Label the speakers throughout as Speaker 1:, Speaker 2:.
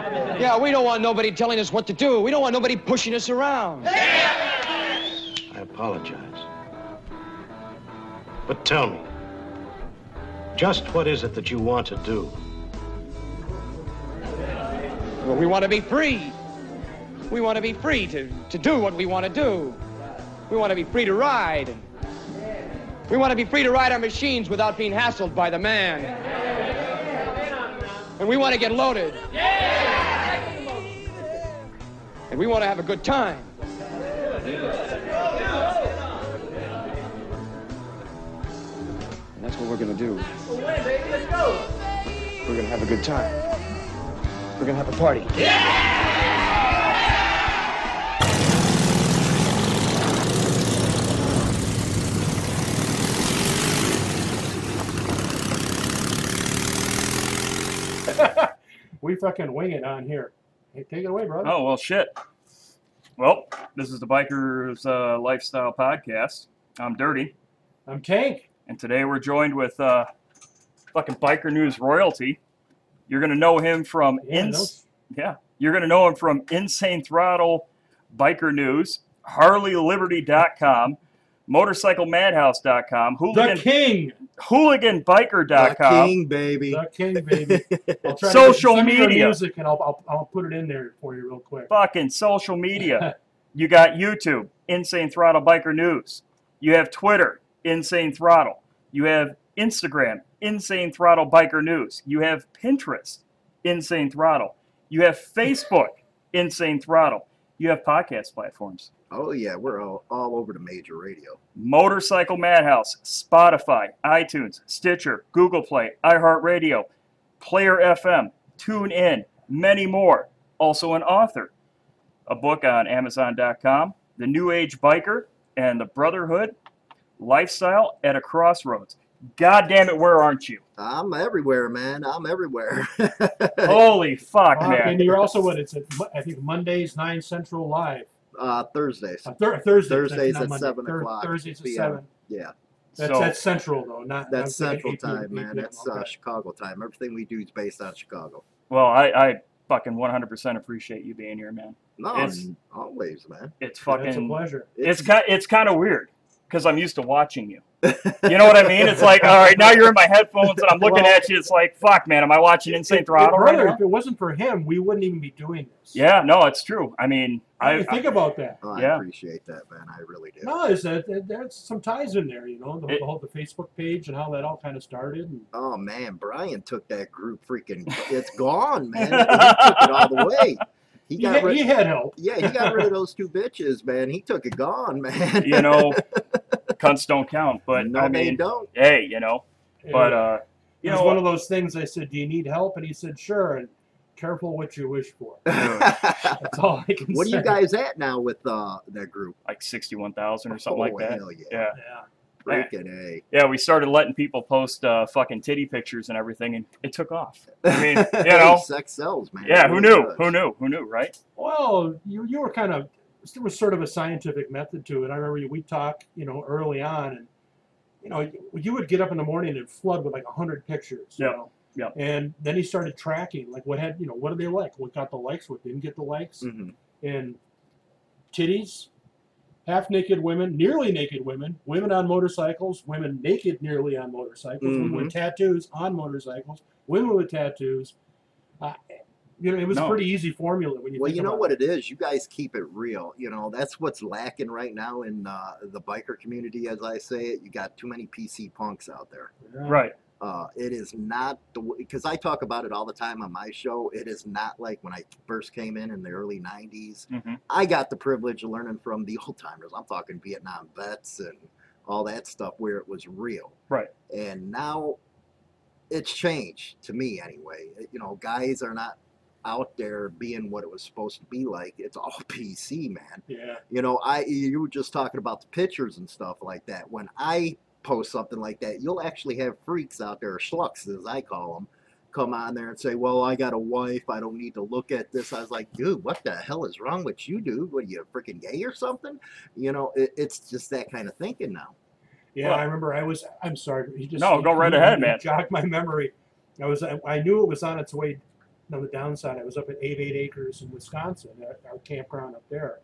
Speaker 1: Yeah, we don't want nobody telling us what to do. We don't want nobody pushing us around.
Speaker 2: I apologize. But tell me, just what is it that you want to do?
Speaker 1: Well, we want to be free. We want to be free to, to do what we want to do. We want to be free to ride. We want to be free to ride our machines without being hassled by the man. And we want to get loaded. And we want to have a good time. And that's what we're going to do. We're going to have a good time. We're going to have a party.
Speaker 3: We fucking wing it on here. Hey, take it away, brother.
Speaker 4: Oh well, shit. Well, this is the Bikers uh, Lifestyle Podcast. I'm Dirty,
Speaker 3: I'm Tank.
Speaker 4: and today we're joined with uh, fucking biker news royalty. You're gonna know him from
Speaker 3: Yeah,
Speaker 4: Ins-
Speaker 3: those-
Speaker 4: yeah. You're gonna know him from Insane Throttle, Biker News, HarleyLiberty.com, MotorcycleMadhouse.com,
Speaker 3: The
Speaker 4: Hooligan
Speaker 3: king.
Speaker 5: The
Speaker 4: HooliganBiker.com.
Speaker 5: king, baby.
Speaker 3: The king, baby. I'll try to-
Speaker 4: Social
Speaker 3: send me the
Speaker 4: media.
Speaker 3: music, and I'll, I'll I'll put it in there for you real quick.
Speaker 4: Fucking social media. You got YouTube, Insane Throttle Biker News. You have Twitter, Insane Throttle. You have Instagram, Insane Throttle Biker News. You have Pinterest, Insane Throttle. You have Facebook, Insane Throttle. You have podcast platforms
Speaker 5: Oh yeah, we're all, all over the major radio.
Speaker 4: Motorcycle Madhouse, Spotify, iTunes, Stitcher, Google Play, iHeartRadio, Player FM, TuneIn, many more. Also, an author, a book on Amazon.com, The New Age Biker, and The Brotherhood Lifestyle at a Crossroads. God damn it, where aren't you?
Speaker 5: I'm everywhere, man. I'm everywhere.
Speaker 4: Holy fuck,
Speaker 3: Uh, and
Speaker 4: man.
Speaker 3: you're also what it's at, Mo- I think Mondays nine central live.
Speaker 5: uh, Thursdays.
Speaker 3: Uh, thir- Thursdays,
Speaker 5: Thursdays
Speaker 3: not
Speaker 5: at
Speaker 3: Monday.
Speaker 5: 7
Speaker 3: Thir-
Speaker 5: o'clock
Speaker 3: Thursdays at
Speaker 5: PM.
Speaker 3: seven.
Speaker 5: Yeah,
Speaker 3: That's
Speaker 4: So-
Speaker 3: that's central though, not
Speaker 5: that's
Speaker 3: I'm
Speaker 5: Central
Speaker 3: thinking 8
Speaker 5: Time,
Speaker 3: p.m.,
Speaker 5: man.
Speaker 3: 8
Speaker 5: That's
Speaker 3: p.m.,
Speaker 5: uh,
Speaker 3: okay.
Speaker 5: Chicago time. Everything we do is based out of Chicago.
Speaker 4: Well, I, I fucking 100% appreciate you being here, man.
Speaker 5: No,
Speaker 4: It's-
Speaker 5: always, man.
Speaker 3: That's
Speaker 4: It's
Speaker 3: a
Speaker 4: fucking
Speaker 3: pleasure.
Speaker 4: it's kind it's kind of weird because I'm used to watching you. You know what I mean? It's like, all right, now you're in my headphones and I'm looking
Speaker 3: Well-
Speaker 4: at you. It's like, fuck, man, am I watching Insane Throttle right
Speaker 3: brother,
Speaker 4: now?
Speaker 3: if it wasn't for him, we wouldn't even be doing this.
Speaker 4: Yeah, no, it's true. I mean,
Speaker 3: I,
Speaker 4: I,
Speaker 3: think about that.
Speaker 5: Oh, I
Speaker 4: Yeah.
Speaker 5: appreciate that, man. I really do.
Speaker 3: No, is that that- there's some ties in there, you know, the,
Speaker 4: It-
Speaker 3: the whole the Facebook page and how that all kind of started. And,
Speaker 5: Oh man, Brian took that group freaking. It's gone, man. He took it all the way. He
Speaker 3: he,
Speaker 5: got
Speaker 3: had,
Speaker 5: rid-
Speaker 3: he had help.
Speaker 5: yeah, he got rid of those two bitches, man. He took it gone, man.
Speaker 4: you know, cunts don't count, but
Speaker 5: no,
Speaker 4: I
Speaker 5: they
Speaker 4: mean,
Speaker 5: don't.
Speaker 4: hey, you know, but uh,
Speaker 3: it
Speaker 4: you
Speaker 3: was
Speaker 4: know,
Speaker 3: one of those things. I said, "Do you need help?" And he said, "Sure." And careful what you wish for. That's all I can
Speaker 5: what are
Speaker 3: say.
Speaker 5: you guys at now with uh, that group?
Speaker 4: like sixty-one thousand or something like
Speaker 5: Oh,
Speaker 4: that.
Speaker 5: Hell yeah.
Speaker 4: Yeah,
Speaker 3: Yeah.
Speaker 5: Freaking
Speaker 4: yeah, we started letting people post uh, fucking titty pictures and everything, and it took off.
Speaker 5: A.
Speaker 4: I mean, you know.
Speaker 5: sex sells, man.
Speaker 4: Yeah,
Speaker 5: It
Speaker 4: who
Speaker 5: really
Speaker 4: knew?
Speaker 5: does.
Speaker 4: Who knew? Who knew? Right?
Speaker 3: Well, you you were kind of there was sort of a scientific method to it. I remember you- we talked, you know, early on, and you know, you- you would get up in the morning and flood with like hundred pictures. you
Speaker 4: Yep,
Speaker 3: know?
Speaker 4: yep.
Speaker 3: And then he started tracking, like what had, you know, what did they like? What got the likes? What didn't get the
Speaker 4: Mm-hmm.
Speaker 3: likes?
Speaker 5: Mhm.
Speaker 3: And titties, half naked women, nearly naked women, women on motorcycles, women naked nearly on motorcycles,
Speaker 5: Mm-hmm.
Speaker 3: women with tattoos on motorcycles, women with tattoos. Uh, you know, it was
Speaker 4: No.
Speaker 3: a pretty easy formula when you
Speaker 5: Well,
Speaker 3: think
Speaker 5: you know
Speaker 3: about
Speaker 5: what
Speaker 3: it.
Speaker 5: it is. You guys keep it real. You know that's what's lacking right now in uh, the biker community, as I say it. You got too many PC punks out there.
Speaker 3: Yeah.
Speaker 4: Right.
Speaker 5: Uh, it is not the because I talk about it all the time on my show. It is not like when I first came in in the early '90s.
Speaker 4: hmm
Speaker 5: I got the privilege of learning from the old timers. I'm talking Vietnam vets and all that stuff where it was real.
Speaker 4: Right.
Speaker 5: And now it's changed to me anyway. Uh, You know, guys are not out there being what it was supposed to be like. It's all PC, man.
Speaker 3: Yeah.
Speaker 5: You know, I E, you were just talking about the pictures and stuff like that. When I post something like that, you'll actually have freaks out there, or schlucks as I call them, come on there and say, "Well, I got a wife. I don't need to look at this." I was like, "Dude, what the hell is wrong with you, dude? What are you freaking gay or something?" You know, it, it's just that kind of thinking now.
Speaker 3: Yeah,
Speaker 4: Well-
Speaker 3: I remember I was. I'm sorry. You just
Speaker 4: No, go right
Speaker 3: you-
Speaker 4: ahead,
Speaker 3: you
Speaker 4: man.
Speaker 3: Jogged my memory. I was. I, I knew it was on its way on the downside, I was up at 88 Acres in Wisconsin, at our campground up there.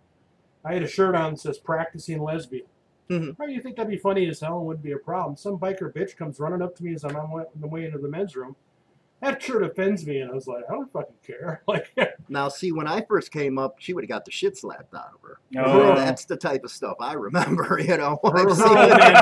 Speaker 3: I had a shirt on that says practicing lesbian.
Speaker 5: Mhm.
Speaker 3: Oh, you think that'd be funny as hell and wouldn't be a problem? Some biker bitch comes running up to me as I'm on wa- the way into the men's room. That shirt offends me, and I was like, I don't fucking care. Like,
Speaker 5: Now, see, when I first came up, she would have got the shit slapped out of her.
Speaker 4: Oh.
Speaker 5: That's the type of stuff I remember, you know.
Speaker 3: her,
Speaker 5: I've
Speaker 3: her
Speaker 5: seen
Speaker 3: old
Speaker 5: it.
Speaker 3: man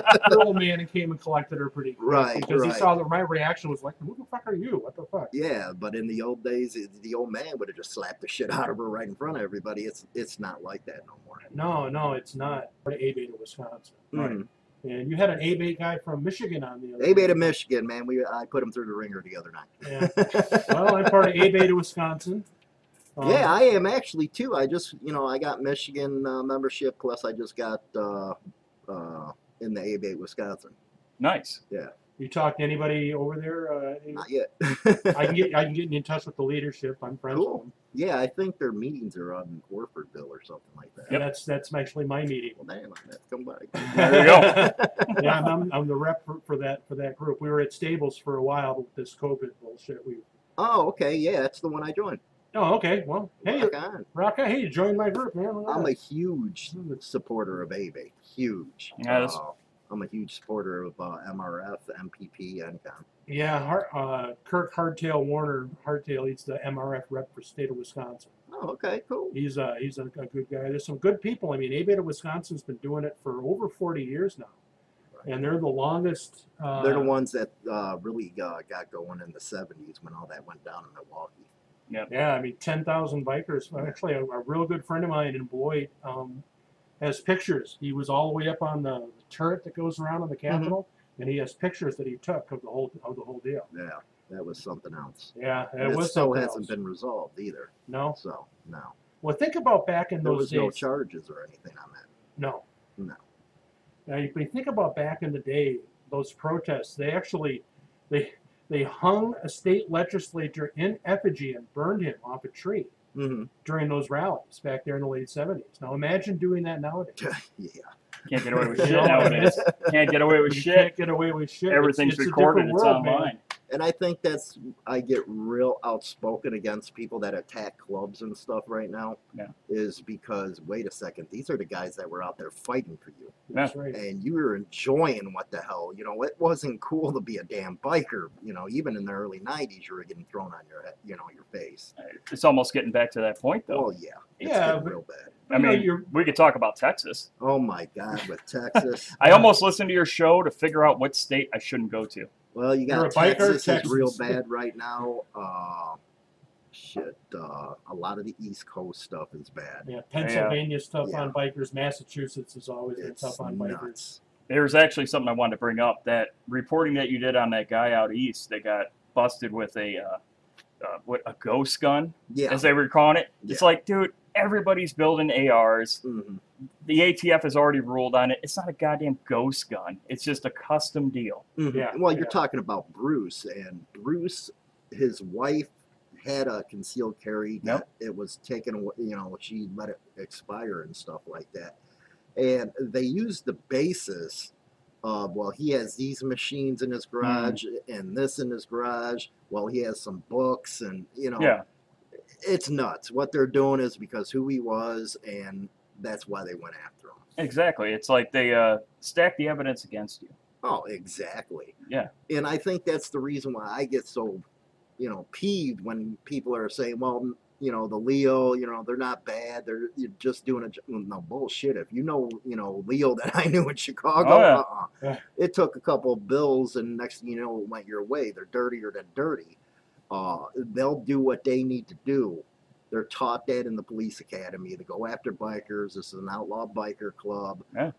Speaker 3: came, her old man came and collected her pretty quick
Speaker 5: Right,
Speaker 3: because
Speaker 5: right.
Speaker 3: he saw that my reaction was like, "Who the fuck are you? What the fuck?"
Speaker 5: Yeah, but in the old days, it- the old man would have just slapped the shit out of her right in front of everybody. It's it's not like that no more.
Speaker 3: No, no, it's not. Part of A Beta, Wisconsin,
Speaker 4: Right.
Speaker 5: Mm.
Speaker 3: and you had an A Beta guy from Michigan on the other.
Speaker 5: They made a Michigan man. We I put him through the ringer the other night.
Speaker 3: Yeah. Well, I'm part of A Beta, Wisconsin. Um,
Speaker 5: yeah, I am actually too. I just you know I got Michigan uh, membership plus I just got uh, uh, in the A8 Wisconsin.
Speaker 4: Nice.
Speaker 3: You talk to anybody over there? Uh,
Speaker 5: Not yet.
Speaker 3: I can get I can get in touch with the leadership. I'm friends
Speaker 5: Cool.
Speaker 3: with them.
Speaker 5: yeah, I think their meetings are on in Orfordville or something like that.
Speaker 3: And That's that's actually my meeting.
Speaker 5: Well, damn, I have to come by.
Speaker 4: There you go.
Speaker 3: yeah, I'm, I'm, I'm the rep for, for that for that group. We were at Stables for a while with this COVID bullshit. We
Speaker 5: Oh, okay, yeah, that's the one I joined.
Speaker 3: oh okay, well hey
Speaker 5: Rock on.
Speaker 3: Rocka, hey, join my group, man. Look at
Speaker 5: I'm
Speaker 3: that.
Speaker 5: a huge supporter of ABE. Huge.
Speaker 4: Yeah, that's-
Speaker 5: Uh, I'm a huge supporter of uh, MRF, MPP, NCOM.
Speaker 3: yeah, Har uh, Kirk Hardtail Warner. Hardtail, he's the MRF rep for state of Wisconsin.
Speaker 5: Oh, okay, cool.
Speaker 3: He's a he's a, a good guy. There's some good people. I mean, A Beta Wisconsin's been doing it for over 40 years now, and they're the longest. Uh,
Speaker 5: They're the ones that uh, really uh, got going in the 70s when all that went down in Milwaukee.
Speaker 3: Yeah, I mean, 10,000 bikers. Actually, a, a real good friend of mine in Beloit um, has pictures. He was all the way up on the turret that goes around on the
Speaker 5: Mm-hmm.
Speaker 3: Capitol, and he has pictures that he took of the whole of the whole deal.
Speaker 5: Yeah, that was something else.
Speaker 3: Yeah, it
Speaker 5: And
Speaker 3: was
Speaker 5: still
Speaker 3: something
Speaker 5: hasn't
Speaker 3: else.
Speaker 5: been resolved either.
Speaker 3: No.
Speaker 5: So, no.
Speaker 3: Well, think about back in
Speaker 5: There
Speaker 3: those
Speaker 5: was no
Speaker 3: days.
Speaker 5: charges or anything on that.
Speaker 3: No.
Speaker 5: No.
Speaker 3: Now, if you think about back in the day, those protests, they actually, they they hung a state legislator in effigy and burned him off a tree
Speaker 5: hmm
Speaker 3: during those rallies back there in the late 70s. Now, imagine doing that nowadays.
Speaker 5: Yeah.
Speaker 4: Can't get away with
Speaker 3: You
Speaker 4: shit
Speaker 3: know, I mean,
Speaker 4: nowadays.
Speaker 3: it's-
Speaker 4: Can't get away with
Speaker 3: You
Speaker 4: shit.
Speaker 3: can't get away with shit. It's-
Speaker 4: Everything's
Speaker 3: it's a
Speaker 4: recorded.
Speaker 3: different
Speaker 4: It's
Speaker 3: world, man.
Speaker 4: online.
Speaker 5: And I think that's, I get real outspoken against people that attack clubs and stuff right now.
Speaker 4: Yeah.
Speaker 5: Is because, wait a second, these are the guys that were out there fighting for you.
Speaker 3: That's right.
Speaker 5: and you were enjoying what the hell, you know, it wasn't cool to be a damn biker, you know, even in the early 90s, you were getting thrown on your head, you know, your face.
Speaker 4: It's almost getting back to that point, though.
Speaker 5: Oh, yeah. It's
Speaker 3: Yeah,
Speaker 5: getting
Speaker 3: but-
Speaker 5: real bad.
Speaker 4: I
Speaker 3: You know,
Speaker 4: mean,
Speaker 3: you're-
Speaker 4: we could talk about Texas.
Speaker 5: Oh, my God, with Texas.
Speaker 4: I almost listened to your show to figure out what state I shouldn't go to.
Speaker 5: Well, you
Speaker 3: You're a
Speaker 5: got
Speaker 3: biker,
Speaker 5: Texas is real
Speaker 3: Texas.
Speaker 5: bad right now. Uh, shit, uh, a lot of the East Coast stuff is bad.
Speaker 3: yeah, Pennsylvania's tough
Speaker 5: Yeah.
Speaker 3: on bikers. Massachusetts has always been
Speaker 5: It's
Speaker 3: tough on bikers.
Speaker 5: nuts.
Speaker 4: There's actually something I wanted to bring up. That reporting that you did on that guy out east that got busted with a uh, uh, what a ghost gun,
Speaker 5: Yeah.
Speaker 4: as they were calling it. It's
Speaker 5: Yeah.
Speaker 4: like, dude, everybody's building ARs.
Speaker 5: Mhm.
Speaker 4: The ATF has already ruled on it. It's not a goddamn ghost gun. It's just a custom deal.
Speaker 5: Mhm.
Speaker 3: Yeah,
Speaker 5: Well, you're
Speaker 3: yeah.
Speaker 5: talking about Bruce, and Bruce, his wife had a concealed carry.
Speaker 4: Yep.
Speaker 5: that It was taken away, you know, she let it expire and stuff like that. And they used the basis of, well, he has these machines in his garage and this in his garage. Well, he has some books and, you know,
Speaker 4: Yeah.
Speaker 5: it's nuts. What they're doing is because who he was, and that's why they went after him.
Speaker 4: Exactly. It's like they uh, stack the evidence against you.
Speaker 5: Oh, exactly.
Speaker 4: Yeah.
Speaker 5: And I think that's the reason why I get so, you know, peeved when people are saying, well, m- you know, the Leo, you know, they're not bad. They're you're just doing a j- well, no bullshit. If you know, you know, Leo that I knew in Chicago,
Speaker 4: Oh, yeah.
Speaker 5: uh-uh.
Speaker 3: Yeah.
Speaker 5: it took a couple of bills, and next thing you know, it went your way. They're dirtier than dirty. Uh, they'll do what they need to do. They're taught that in the police academy to go after bikers. This is an outlaw biker club uh,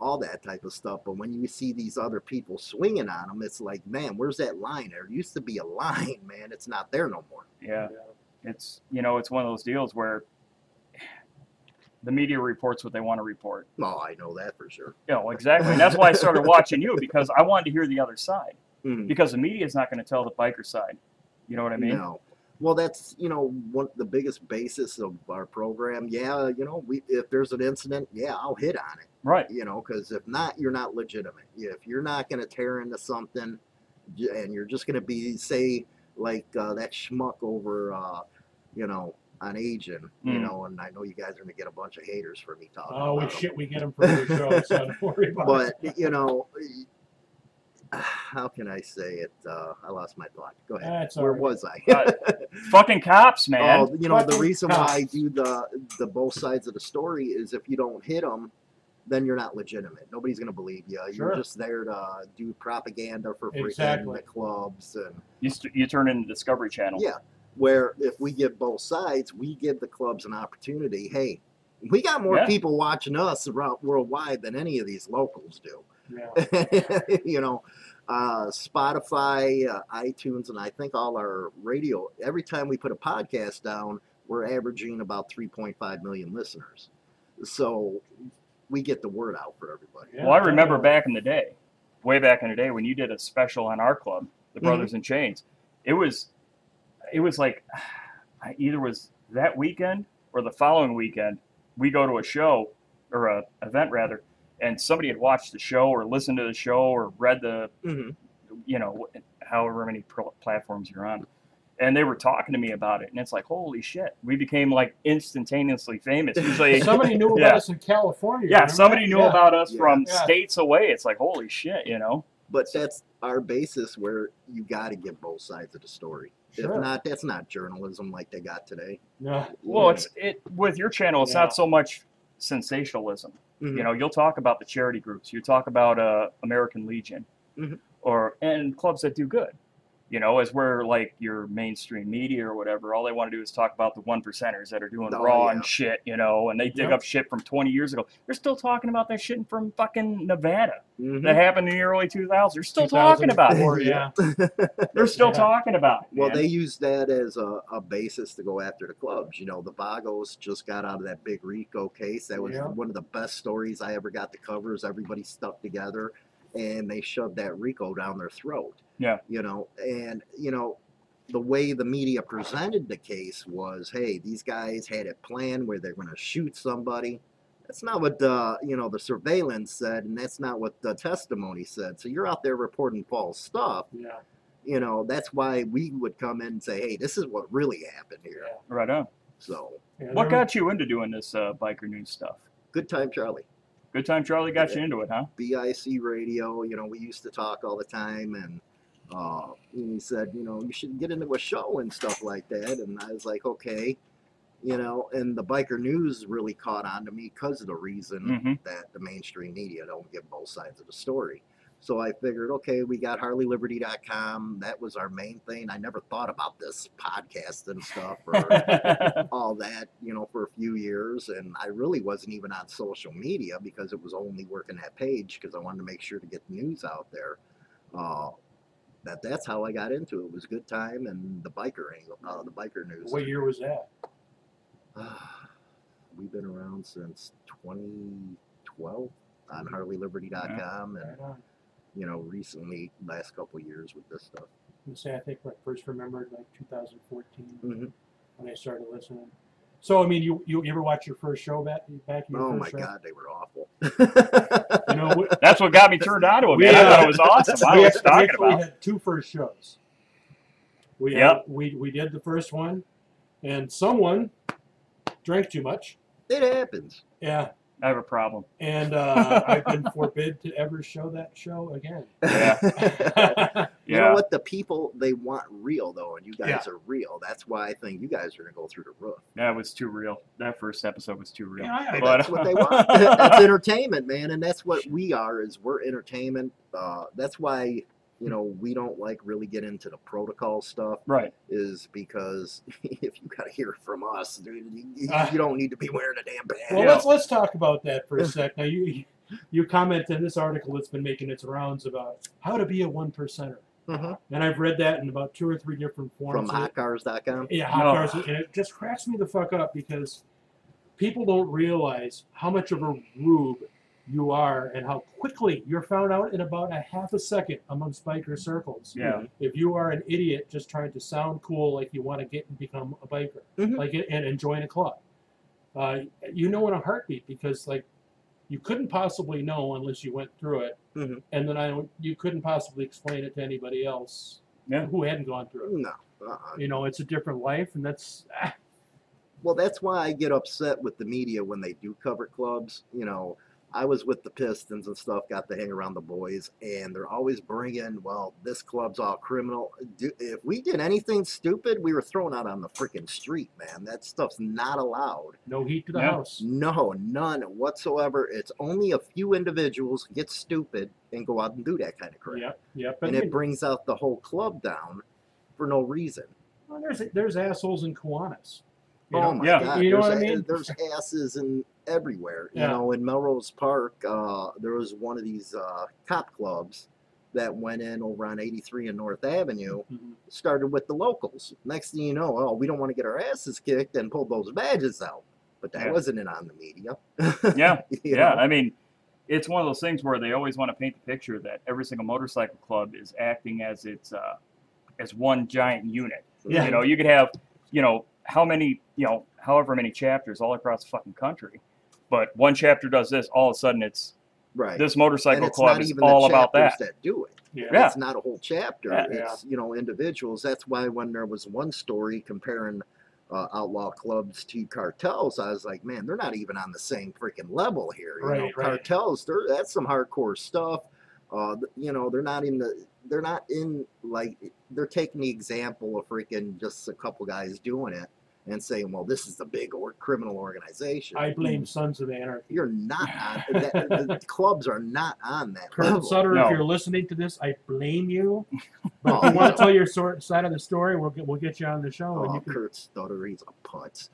Speaker 5: all that type of stuff. But when you see these other people swinging on them, it's like, man, where's that line? There used to be a line, man. It's not there no more.
Speaker 4: Yeah. it's you know it's one of those deals where the media reports what they want to report.
Speaker 5: Oh, I know that for sure.
Speaker 4: Yeah, well, exactly. And that's why I started watching you because I wanted to hear the other side
Speaker 5: Mhm.
Speaker 4: because the media is not going to tell the biker side. You know what I mean?
Speaker 5: No. Well, that's you know one the biggest basis of our program. Yeah, you know, we if there's an incident, yeah, I'll hit on it.
Speaker 4: Right.
Speaker 5: You know, because if not, you're not legitimate. If you're not going to tear into something, j- and you're just going to be say like uh, that schmuck over, uh, you know, on Agent, you
Speaker 4: Mm.
Speaker 5: know, and I know you guys are gonna get a bunch of haters for me talking.
Speaker 3: Hmm. Oh, we
Speaker 5: about him.
Speaker 3: shit, we get them for the show, so don't worry about it.
Speaker 5: But you know, how can I say it? Uh, I lost my thought. Go ahead.
Speaker 3: That's all
Speaker 5: Where
Speaker 3: right.
Speaker 5: was I?
Speaker 4: Uh, Fucking cops, man.
Speaker 5: Oh, you know the
Speaker 3: fucking
Speaker 5: reason why I
Speaker 3: cops.
Speaker 5: do the the both sides of the story is if you don't hit them, then you're not legitimate. Nobody's gonna believe you.
Speaker 3: Sure.
Speaker 5: You're just there to do propaganda for freaking
Speaker 3: Exactly.
Speaker 5: the clubs and
Speaker 4: You, st- you turn into Discovery Channel.
Speaker 5: yeah. Where if we give both sides, we give the clubs an opportunity. Hey, we got more
Speaker 4: Yeah.
Speaker 5: people watching us around worldwide than any of these locals do.
Speaker 3: Yeah.
Speaker 5: you know, uh, Spotify, uh, iTunes, and I think all our radio. Every time we put a podcast down, we're averaging about 3.5 million listeners. So we get the word out for everybody.
Speaker 3: Yeah,
Speaker 4: well, I remember
Speaker 3: definitely.
Speaker 4: back in the day, way back in the day when you did a special on our club, the
Speaker 5: Mhm.
Speaker 4: Brothers in Chains. It was, it was like, I either was that weekend or the following weekend. We go to a show or a event rather, and somebody had watched the show or listened to the show or read the,
Speaker 5: Mm-hmm.
Speaker 4: you know, however many pro- platforms you're on, and they were talking to me about it, and it's like, holy shit, we became like instantaneously famous. Usually,
Speaker 3: Somebody knew about
Speaker 4: Yeah.
Speaker 3: us in California.
Speaker 4: yeah,
Speaker 3: remember
Speaker 4: somebody
Speaker 3: that?
Speaker 4: knew
Speaker 3: Yeah.
Speaker 4: about us
Speaker 5: Yeah.
Speaker 4: from
Speaker 3: Yeah.
Speaker 4: states away. It's like, holy shit, you know.
Speaker 5: But that's our basis where you got to give both sides of the story.
Speaker 3: Sure.
Speaker 5: If not, that's not journalism like they got today.
Speaker 3: No.
Speaker 4: Well, it's it with your channel. It's
Speaker 3: Yeah.
Speaker 4: not so much sensationalism.
Speaker 5: Mhm.
Speaker 4: You know, you'll talk about the charity groups. You talk about uh, American Legion,
Speaker 5: Mhm.
Speaker 4: or and clubs that do good. You know, as where like your mainstream media or whatever, all they want to do is talk about the one percenters that are doing
Speaker 5: Oh,
Speaker 4: wrong
Speaker 5: yeah.
Speaker 4: shit. You know, and they dig
Speaker 3: Yeah.
Speaker 4: up shit from twenty years ago. They're still talking about that shit from fucking Nevada
Speaker 5: Mhm.
Speaker 4: that happened in the early two thousands. They're still talking about it.
Speaker 3: 2004, Yeah.
Speaker 4: They're still
Speaker 3: Yeah.
Speaker 4: talking about it.
Speaker 5: Well,
Speaker 4: man.
Speaker 5: they use that as a, a basis to go after the clubs. You know, the Vagos just got out of that big Rico case. That was
Speaker 3: Yeah.
Speaker 5: one of the best stories I ever got to cover. Is everybody stuck together, and they shoved that Rico down their throat.
Speaker 4: Yeah.
Speaker 5: You know, and you know, the way the media presented the case was, hey, these guys had it planned where they're going to shoot somebody. That's not what the you know the surveillance said, and that's not what the testimony said. So you're out there reporting false stuff
Speaker 3: Yeah.
Speaker 5: you know that's why we would come in and say hey this is what really happened here
Speaker 4: right on.
Speaker 5: so
Speaker 3: Yeah,
Speaker 4: What
Speaker 3: there-
Speaker 4: got you into doing this uh, biker news stuff?
Speaker 5: good time charlie
Speaker 4: Good time Charlie got you into it, huh?
Speaker 5: bic radio you know we used to talk all the time and uh, he said you know you should get into a show and stuff like that and i was like okay you know and the biker news really caught on to me because of the reason
Speaker 4: Mhm.
Speaker 5: that the mainstream media don't give both sides of the story so i figured okay we got harleyliberty.com that was our main thing i never thought about this podcast and stuff or
Speaker 4: Mm-hmm.
Speaker 5: all that, you know, for a few years. And I really wasn't even on social media because it was only working that page because I wanted to make sure to get the news out there. Uh, that that's how I got into it. It was good time and the biker angle, uh, the biker news.
Speaker 3: What year was that?
Speaker 5: We've been around since 2012 on HarleyLiberty.com, and
Speaker 3: Right on.
Speaker 5: you know, recently last couple years with this stuff.
Speaker 3: I'm say I think I first remembered like 2014
Speaker 5: Mhm.
Speaker 3: when I started listening. So I mean, you you ever watch your first show back back your
Speaker 5: Oh
Speaker 3: first
Speaker 5: my
Speaker 3: show?
Speaker 5: God, they were awful.
Speaker 3: You know, we,
Speaker 4: That's what got me turned on to it, man. I
Speaker 3: Yeah.
Speaker 4: thought it was awesome. I
Speaker 3: we
Speaker 4: was
Speaker 3: actually-
Speaker 4: talking
Speaker 3: actually
Speaker 4: about.
Speaker 3: had two first shows. We uh,
Speaker 4: Yep.
Speaker 3: we we did the first one, and someone drank too much.
Speaker 5: it happens.
Speaker 3: Yeah,
Speaker 4: I have a problem.
Speaker 3: and uh, I've been forbid to ever show that show again.
Speaker 5: You
Speaker 4: Yeah.
Speaker 5: know what? The people they want real though, and you guys
Speaker 3: Yeah.
Speaker 5: are real. That's why I think you guys are gonna go through the roof.
Speaker 4: That was too real. That first episode was too real.
Speaker 3: Yeah, I-
Speaker 5: And
Speaker 4: But-
Speaker 5: that's what they want. that's entertainment, man, and that's what we are. Is we're entertainment. Uh, that's why you know we don't like really get into the protocol stuff.
Speaker 4: Right.
Speaker 5: Is because if you gotta hear it from us, dude, you, you-
Speaker 3: Ah.
Speaker 5: you don't need to be wearing a damn
Speaker 3: Well,
Speaker 5: band.
Speaker 4: Yeah.
Speaker 3: let's let's talk about that for a sec. Now, you you comment in this article that's been making its rounds about how to be a one percenter,
Speaker 5: Mhm.
Speaker 3: and I've read that in about two or three different forms.
Speaker 5: From hotcars.com.
Speaker 3: yeah,
Speaker 4: No.
Speaker 3: hot cars, and it just cracks me the fuck up because people don't realize how much of a rube you are and how quickly you're found out in about a half a second amongst biker circles.
Speaker 4: Yeah.
Speaker 3: If you are an idiot just trying to sound cool, like you want to get and become a biker,
Speaker 5: Mhm.
Speaker 3: like and, and join a club, uh, you know in a heartbeat because like you couldn't possibly know unless you went through it,
Speaker 5: Mhm.
Speaker 3: and then I don't- you couldn't possibly explain it to anybody else
Speaker 4: Yeah.
Speaker 3: who hadn't gone through it.
Speaker 5: No, Uh-uh.
Speaker 3: You know, it's a different life, and that's ah,
Speaker 5: Well, that's why I get upset with the media when they do cover clubs. You know, I was with the Pistons and stuff, got to hang around the boys, and they're always bringing, well, this club's all criminal. Do, if we did anything stupid, we were thrown out on the freaking street, man. That stuff's not allowed.
Speaker 3: no heat to the
Speaker 4: Yeah.
Speaker 3: house.
Speaker 5: No, none whatsoever. It's only a few individuals get stupid and go out and do that kind of crap.
Speaker 3: Yep, yep. But
Speaker 5: And
Speaker 3: I mean,
Speaker 5: it brings out the whole club down for no reason.
Speaker 3: well, there's there's assholes in Kiwanis. You
Speaker 5: oh
Speaker 3: know?
Speaker 5: my
Speaker 4: Yeah.
Speaker 5: god!
Speaker 3: You know
Speaker 5: there's,
Speaker 3: what I
Speaker 5: a-
Speaker 3: mean?
Speaker 5: There's asses in everywhere.
Speaker 3: Yeah.
Speaker 5: You know, in Melrose Park, uh, there was one of these uh, cop clubs that went in over on 83 and North Avenue.
Speaker 3: Mhm.
Speaker 5: Started with the locals. Next thing you know, oh, we don't want to get our asses kicked, and pulled those badges out. But that
Speaker 4: Yeah.
Speaker 5: wasn't it on the media.
Speaker 4: Yeah,
Speaker 5: You
Speaker 4: yeah.
Speaker 5: know?
Speaker 4: I mean, it's one of those things where they always want to paint the picture that every single motorcycle club is acting as its uh, as one giant unit.
Speaker 3: Yeah.
Speaker 4: You know, you could have, you know, how many, you know, however many chapters all across the fucking country, but one chapter does this, all of a sudden it's
Speaker 5: right.
Speaker 4: this
Speaker 5: and
Speaker 4: motorcycle
Speaker 5: it's
Speaker 4: club
Speaker 5: not
Speaker 4: is
Speaker 5: even
Speaker 4: all
Speaker 5: the
Speaker 4: about
Speaker 5: chapters
Speaker 4: that.
Speaker 5: that. do it.
Speaker 3: Yeah.
Speaker 4: Yeah.
Speaker 5: It's not a whole chapter.
Speaker 4: Yeah.
Speaker 5: It's you know individuals. That's why when there was one story comparing uh, outlaw clubs to cartels, I was like, man, they're not even on the same freaking level here. You know,
Speaker 3: Right, right.
Speaker 5: cartels, they're that's some hardcore stuff. Uh, th- you know, they're not in the. They're not in like they're taking the example of freaking just a couple guys doing it and saying, well, this is the big or criminal organization.
Speaker 3: I blame Sons of Anarchy.
Speaker 5: You're not on that, the clubs are not on that level.
Speaker 3: Kurt Sutter,
Speaker 4: No.
Speaker 3: if you're listening to this, I blame you.
Speaker 5: Oh,
Speaker 3: But if you want
Speaker 5: no.
Speaker 3: to tell your sor- side of the story, we'll get we'll get you on the show. and
Speaker 5: Oh,
Speaker 3: you can,
Speaker 5: Kurt Sutter, he's a putz.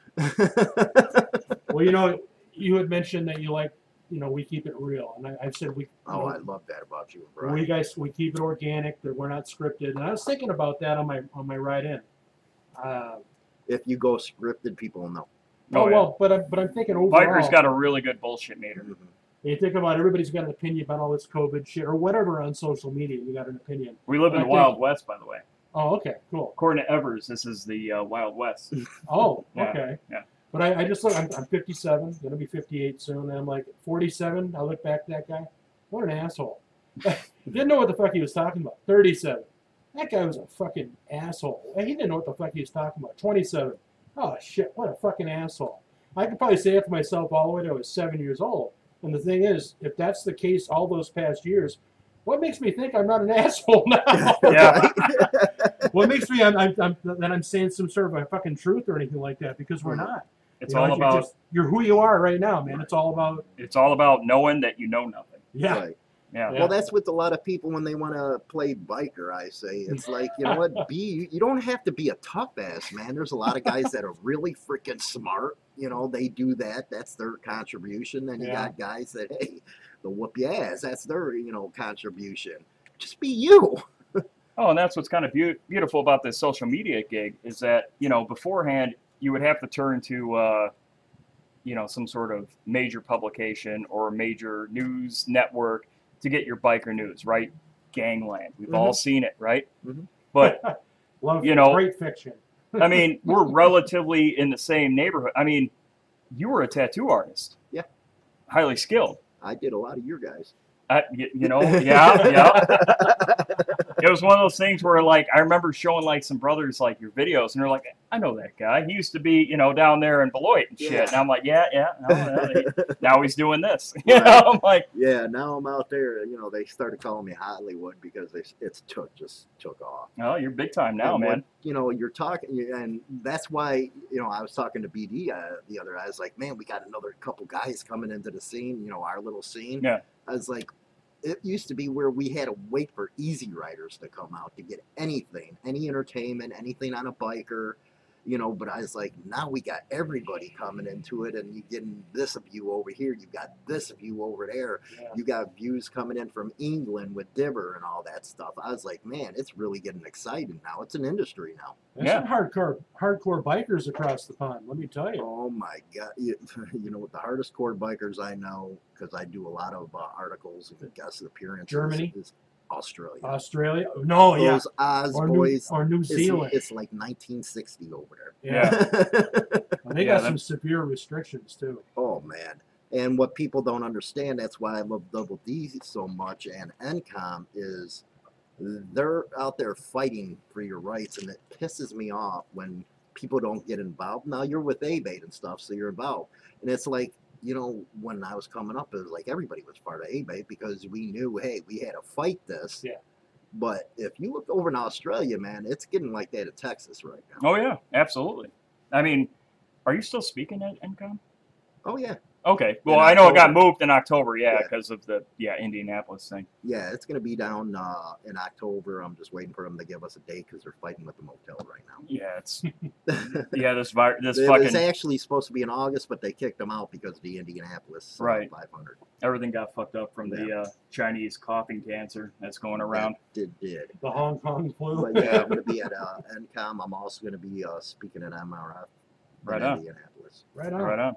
Speaker 3: well, you know, you had mentioned that you like, you know, we keep it real, and I, I said we. you
Speaker 5: oh,
Speaker 3: know,
Speaker 5: I love that about you,
Speaker 3: Well,
Speaker 5: bro.
Speaker 3: We guys, we keep it organic. That we're not scripted. And I was thinking about that on my on my ride in. Uh,
Speaker 5: if you go scripted, people will know.
Speaker 4: Oh,
Speaker 3: oh
Speaker 4: yeah.
Speaker 3: well, but I'm but I'm thinking overall.
Speaker 4: Biker's got a really good bullshit meter.
Speaker 5: Mhm.
Speaker 3: you think about it, everybody's got an opinion about all this COVID shit or whatever on social media. You got an opinion.
Speaker 4: We live in
Speaker 3: I
Speaker 4: the
Speaker 3: think-
Speaker 4: Wild West, by the way.
Speaker 3: Oh, okay, cool.
Speaker 4: According to Evers, this is the uh, Wild West.
Speaker 3: Oh,
Speaker 4: Yeah,
Speaker 3: okay.
Speaker 4: yeah.
Speaker 3: But I, I just look. I'm, I'm 57. Gonna be 58 soon. And I'm like 47. I look back at that guy. What an asshole. didn't know what the fuck he was talking about. 37. That guy was a fucking asshole. He didn't know what the fuck he was talking about. 27. Oh shit, what a fucking asshole. I could probably say it for myself all the way to I was seven years old. And the thing is, if that's the case all those past years, what makes me think I'm not an asshole now?
Speaker 4: Yeah.
Speaker 3: what makes me I'm, I'm, I'm, that I'm saying some sort of a fucking truth or anything like that? Because we're not.
Speaker 4: It's
Speaker 3: You know,
Speaker 4: all
Speaker 3: you're
Speaker 4: about
Speaker 3: just- you're who you are right now, man. It's all about
Speaker 4: it's all about knowing that you know nothing.
Speaker 3: yeah.
Speaker 5: Right.
Speaker 4: Yeah.
Speaker 5: Well, that's with a lot of people when they want to play biker. I say it's like you know what? Be you don't have to be a tough ass man. There's a lot of guys that are really freaking smart. You know they do that. That's their contribution. Then you
Speaker 3: Yeah.
Speaker 5: got guys that hey, they'll whoop your ass. That's their you know contribution. Just be you.
Speaker 4: Oh, and that's what's kind of beau- beautiful about this social media gig is that you know beforehand you would have to turn to uh, you know some sort of major publication or major news network to get your biker news, right? Gangland, we've all seen it, right?
Speaker 5: Mhm.
Speaker 4: But
Speaker 3: Love
Speaker 4: you know-
Speaker 3: great fiction.
Speaker 4: I mean, we're relatively in the same neighborhood. I mean, you were a tattoo artist,
Speaker 5: Yeah.
Speaker 4: highly skilled.
Speaker 5: I did a lot of your guys.
Speaker 4: I, you, you know, yeah, yeah. It was one of those things where, like, I remember showing like some brothers like your videos, and they're like, "I know that guy. He used to be, you know, down there in Beloit and shit."
Speaker 5: Yeah.
Speaker 4: And I'm like, "Yeah, yeah." No, no, he- now he's doing this. You know, I'm like,
Speaker 5: Yeah, now I'm out there. You know, they started calling me Hollywood because they, it's took just took off.
Speaker 4: "Oh, you're big time now,
Speaker 5: And what-
Speaker 4: man."
Speaker 5: you know, you're talking, and that's why you know I was talking to BD uh, the other. I was like, man, we got another couple guys coming into the scene. You know, our little scene.
Speaker 4: Yeah.
Speaker 5: I was like, it used to be where we had to wait for easy riders to come out to get anything, any entertainment, anything on a biker. You know, but I was like, now we got everybody coming into it, and you getting this of you over here, you got this of you over there,
Speaker 3: Yeah.
Speaker 5: you got views coming in from England with Diver and all that stuff. I was like, man, it's really getting exciting now. It's an industry now.
Speaker 3: There's
Speaker 4: Yeah.
Speaker 3: some hardcore hardcore bikers across the pond. Let me tell you.
Speaker 5: Oh my God. You, you know, the hardest core bikers I know, because I do a lot of uh, articles and guest appearances,
Speaker 3: Germany?
Speaker 5: is Australia.
Speaker 3: Australia? No, yeah.
Speaker 5: Oh. Those Oz
Speaker 3: Or New,
Speaker 5: boys,
Speaker 3: or New
Speaker 5: it's,
Speaker 3: Zealand.
Speaker 5: it's like 1960 over
Speaker 3: yeah.
Speaker 5: there.
Speaker 3: And they
Speaker 4: Yeah,
Speaker 3: got
Speaker 4: that-
Speaker 3: some severe restrictions too.
Speaker 5: oh man. And what people don't understand, that's why I love Double D so much and NCOM is they're out there fighting for your rights, and it pisses me off when people don't get involved. Now you're with ABATE and stuff, so you're involved, and it's like you know when I was coming up, it was like everybody was part of ABATE because we knew, hey, we had to fight this.
Speaker 3: Yeah.
Speaker 5: But if you look over in Australia, man, it's getting like that in Texas right now.
Speaker 4: Oh yeah, absolutely. I mean, are you still speaking at NCOM?
Speaker 5: Oh yeah,
Speaker 4: Okay.
Speaker 5: In
Speaker 4: Well, I know it got
Speaker 5: October.
Speaker 4: moved in October, yeah,
Speaker 5: Yeah.
Speaker 4: because of the yeah Indianapolis thing.
Speaker 5: yeah, it's gonna be down uh, in October. I'm just waiting for them to give us a date because they're fighting with the motel right now.
Speaker 4: Yeah, it's yeah this virus this
Speaker 5: It was
Speaker 4: fucking
Speaker 5: actually supposed to be in August, but they kicked them out because of the Indianapolis uh,
Speaker 4: Right.
Speaker 5: 500.
Speaker 4: everything got fucked up from the uh, Chinese coughing cancer that's going around.
Speaker 5: Did did.
Speaker 3: The Hong Kong flu.
Speaker 5: But yeah, I'm going to be at uh, NCOM. I'm also going to be uh, speaking at MRF
Speaker 4: Right
Speaker 5: in
Speaker 4: on.
Speaker 5: Indianapolis.
Speaker 3: Right on.
Speaker 4: Right on.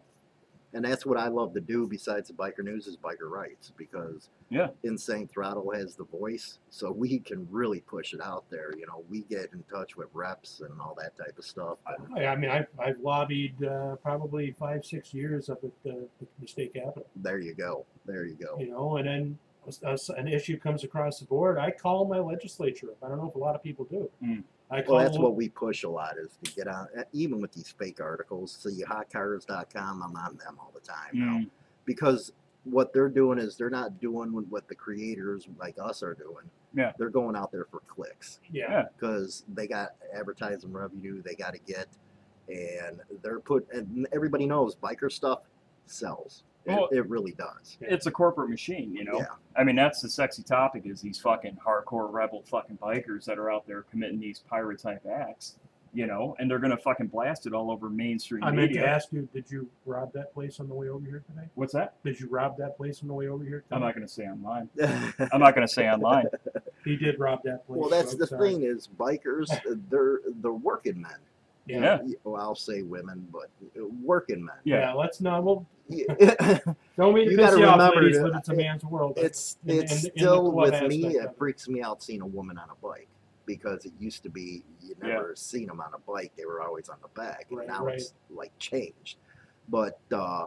Speaker 5: And that's what I love to do besides the biker news is biker rights because
Speaker 4: Yeah.
Speaker 5: Insane Throttle has the voice. So we can really push it out there. You know, we get in touch with reps and all that type of stuff. and
Speaker 3: I, I mean, I've, I've lobbied uh, probably five, six years up at the, the state capitol,
Speaker 5: there you go. There you go.
Speaker 3: you know, and then s- uh, s- an issue comes across the board. I call my legislature up. I don't know if a lot of people do.
Speaker 4: Mm.
Speaker 3: I call
Speaker 5: Well, that's
Speaker 3: them-
Speaker 5: what we push a lot is to get out, even with these fake articles. See, hotcars.com, I'm on them all the time now.
Speaker 4: Mm,
Speaker 5: because what they're doing is they're not doing what the creators like us are doing.
Speaker 4: Yeah.
Speaker 5: They're going out there for clicks
Speaker 3: yeah.
Speaker 5: because they got advertising revenue they got to get, and they're put and everybody knows biker stuff sells. It,
Speaker 4: Well-
Speaker 5: it really does.
Speaker 4: It's a corporate machine, you know.
Speaker 5: Yeah.
Speaker 4: I mean, that's the sexy topic is these fucking hardcore rebel fucking bikers that are out there committing these pirate type acts, you know, and they're gonna fucking blast it all over mainstream
Speaker 3: I meant to
Speaker 4: media.
Speaker 3: ask you, did you rob that place on the way over here today?
Speaker 4: What's that?
Speaker 3: Did you rob that place on the way over here?
Speaker 4: I'm
Speaker 3: today?
Speaker 4: not gonna say online.
Speaker 5: well,
Speaker 4: I'm not gonna say online.
Speaker 3: He did rob that place.
Speaker 5: that's
Speaker 3: so uh,
Speaker 5: the
Speaker 3: sorry.
Speaker 5: thing is bikers they're they're working men.
Speaker 3: Yeah.
Speaker 4: Yeah.
Speaker 3: Yeah.
Speaker 5: Well, I'll say women, but uh, working men.
Speaker 4: Yeah.
Speaker 3: let's not. Well,
Speaker 5: Yeah.
Speaker 3: don't mean to
Speaker 5: You
Speaker 3: piss
Speaker 5: gotta
Speaker 3: you off,
Speaker 5: remember
Speaker 3: ladies,
Speaker 5: that
Speaker 3: but it's a man's world.
Speaker 5: it's
Speaker 3: in- in
Speaker 5: it's
Speaker 3: the- in the
Speaker 5: still
Speaker 3: club
Speaker 5: with me.
Speaker 3: aspect of
Speaker 5: It
Speaker 3: it.
Speaker 5: freaks me out seeing a woman on a bike because it used to be you
Speaker 4: Yeah.
Speaker 5: never seen them on a bike; they were always on the back. And
Speaker 3: Right,
Speaker 5: now
Speaker 3: right.
Speaker 5: it's like changed. But uh,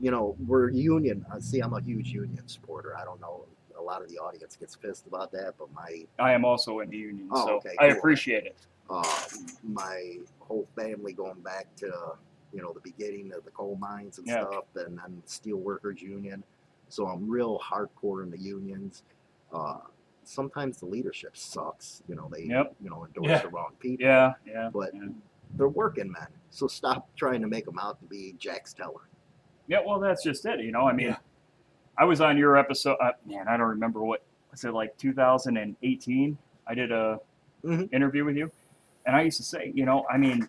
Speaker 5: you know, we're union. uh, See, I'm a huge union supporter. I don't know. A lot of the audience gets pissed about that, but my
Speaker 4: I am also in the union,
Speaker 5: Oh,
Speaker 4: so
Speaker 5: okay,
Speaker 4: I
Speaker 5: cool.
Speaker 4: appreciate it.
Speaker 5: uh, my whole family going back to you know the beginning of the coal mines and
Speaker 4: Yeah.
Speaker 5: stuff, and then steel workers union. So I'm real hardcore in the unions. Uh, sometimes the leadership sucks. You know they
Speaker 4: Yep.
Speaker 5: you know endorse
Speaker 3: Yeah.
Speaker 5: the wrong people.
Speaker 4: Yeah, yeah.
Speaker 5: But-
Speaker 4: yeah.
Speaker 5: They're working men, so stop trying to make them out to be Jack Teller.
Speaker 4: Yeah, well, that's just it. You know, I mean,
Speaker 3: Yeah.
Speaker 4: I was on your episode. Uh, man, I don't remember what was it like 2018. I did a
Speaker 5: Mhm.
Speaker 4: interview with you, and I used to say, you know, I mean,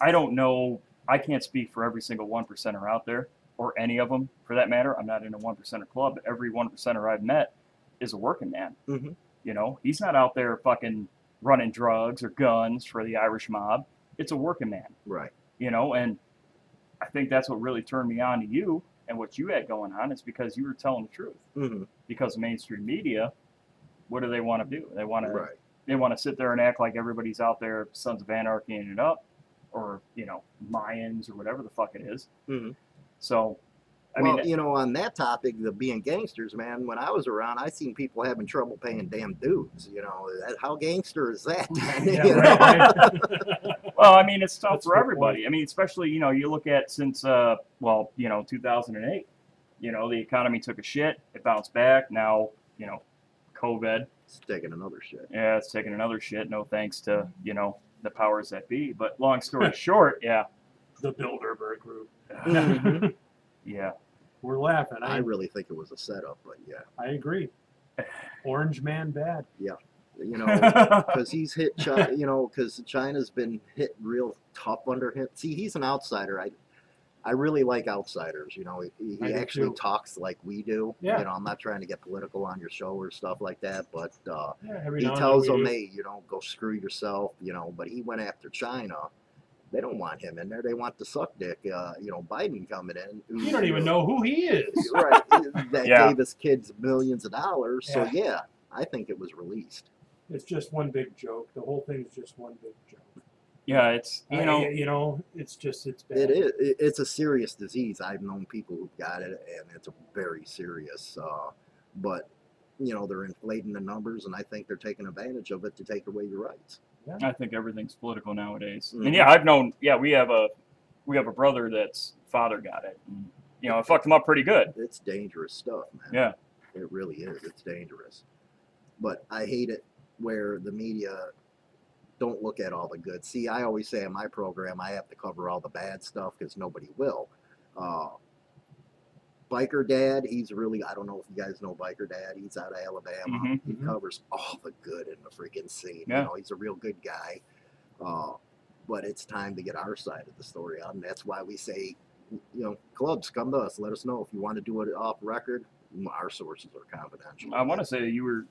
Speaker 4: I don't know. I can't speak for every single one percenter out there, or any of them for that matter. I'm not in a one percenter club. But every one percenter I've met is a working man.
Speaker 5: Mhm.
Speaker 4: You know, he's not out there fucking running drugs or guns for the Irish mob. It's a working man
Speaker 5: Right.
Speaker 4: you know and i think that's what really turned me on to you and what you had going on is because you were telling the truth
Speaker 5: hmm
Speaker 4: because mainstream media what do they want to do they want to
Speaker 5: Right.
Speaker 4: they want to sit there and act like everybody's out there sons of anarchy and it up or you know mayans or whatever the fuck it is.
Speaker 5: Mhm.
Speaker 4: so i
Speaker 5: well,
Speaker 3: uh
Speaker 4: mean
Speaker 5: you know, on that topic, the being gangsters, man. When I was around, I seen people having trouble paying damn dudes. You know, that, how gangster is that?
Speaker 3: Yeah,
Speaker 5: You know?
Speaker 3: right, right.
Speaker 4: Well, I mean, it's tough
Speaker 3: That's
Speaker 4: for
Speaker 3: a good
Speaker 4: everybody. I mean, especially you know, you look at since uh, well, you know, 2008. You know, the economy took a shit. It bounced back. Now, you know, COVID.
Speaker 5: It's taking another shit.
Speaker 4: Yeah, it's taking another shit. No thanks to you know the powers that be. But long story short, yeah,
Speaker 3: the Bilderberg group.
Speaker 4: Mm-hmm. yeah,
Speaker 3: We're laughing. I,
Speaker 5: I really think it was a setup, but yeah,
Speaker 3: I agree. Orange man bad.
Speaker 5: you know, because he's hit, China, you know, because China's been hit real tough under him. See, he's an outsider. I, I really like outsiders. You know, he,
Speaker 3: I
Speaker 5: he
Speaker 3: do
Speaker 5: actually
Speaker 3: too.
Speaker 5: talks like we do.
Speaker 3: Yeah.
Speaker 5: You know, I'm not trying to get political on your show or stuff like that, but uh,
Speaker 3: Yeah, every
Speaker 5: he
Speaker 3: now and
Speaker 5: tells
Speaker 3: then
Speaker 5: them,
Speaker 3: we do.
Speaker 5: hey, you know, go screw yourself. You know, but he went after China. They don't want him in there. They want the suck dick. Uh, you know, Biden coming in. who-
Speaker 3: You don't even know who he is.
Speaker 5: right that
Speaker 4: Yeah.
Speaker 5: gave his kids millions of dollars so
Speaker 3: Yeah.
Speaker 5: yeah i think it was released
Speaker 3: It's just one big joke. The whole thing's just one big joke.
Speaker 4: yeah. It's
Speaker 3: I-
Speaker 4: you know,
Speaker 3: you know, it's just it's bad.
Speaker 5: it is it- it's a serious disease i've known people who've got it and it's a very serious uh but you know they're inflating the numbers, and I think they're taking advantage of it to take away your rights.
Speaker 4: I think everything's political nowadays.
Speaker 5: Mhm.
Speaker 4: And yeah, I've known. Yeah, we have a we have a brother that's father got it. And, you know, it fucked him up pretty good.
Speaker 5: It's dangerous stuff, man.
Speaker 4: Yeah.
Speaker 5: It really is. It's dangerous. But I hate it where the media don't look at all the good. See, I always say in my program, I have to cover all the bad stuff because nobody will. Uh, Biker Dad, he's really, I don't know if you guys know Biker Dad. He's out of Alabama.
Speaker 4: Mhm.
Speaker 5: He
Speaker 3: Mhm.
Speaker 5: covers all the good in the freaking scene.
Speaker 4: Yeah.
Speaker 5: You know, he's a real good guy. Uh, but it's time to get our side of the story out. And that's why we say, you know, clubs, come to us. Let us know if you want to do it off record. Our sources are confidential.
Speaker 4: I want to say you were.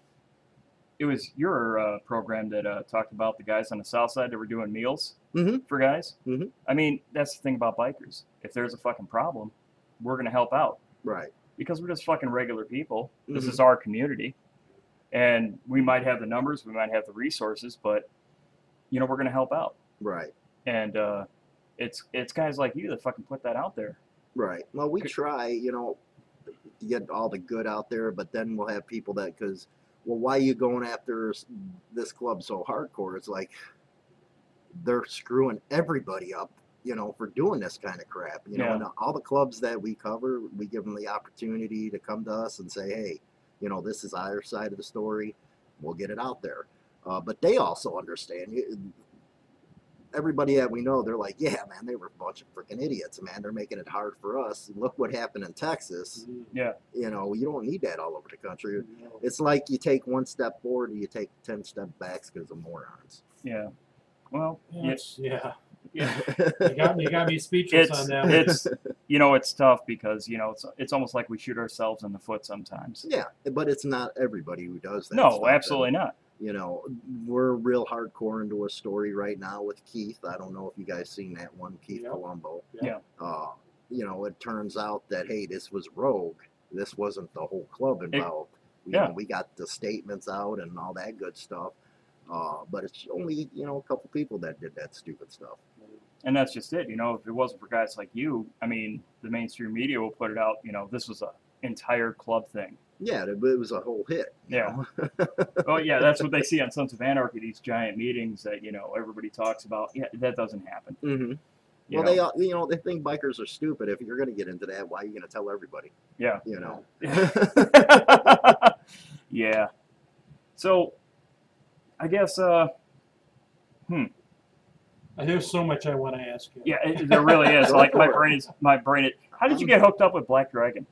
Speaker 4: It was your uh, program that uh, talked about the guys on the south side that were doing meals
Speaker 5: Mhm.
Speaker 4: for guys.
Speaker 5: Mhm.
Speaker 4: I mean, that's the thing about bikers. If there's a fucking problem, we're gonna help out.
Speaker 5: Right.
Speaker 4: because we're just fucking regular people. This is our community, and we might have the numbers, we might have the resources, but you know we're gonna help out.
Speaker 5: Right.
Speaker 4: And uh, it's it's guys like you that fucking put that out there.
Speaker 5: Right. Well, we
Speaker 4: Could-
Speaker 5: try, you know, to get all the good out there, but then we'll have people that, because, well, why you going after s- this club so hardcore? It's like they're screwing everybody up, you know, for doing this kind of crap. You know,
Speaker 4: Yeah.
Speaker 5: and all the clubs that we cover, we give them the opportunity to come to us and say, hey, you know, this is our side of the story. We'll get it out there. Uh, but they also understand. you- Everybody that we know, they're like, yeah, man, they were a bunch of freaking idiots, man. They're making it hard for us. Look what happened in Texas. You know, you don't need that all over the country.
Speaker 3: Mm-hmm.
Speaker 5: It's like you take one step forward and you take 10 steps back because of morons.
Speaker 4: Yeah. Well, yes,
Speaker 3: Yes. Yeah. Yeah. You got me. You got me speechless
Speaker 4: it's
Speaker 3: on that. one.
Speaker 4: it's you know it's tough because you know it's it's almost like we shoot ourselves in the foot sometimes.
Speaker 5: yeah, but it's not everybody who does that. stuff,
Speaker 4: No,
Speaker 5: and,
Speaker 4: absolutely not.
Speaker 5: You know, we're real hardcore into a story right now with Keith. I don't know if you guys seen that one, Keith
Speaker 3: Yeah.
Speaker 5: Colombo.
Speaker 4: Yeah.
Speaker 5: Uh, you know, it turns out that, hey, this was rogue. This wasn't the whole club involved. You
Speaker 4: yeah.
Speaker 5: know, we got the statements out and all that good stuff. Uh, but it's only, you know, a couple people that did that stupid stuff.
Speaker 4: And that's just it. You know, if it wasn't for guys like you, I mean, the mainstream media will put it out. You know, this was a entire club thing.
Speaker 5: Yeah, it, it was a whole hit. you
Speaker 4: Yeah.
Speaker 5: know?
Speaker 4: Oh yeah, that's what they see on Sons of Anarchy. These giant meetings that you know everybody talks about. Yeah, that doesn't happen.
Speaker 5: Mhm.
Speaker 4: you
Speaker 5: Well,
Speaker 4: know?
Speaker 5: they all, you know, they think bikers are stupid. If you're going to get into that, why are you going to tell everybody?
Speaker 4: Yeah.
Speaker 5: You know,
Speaker 4: yeah. So, I guess uh,
Speaker 3: There's so much I want to ask you.
Speaker 4: yeah, it, there really is.
Speaker 5: Go
Speaker 4: Like my
Speaker 5: for it.
Speaker 4: brain is my brain. Is, how did you get hooked up with Black Dragon?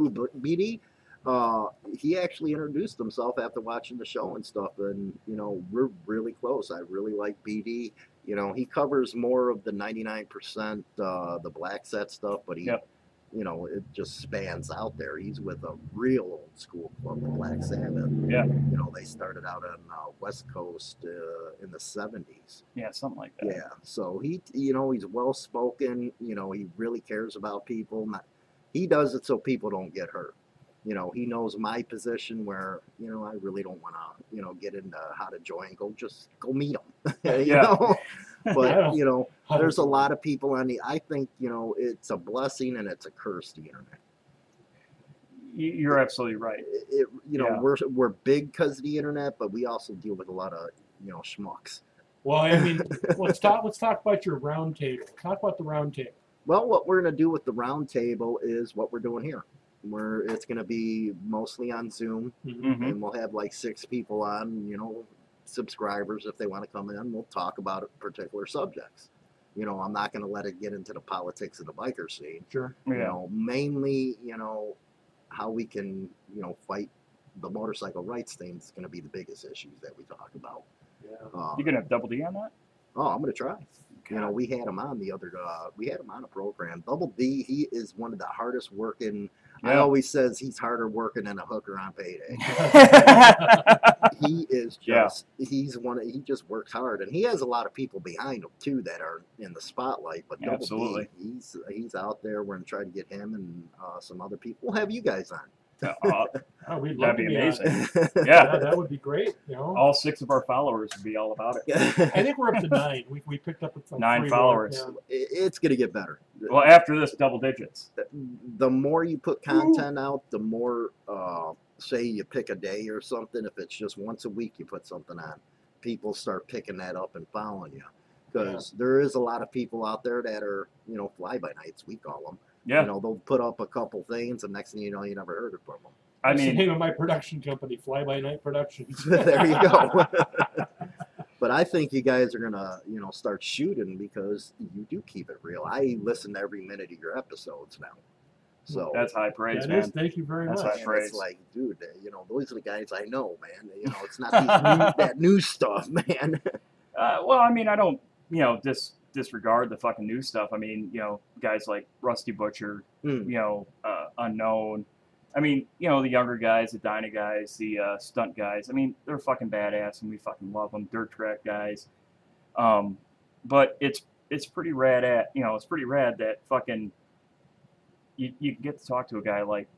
Speaker 5: Ooh, but BD, uh, he actually introduced himself after watching the show and stuff. And, you know, we're really close. I really like BD. You know, he covers more of the 99%, uh, the black set stuff, but he,
Speaker 4: Yep.
Speaker 5: you know, it just spans out there. He's with a real old school club, the Black Sabbath.
Speaker 4: Yeah.
Speaker 5: You know, they started out on uh, West Coast uh, in the 70s.
Speaker 4: Yeah, something like that.
Speaker 5: Yeah. So he, you know, he's well spoken. You know, he really cares about people. Not, he does it so people don't get hurt. You know, he knows my position where you know I really don't want to, you know, get into how to join. Go just go meet him. you
Speaker 4: Yeah.
Speaker 5: know,
Speaker 3: Yeah.
Speaker 5: but you know,
Speaker 3: How-
Speaker 5: there's a lot of people on the. I think you know it's a blessing and it's a curse the internet.
Speaker 4: You, you're absolutely right.
Speaker 5: It, it- you know,
Speaker 4: Yeah.
Speaker 5: we're we're big because of the internet, but we also deal with a lot of you know schmucks.
Speaker 3: Well, I mean, let's talk. Let's talk about your round table. Talk about the round table.
Speaker 5: Well, what we're going to do with the roundtable is what we're doing here. We're it's going to be mostly on Zoom,
Speaker 4: hmm
Speaker 5: and we'll have like six people on. You know, subscribers if they want to come in. We'll talk about particular subjects. You know, I'm not going to let it get into the politics of the biker scene.
Speaker 3: Sure.
Speaker 5: You
Speaker 4: Yeah.
Speaker 5: know, mainly you know how we can you know fight the motorcycle rights thing is going to be the biggest issues that we talk about.
Speaker 3: Yeah.
Speaker 5: Uh,
Speaker 4: You gonna have double D on that?
Speaker 5: Oh, I'm gonna try. You know, we had him on the other. Uh, we had him on a program. Double D, he is one of the hardest working. I
Speaker 4: Yeah.
Speaker 5: always says he's harder working than a hooker on payday.
Speaker 4: Uh,
Speaker 5: he is
Speaker 4: Yeah.
Speaker 5: just. He's one. Of, he just works hard, and he has a lot of people behind him too that are in the spotlight. But Double
Speaker 4: Absolutely.
Speaker 5: D, he's he's out there. We're gonna try to get him and uh, some other people. We'll have you guys on
Speaker 4: Uh,
Speaker 3: Oh, we'd love
Speaker 4: that'd
Speaker 3: to
Speaker 4: be
Speaker 3: on it.
Speaker 4: amazing. Yeah.
Speaker 3: Yeah, that would be great. You know,
Speaker 4: All six of our followers would be all about it.
Speaker 3: I think we're up to nine. We, we picked up like
Speaker 4: Nine
Speaker 3: three
Speaker 4: followers.
Speaker 3: more,
Speaker 5: It- it's going to get better.
Speaker 4: Well, after this, double digits.
Speaker 5: The- The more you put content out, the more, uh, say you pick a day or something. If it's just once a week you put something on, people start picking that up and following you. Because there is a lot of people out there that are, you know, fly by nights, we call them.
Speaker 4: Yeah.
Speaker 5: You know, they'll put up a couple things, and next thing you know, you never heard it from them.
Speaker 4: I
Speaker 3: That's the
Speaker 4: mean,
Speaker 3: name of my production company, Fly By Night Productions.
Speaker 5: there you go. but I think you guys are gonna, you know, start shooting because you do keep it real. I listen to every minute of your episodes now, so
Speaker 4: that's high praise,
Speaker 3: That
Speaker 4: man.
Speaker 3: is, thank you very
Speaker 4: That's
Speaker 3: much.
Speaker 4: high
Speaker 5: and
Speaker 4: praise.
Speaker 5: it's like, dude, eh, you know, those are the guys I know, man. You know, it's not these new, that new stuff, man.
Speaker 4: Uh, well, I mean, I don't, you know, dis- disregard the fucking new stuff. I mean, you know, guys like Rusty Butcher,
Speaker 5: Hmm.
Speaker 4: you know, uh, Unknown. I mean, you know, the younger guys, the Dyna guys, the uh, stunt guys. I mean, they're fucking badass, and we fucking love them. Dirt track guys. Um, but it's it's pretty rad at you know it's pretty rad that fucking you you can get to talk to a guy like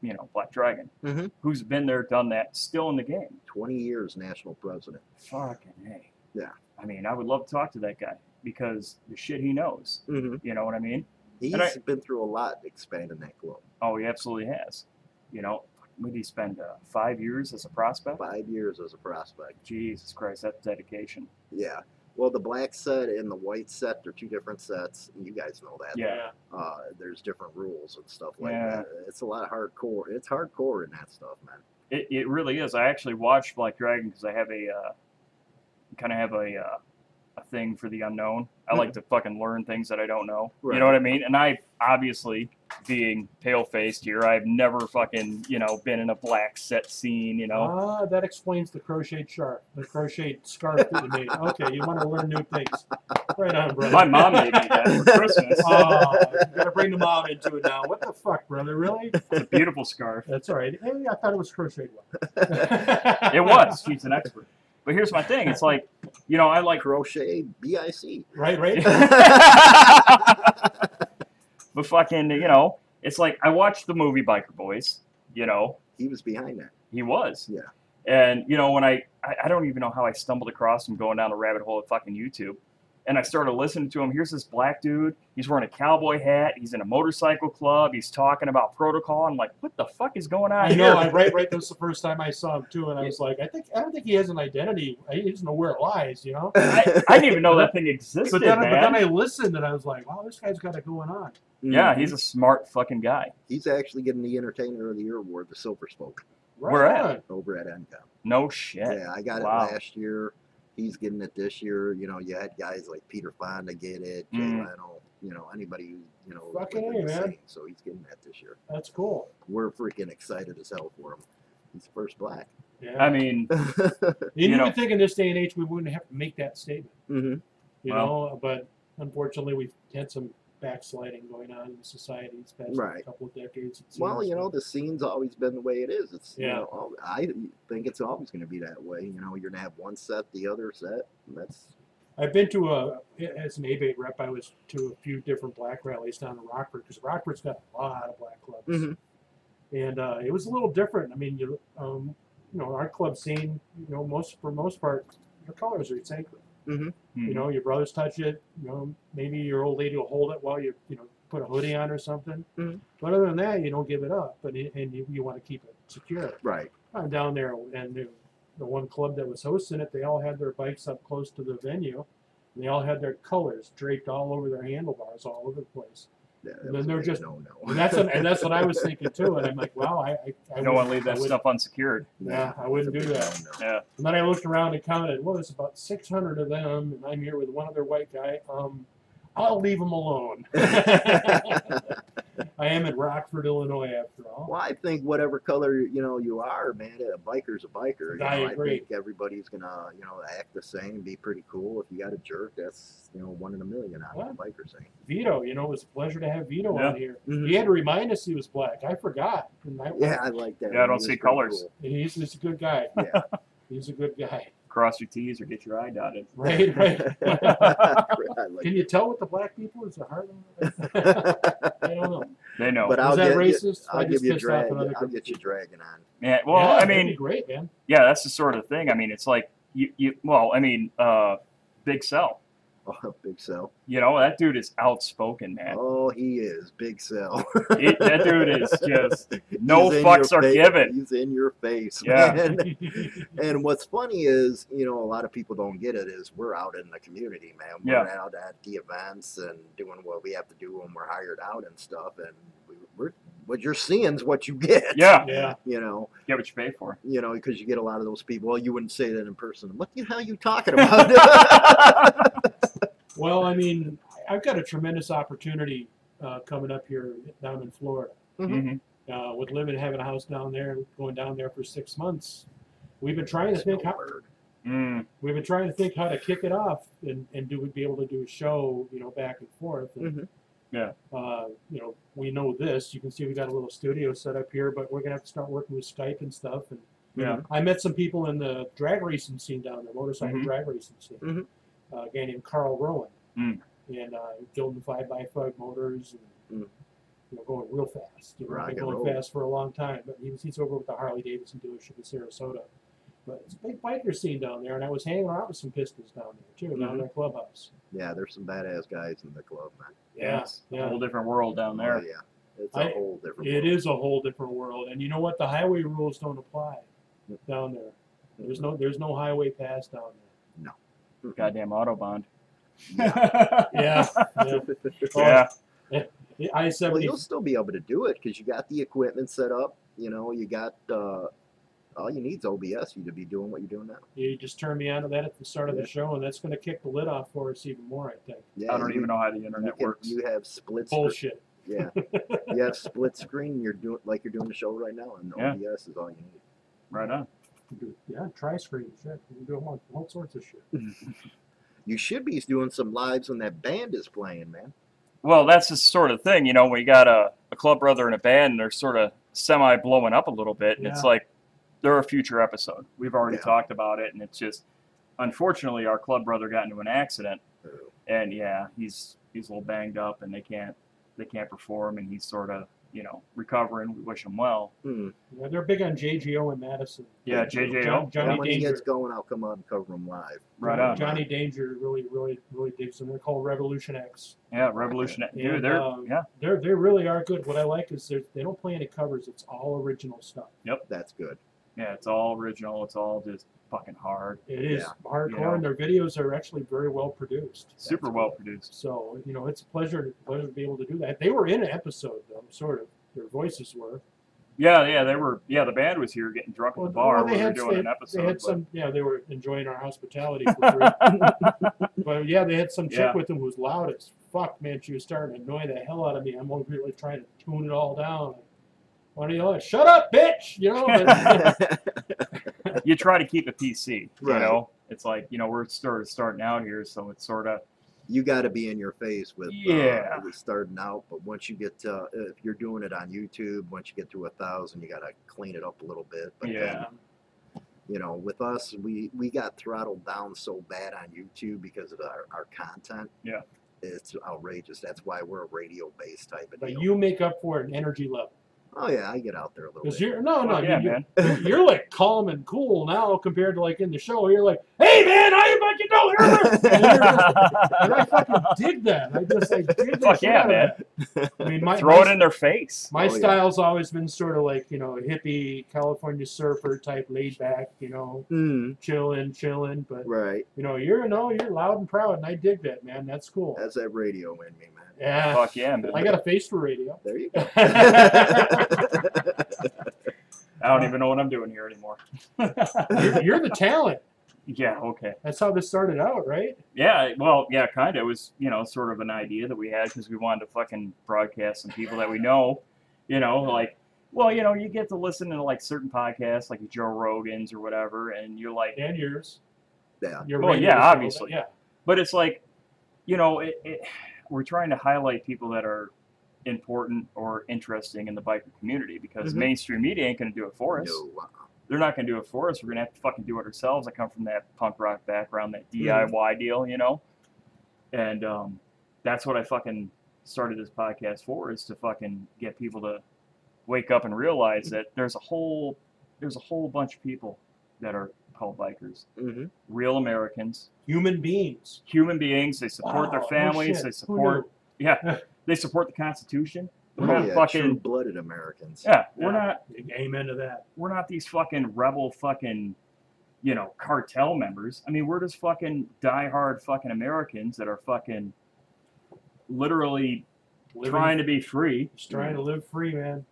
Speaker 4: you know Black Dragon,
Speaker 5: Mhm.
Speaker 4: who's been there, done that, still in the game.
Speaker 5: Twenty years national president.
Speaker 4: Fucking hey.
Speaker 5: Yeah.
Speaker 4: I mean, I would love to talk to that guy because the shit he knows.
Speaker 5: Mm-hmm.
Speaker 4: You know what I mean?
Speaker 5: He's
Speaker 4: And I-
Speaker 5: been through a lot expanding that globe.
Speaker 4: Oh, he absolutely has. You know, what did he spend uh, five years as a prospect?
Speaker 5: Five years as a prospect.
Speaker 4: Jesus Christ, that's dedication.
Speaker 5: Yeah. Well, the black set and the white set are two different sets. You guys know that.
Speaker 4: Yeah.
Speaker 5: uh, there's different rules and stuff like
Speaker 4: Yeah.
Speaker 5: that. It's a lot of hardcore. It's hardcore in that stuff, man.
Speaker 4: It, it really is. I actually watched Black Dragon because I have a uh, kind of have a uh, a thing for the unknown. I like to fucking learn things that I don't know. You
Speaker 5: Right.
Speaker 4: know what I mean? And I obviously, being pale faced here, I've never fucking you know been in a black set scene. You know,
Speaker 3: Ah, that explains the crocheted sharp, the crocheted scarf that you made. Okay, you want to learn new things. Right on, brother.
Speaker 4: my mom made me that for Christmas.
Speaker 3: Oh, you gotta bring the mom into it now. What the fuck, brother? Really?
Speaker 4: It's a beautiful scarf.
Speaker 3: That's all right. Hey, I thought it was crocheted one.
Speaker 4: It was. She's an expert. But here's my thing. It's like, you know, I like.
Speaker 5: Crochet, BIC.
Speaker 3: Right, right.
Speaker 4: but fucking, you know, it's like I watched the movie Biker Boys. You know,
Speaker 5: He was behind that.
Speaker 4: he was.
Speaker 5: Yeah.
Speaker 4: And you know, when I, I I don't even know how I stumbled across him going down the rabbit hole of fucking YouTube. And I started listening to him. Here's this black dude. He's wearing a cowboy hat. He's in a motorcycle club. He's talking about protocol. I'm like, what the fuck is going on
Speaker 3: I know. I,
Speaker 4: here?
Speaker 3: right, right. That was the first time I saw him too, and I was like, I think I don't think he has an identity. He doesn't know where it lies, you know.
Speaker 4: I, I didn't even know that thing existed,
Speaker 3: But then,
Speaker 4: man.
Speaker 3: but then I listened, and I was like, wow, this guy's got it going on.
Speaker 4: yeah, he's a smart fucking guy.
Speaker 5: Mm-hmm. he's actually getting the Entertainer of the Year award, the Silver Spoke,
Speaker 3: Right
Speaker 4: Where at?
Speaker 3: on.
Speaker 5: over at NCOM.
Speaker 4: No shit.
Speaker 5: Yeah, I got
Speaker 4: Wow.
Speaker 5: it last year. He's getting it this year. You know, you had guys like Peter Fonda get it, Jay
Speaker 4: Mm.
Speaker 5: Leno, you know, anybody who, you know,
Speaker 3: Fucking
Speaker 5: within
Speaker 3: A,
Speaker 5: the
Speaker 3: man.
Speaker 5: scene. So he's getting that this year.
Speaker 3: That's cool.
Speaker 5: We're freaking excited as hell for him. He's the first black.
Speaker 3: Yeah.
Speaker 4: I mean,
Speaker 5: Mhm.
Speaker 3: And you,
Speaker 4: You know-
Speaker 3: would think in this day and age we wouldn't have to make that statement, you
Speaker 4: Well-
Speaker 3: know. But unfortunately, we've had some backsliding going on in society these past
Speaker 5: Right.
Speaker 3: couple of decades. it
Speaker 5: Well,
Speaker 3: seems.
Speaker 5: you know, the scene's always been the way it is. It's you
Speaker 3: Yeah.
Speaker 5: know, al- I think it's always going to be that way. You know, you're going to have one set, the other set. and That's
Speaker 3: I've been to a as an A-Bait rep, I was to a few different black rallies down in Rockford because Rockford's got a lot of black clubs,
Speaker 5: Mhm.
Speaker 3: and uh, it was a little different. I mean, you um, you know, our club scene, you know, most for most part, your colors are sacred.
Speaker 4: hmm.
Speaker 3: You know, your brothers touch it. You know, maybe your old lady will hold it while you you know put a hoodie on or something.
Speaker 5: Mhm.
Speaker 3: But other than that, you don't give it up, but it, and you, you want to keep it secure.
Speaker 5: right.
Speaker 3: I'm down there, and the, the one club that was hosting it, they all had their bikes up close to the venue. and They all had their colors draped all over their handlebars, all over the place.
Speaker 5: Yeah,
Speaker 3: Then
Speaker 5: was a
Speaker 3: they're
Speaker 5: big
Speaker 3: just-
Speaker 5: no-no.
Speaker 3: And that's what, and that's what I was thinking too. And I'm like, wow, I, I, I
Speaker 4: You don't want to
Speaker 3: wouldn't- I
Speaker 4: leave that
Speaker 3: wouldn't-
Speaker 4: stuff unsecured.
Speaker 3: Yeah, I
Speaker 5: it's a
Speaker 3: wouldn't do
Speaker 5: big
Speaker 3: that.
Speaker 5: no-no.
Speaker 4: Yeah.
Speaker 3: And then I looked around and counted. Well, there's about 600 of them, and I'm here with one other white guy. Um, I'll leave them alone. I am in Rockford, Illinois, after all.
Speaker 5: Well, I think whatever color you know you are, man, a biker's a biker. you
Speaker 3: I
Speaker 5: know,
Speaker 3: agree.
Speaker 5: I think everybody's gonna you know act the same, be pretty cool. If you got a jerk, that's you know one in a million out of the biker scene.
Speaker 3: Vito, you know, it was a pleasure to have Vito
Speaker 4: Yeah.
Speaker 3: on here.
Speaker 5: Mhm.
Speaker 3: He had to remind us he was black. I forgot. And I-
Speaker 5: Yeah, I like that.
Speaker 4: Yeah, I
Speaker 5: He
Speaker 4: don't
Speaker 5: was
Speaker 4: see
Speaker 5: pretty
Speaker 4: colors.
Speaker 5: cool.
Speaker 3: He's, he's a good guy.
Speaker 5: Yeah.
Speaker 3: He's a good guy.
Speaker 4: Cross your T's or get your I dotted.
Speaker 3: Right, right.
Speaker 5: I like
Speaker 3: Can you tell with the black people is the heart? I don't know.
Speaker 4: They know.
Speaker 5: But I'll
Speaker 3: that
Speaker 5: get, you-
Speaker 3: racist? I
Speaker 5: I'll
Speaker 3: just
Speaker 5: give you
Speaker 3: pissed off
Speaker 5: dragon.
Speaker 3: another
Speaker 5: I'll
Speaker 3: group.
Speaker 5: get you dragon on.
Speaker 4: yeah, well,
Speaker 3: Yeah,
Speaker 4: I
Speaker 3: that'd
Speaker 4: mean,
Speaker 3: be great, man.
Speaker 4: yeah, that's the sort of thing. I mean, it's like you, you well, I mean, uh, Big Cell.
Speaker 5: Oh, Big Cell.
Speaker 4: You know, that dude is outspoken, man.
Speaker 5: Oh, he is Big Cell.
Speaker 4: It- that dude is just no
Speaker 5: Oh. He's in
Speaker 4: fucks
Speaker 5: your
Speaker 4: are
Speaker 5: face.
Speaker 4: given.
Speaker 5: He's in your face,
Speaker 4: Yeah.
Speaker 5: man. and what's funny is, you know, a lot of people don't get it. Is we're out in the community, man. We're
Speaker 4: Yeah.
Speaker 5: out at the events and doing what we have to do when we're hired out and stuff. And we, we're what you're seeing is what you get.
Speaker 4: Yeah,
Speaker 3: Yeah.
Speaker 5: You know,
Speaker 4: get what you pay for.
Speaker 5: you know, because you get a lot of those people. Well, you wouldn't say that in person. What the hell are you talking about?
Speaker 3: Well, I mean, I've got a tremendous opportunity uh, coming up here down in Florida.
Speaker 4: hmm
Speaker 3: Uh, with living, having a house down there, and going down there for six months, we've been trying to
Speaker 5: That's no
Speaker 3: think how
Speaker 5: word.
Speaker 4: Mm,
Speaker 3: we've been trying to think how to kick it off and and do we be able to do a show, you know, back and forth. And,
Speaker 5: Mhm.
Speaker 4: Yeah.
Speaker 3: Uh, you know, we know this. You can see we got a little studio set up here, but we're gonna have to start working with Skype and stuff. And
Speaker 4: yeah.
Speaker 3: I met some people in the drag racing scene down there, motorcycle
Speaker 4: Mhm.
Speaker 5: Mm-hmm.
Speaker 3: drag racing scene.
Speaker 5: Mhm.
Speaker 3: Uh, a guy named Carl Rowan,
Speaker 4: Mm.
Speaker 3: and uh, Gildan Five by Five Motors, and
Speaker 5: Mm.
Speaker 3: you know, going real fast. You know,
Speaker 5: Rock
Speaker 3: been
Speaker 5: and
Speaker 3: going
Speaker 5: roll.
Speaker 3: fast for a long time. But he was he's over with the Harley Davidson dealership in Sarasota. But it's a big biker scene down there, and I was hanging out with some pistols down there too,
Speaker 5: Mm-hmm.
Speaker 3: down in the clubhouse.
Speaker 5: Yeah, there's some badass guys in the club, man.
Speaker 4: Yeah, it's a whole different world down
Speaker 5: Oh,
Speaker 4: there.
Speaker 5: yeah, it's a
Speaker 3: I-
Speaker 5: whole different.
Speaker 3: It
Speaker 5: world.
Speaker 3: is a whole different world, and you know what? The highway rules don't apply
Speaker 5: Mm.
Speaker 3: down there. There's
Speaker 5: Mm-hmm.
Speaker 3: no there's no highway pass down there.
Speaker 4: Goddamn Autobahn.
Speaker 3: Yeah, yeah.
Speaker 4: uh,
Speaker 5: Oh,
Speaker 4: yeah.
Speaker 3: I
Speaker 5: Well,
Speaker 3: seventy
Speaker 5: you'll still be able to do it because you got the equipment set up. You know, you got uh, all you need is OBS. You to be doing what you're doing now.
Speaker 3: You just turned me on to that at the start of
Speaker 5: Yeah.
Speaker 3: the show, and that's going to kick the lid off for us even more, I think.
Speaker 5: Yeah,
Speaker 4: I don't
Speaker 5: you-
Speaker 4: even know how the
Speaker 5: You,
Speaker 4: internet
Speaker 5: can-
Speaker 4: works.
Speaker 5: you have split. screen-
Speaker 3: Bullshit.
Speaker 5: Yeah, you have split screen. You're doing like you're doing the show right now, and
Speaker 4: Yeah.
Speaker 5: OBS is all you need.
Speaker 4: Right on.
Speaker 3: Yeah, try screen shit. You can do all, all sorts of shit.
Speaker 5: You should be doing some lives when that band is playing, man.
Speaker 4: Well, that's the sort of thing, you know, we got a, a club brother and a band, and they're sort of semi blowing up a little bit, and it's
Speaker 3: Yeah.
Speaker 4: like they're a future episode. We've already
Speaker 5: Yeah.
Speaker 4: talked about it, and it's just unfortunately our club brother got into an accident,
Speaker 5: Oh.
Speaker 4: and yeah, he's he's a little banged up, and they can't they can't perform, and he's sort of you know recovering. We wish him well.
Speaker 5: Hmm.
Speaker 3: Yeah, they're big on JGO in Madison.
Speaker 4: Yeah,
Speaker 3: John-
Speaker 4: JJO.
Speaker 5: And
Speaker 3: Johnny
Speaker 5: when he
Speaker 3: Danger.
Speaker 5: gets going, I'll come on and cover him live. Hmm.
Speaker 4: Right on.
Speaker 3: Johnny Danger really, really, really digs them. They're called Revolution X.
Speaker 4: Yeah, Revolution.
Speaker 3: And,
Speaker 4: Dude, they're
Speaker 3: um,
Speaker 4: yeah,
Speaker 3: They're they really are good. What I like is they're- they don't play any covers. It's all original stuff.
Speaker 5: That's good.
Speaker 4: yeah. It's all original. It's all just fucking hard.
Speaker 3: It is
Speaker 5: Yeah.
Speaker 3: hardcore,
Speaker 4: Yeah.
Speaker 3: and their videos are actually very well produced.
Speaker 4: Super
Speaker 5: That's
Speaker 4: well
Speaker 5: cool.
Speaker 4: produced.
Speaker 3: So you know, it's a pleasure pleasure to be able to do that. They were in an episode though, sort of. Their voices were.
Speaker 4: Yeah, yeah. They were yeah. The band was here getting drunk at
Speaker 3: Well,
Speaker 4: the bar
Speaker 3: well,
Speaker 4: when we were doing
Speaker 3: they,
Speaker 4: an episode.
Speaker 3: They had
Speaker 4: but-
Speaker 3: some, yeah, they were enjoying our hospitality for free. but yeah, they had some chick
Speaker 4: Yeah.
Speaker 3: with them who was loud as fuck, man. She was starting to annoy the hell out of me. I'm over here like trying to tune it all down. Why don't you like, shut up, bitch? You know, but,
Speaker 4: you try to keep it PC.
Speaker 5: Right.
Speaker 4: You know, it's like you know we're sort of starting out here, so it's sort of
Speaker 5: you got to be in your face with
Speaker 4: Yeah.
Speaker 5: uh, with starting out but once you get to if you're doing it on youtube once you get to a thousand you got to clean it up a little bit but then,
Speaker 4: yeah,
Speaker 5: you know with us we we got throttled down so bad on youtube because of our, our content
Speaker 4: Yeah.
Speaker 5: it's outrageous that's why we're a radio based type of
Speaker 3: but
Speaker 5: deal
Speaker 3: you make up for it in energy level.
Speaker 5: oh yeah i get out there a little
Speaker 3: Because
Speaker 5: bit
Speaker 3: you're no, no,
Speaker 4: Fuck yeah,
Speaker 3: you,
Speaker 4: man.
Speaker 3: you're, you're like calm and cool now compared to like in the show. You're like, hey man, how you fucking doing? And you're just- and I fucking dig that. I just I dig that
Speaker 4: Fuck
Speaker 3: shit
Speaker 4: yeah,
Speaker 3: out of
Speaker 4: man.
Speaker 3: that. I mean, my,
Speaker 4: Throw
Speaker 3: my-
Speaker 4: it in their face.
Speaker 3: My
Speaker 5: Oh, yeah.
Speaker 3: style's always been sort of like, you know, hippie, California surfer type, laid back, you know,
Speaker 5: Mm,
Speaker 3: chillin', chillin'. But,
Speaker 5: right
Speaker 3: you know, you're, no, you're loud and proud, and I dig that, man. That's cool.
Speaker 5: that's that radio in me man
Speaker 3: yeah.
Speaker 4: Fuck yeah, man.
Speaker 3: I got a face for radio.
Speaker 5: there you go
Speaker 4: I don't even know what I'm doing here anymore.
Speaker 3: You're, you're the talent.
Speaker 4: Yeah, okay.
Speaker 3: That's how this started out, right?
Speaker 4: Yeah, well, yeah, kind of. It was, you know, sort of an idea that we had because we wanted to fucking broadcast some people that we know, you know, like, well, you know, you get to listen to like certain podcasts, like Joe Rogan's or whatever, and you're like,
Speaker 3: And yours.
Speaker 5: yeah
Speaker 3: Your
Speaker 4: Well,
Speaker 3: radio
Speaker 4: Oh, yeah,
Speaker 3: show,
Speaker 4: obviously.
Speaker 3: Yeah.
Speaker 4: but it's like you know it, it, we're trying to highlight people that are important or interesting in the biker community because
Speaker 5: Mhm.
Speaker 4: mainstream media ain't going to do it for us
Speaker 5: no, uh,
Speaker 4: they're not going to do it for us we're going to have to fucking do it ourselves i come from that punk rock background that diy deal you know and um, that's what i fucking started this podcast for is to fucking get people to wake up and realize that there's a whole there's a whole bunch of people that are called bikers,
Speaker 5: Mm-hmm.
Speaker 4: real Americans,
Speaker 3: Human beings.
Speaker 4: human beings. They support their
Speaker 3: Wow, no
Speaker 4: families.
Speaker 3: shit.
Speaker 4: they
Speaker 3: Who
Speaker 4: support
Speaker 3: knew?
Speaker 4: yeah. They support the Constitution. We're
Speaker 5: Oh,
Speaker 4: not
Speaker 5: yeah,
Speaker 4: fucking
Speaker 5: true-blooded Americans.
Speaker 4: yeah. We're
Speaker 3: Yeah.
Speaker 4: not
Speaker 3: Amen to that.
Speaker 4: we're not these fucking rebel fucking you know cartel members i mean we're just fucking diehard fucking americans that are fucking literally
Speaker 3: Living,
Speaker 4: trying to Mm. be free
Speaker 3: just trying to live free, man.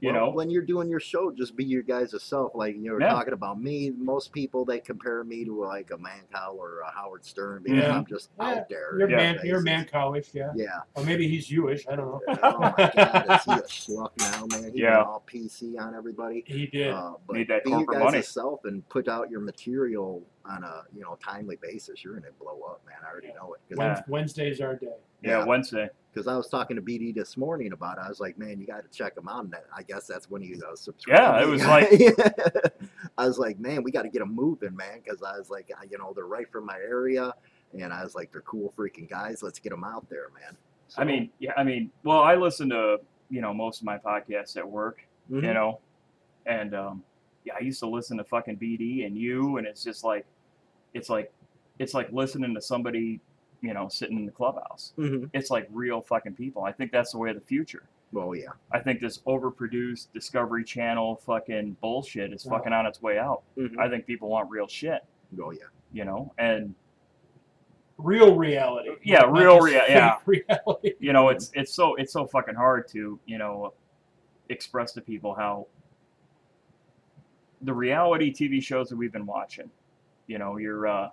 Speaker 4: you
Speaker 5: Well,
Speaker 4: know
Speaker 5: when you're doing your show, just be your guys self. Like you were
Speaker 4: Yeah.
Speaker 5: talking about me. Most people they compare me to like a Mancow or a Howard Stern because
Speaker 3: Yeah.
Speaker 5: I'm just
Speaker 3: Yeah.
Speaker 5: out there.
Speaker 3: You're
Speaker 5: in
Speaker 3: man,
Speaker 5: their
Speaker 3: you're
Speaker 5: faces.
Speaker 3: man cowish, yeah.
Speaker 5: Yeah.
Speaker 3: Or maybe he's Jewish. I don't know.
Speaker 5: Oh my God, is he a schluck now, man? He
Speaker 4: Yeah.
Speaker 5: went all PC on everybody.
Speaker 3: He did.
Speaker 5: Uh, but
Speaker 4: Need that
Speaker 5: be your
Speaker 4: corporate
Speaker 5: guys
Speaker 4: money.
Speaker 5: self and put out your material on a you know timely basis. You're gonna blow up, man. I already know it. Because
Speaker 3: Wednes
Speaker 4: yeah.
Speaker 3: Wednesday's our day.
Speaker 4: yeah,
Speaker 5: yeah.
Speaker 4: wednesday
Speaker 5: because I was talking to BD this morning about it. I was like, man, you got to check him out. And that- I guess that's when he was subscribed.
Speaker 4: Yeah, it was like-
Speaker 5: I was like, man, we got to get them moving, man, because I was like, I- you know, they're right from my area, and I was like, they're cool freaking guys. Let's get them out there, man.
Speaker 4: i mean yeah i mean well i listen to you know most of my podcasts at work you
Speaker 5: Mhm.
Speaker 4: know and um yeah i used to listen to fucking bd and you and it's just like it's like it's like listening to somebody you know sitting in the clubhouse
Speaker 5: Mhm.
Speaker 4: it's like real fucking people. I think that's the way of the future.
Speaker 5: Well, Oh, yeah,
Speaker 4: I think this overproduced Discovery Channel fucking bullshit is
Speaker 3: Wow.
Speaker 4: fucking on its way out.
Speaker 5: Mhm.
Speaker 4: I think people want real shit,
Speaker 5: well, Mm-hmm. Oh, yeah.
Speaker 4: you know? And
Speaker 3: Real reality.
Speaker 4: Yeah,
Speaker 3: Not
Speaker 4: real
Speaker 3: this
Speaker 4: rea-
Speaker 3: fake
Speaker 4: yeah.
Speaker 3: Reality.
Speaker 4: you know, it's it's so it's so fucking hard to, you know, express to people how the reality TV shows that we've been watching, you know, your uh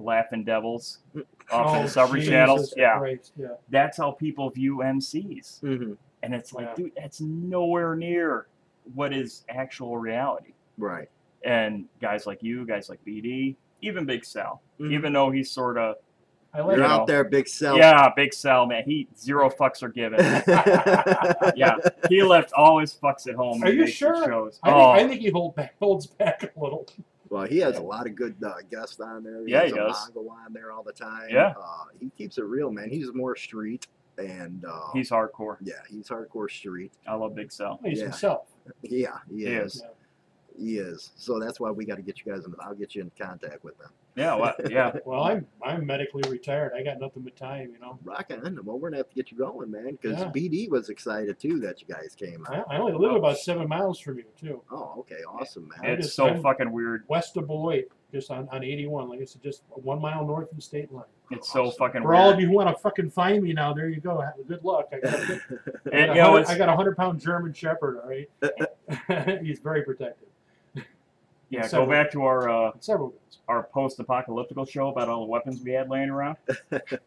Speaker 4: Laughing Devils off
Speaker 3: Oh,
Speaker 4: the Discovery
Speaker 3: Jesus
Speaker 4: Channels. Yeah.
Speaker 3: Christ, yeah.
Speaker 4: That's how people view MCs.
Speaker 5: Mm-hmm.
Speaker 4: And it's like,
Speaker 3: Yeah.
Speaker 4: dude, that's nowhere near what is actual reality.
Speaker 5: Right.
Speaker 4: And guys like you, guys like BD, even Big Sal,
Speaker 3: Mm-hmm.
Speaker 5: Mhm.
Speaker 4: even though he's sort of,
Speaker 3: I like
Speaker 5: You're
Speaker 4: You
Speaker 3: it.
Speaker 4: know.
Speaker 5: out there, big self.
Speaker 4: yeah, Big Sal, man, he zero fucks are given. yeah, he left all his fucks at home.
Speaker 3: Are
Speaker 4: when he
Speaker 3: you
Speaker 4: makes these
Speaker 3: sure?
Speaker 4: Shows.
Speaker 3: I,
Speaker 4: oh,
Speaker 3: think, I think he hold back, holds back a little.
Speaker 5: Well, he has a lot of good uh, guests on there.
Speaker 4: Yeah,
Speaker 5: has
Speaker 4: he
Speaker 5: a
Speaker 4: does.
Speaker 5: Mongo on there all the time.
Speaker 4: Yeah.
Speaker 5: Uh, he keeps it real, man. He's more street, and uh,
Speaker 4: he's hardcore.
Speaker 5: yeah, he's hardcore street.
Speaker 4: I love Big Sal.
Speaker 3: He's
Speaker 5: Yeah.
Speaker 3: himself.
Speaker 5: Yeah,
Speaker 4: He
Speaker 5: he, is.
Speaker 4: is.
Speaker 5: He is. So that's why we got to get you guys in. I'll get you in contact with them.
Speaker 4: Yeah, well, yeah.
Speaker 3: Well, I'm I'm medically retired. I got nothing but time, you know.
Speaker 5: Rock on. Well, we're going to have to get you going, man, because
Speaker 3: Yeah.
Speaker 5: BD was excited too that you guys came
Speaker 3: I,
Speaker 5: out.
Speaker 3: I only live about seven miles from you, too.
Speaker 5: Oh, okay. Awesome, man.
Speaker 3: Yeah.
Speaker 4: It's
Speaker 3: just-
Speaker 4: so
Speaker 3: I'm-
Speaker 4: fucking weird.
Speaker 3: West of Beloit, just on, on 81. Like I said, just one mile north of the state line.
Speaker 4: It's so fucking
Speaker 3: For all of
Speaker 4: weird.
Speaker 3: you who want to fucking find me now, there you go. Have- Good luck. I got, a- I
Speaker 4: It-
Speaker 3: got
Speaker 4: you
Speaker 3: a
Speaker 4: know,
Speaker 3: hundred- I
Speaker 4: it's,
Speaker 3: got a hundred pound German Shepherd. All right, he's very protective.
Speaker 4: yeah, go
Speaker 3: several-
Speaker 4: back to our uh,
Speaker 3: Several guns.
Speaker 4: our post apocalyptical show about all the weapons we had laying around.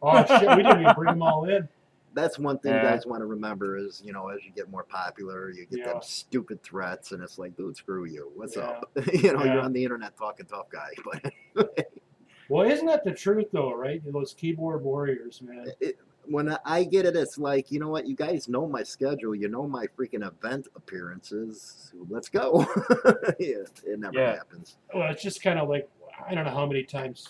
Speaker 3: Oh shit, we didn't even bring them all in.
Speaker 5: That's one thing
Speaker 4: Yeah.
Speaker 5: you guys want to remember is, you know, as you get more popular, you get
Speaker 3: Yeah.
Speaker 5: them stupid threats, and it's like, dude, screw you. What's
Speaker 3: Yeah.
Speaker 5: up? you know,
Speaker 3: Yeah.
Speaker 5: you're on the internet talking tough guy, but
Speaker 3: Well, isn't that the truth though, right? Those keyboard warriors, man.
Speaker 5: it, when I get it, it's like, you know what? You guys know my schedule. You know my freaking event appearances. Let's go. yeah, it never
Speaker 4: Yeah.
Speaker 5: happens.
Speaker 3: Well, it's just kind of like I don't know how many times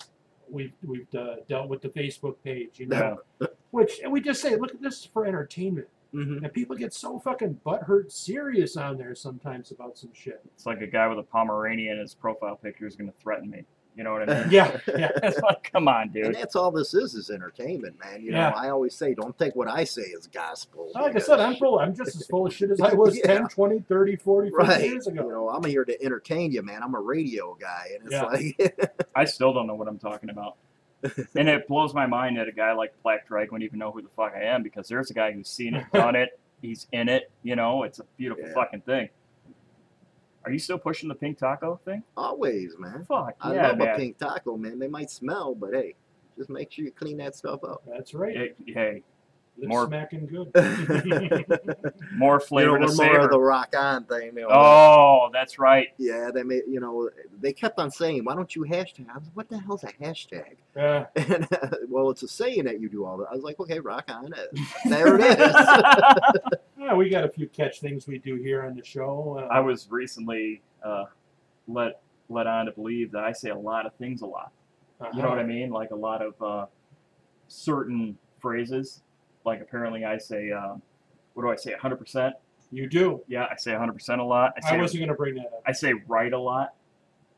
Speaker 3: we've we've uh, dealt with the Facebook page, you know.
Speaker 4: Yeah.
Speaker 3: Which and we just say, look at this is for entertainment,
Speaker 5: Mm-hmm.
Speaker 3: and people get so fucking butthurt serious on there sometimes about some shit.
Speaker 4: It's like a guy with a Pomeranian in his profile picture is going to threaten me. You know what I mean?
Speaker 3: Yeah, yeah.
Speaker 4: it's like, come on,
Speaker 5: And
Speaker 4: dude.
Speaker 5: that's all this is is entertainment, man. You
Speaker 3: Yeah.
Speaker 5: know, I always say, don't take what I say as gospel.
Speaker 3: Like I
Speaker 5: because-
Speaker 3: said, I'm full. I'm just as full of shit as I was
Speaker 5: Yeah.
Speaker 3: 10, 20, 30, 40, 50
Speaker 5: right.
Speaker 3: years ago.
Speaker 5: You know, I'm here to entertain you, man. I'm a radio guy, and it's
Speaker 3: Yeah.
Speaker 5: like,
Speaker 4: I still don't know what I'm talking about. and it blows my mind that a guy like Black Drake wouldn't even know who the fuck I am because there's a guy who's seen it, done it, he's in it. You know, it's a beautiful
Speaker 5: Yeah.
Speaker 4: fucking thing. Are you still pushing the pink taco thing?
Speaker 5: always, man.
Speaker 4: Fuck
Speaker 5: I
Speaker 4: yeah,
Speaker 5: love
Speaker 4: man.
Speaker 5: a pink taco, man. They might smell, but hey, just make sure you clean that stuff up.
Speaker 3: That's right.
Speaker 4: It- hey,
Speaker 3: Lip
Speaker 4: more-
Speaker 3: smacking good.
Speaker 4: more
Speaker 5: You know,
Speaker 4: flavor to
Speaker 5: we're more
Speaker 4: savor.
Speaker 5: of the rock on thing. you know.
Speaker 4: oh, that's right.
Speaker 5: Yeah, they made you know they kept on saying, "Why don't you hashtag?" I was, "What the hell's a hashtag?"
Speaker 3: Yeah.
Speaker 5: And well, it's a saying that you do all that. I was like, "Okay, rock on it." There it is.
Speaker 3: Yeah, ah, we got a few catch things we do here on the show. Uh,
Speaker 4: I was recently uh, let let on to believe that I say a lot of things a
Speaker 3: uh-huh.
Speaker 4: lot. You know what I mean? Like a lot of uh, certain phrases. Like apparently I say, um, what do I say? 100%.
Speaker 3: You do.
Speaker 4: Yeah, I say 100% a lot. I
Speaker 3: I,
Speaker 4: say
Speaker 3: wasn't going to bring that up.
Speaker 4: I say right a lot.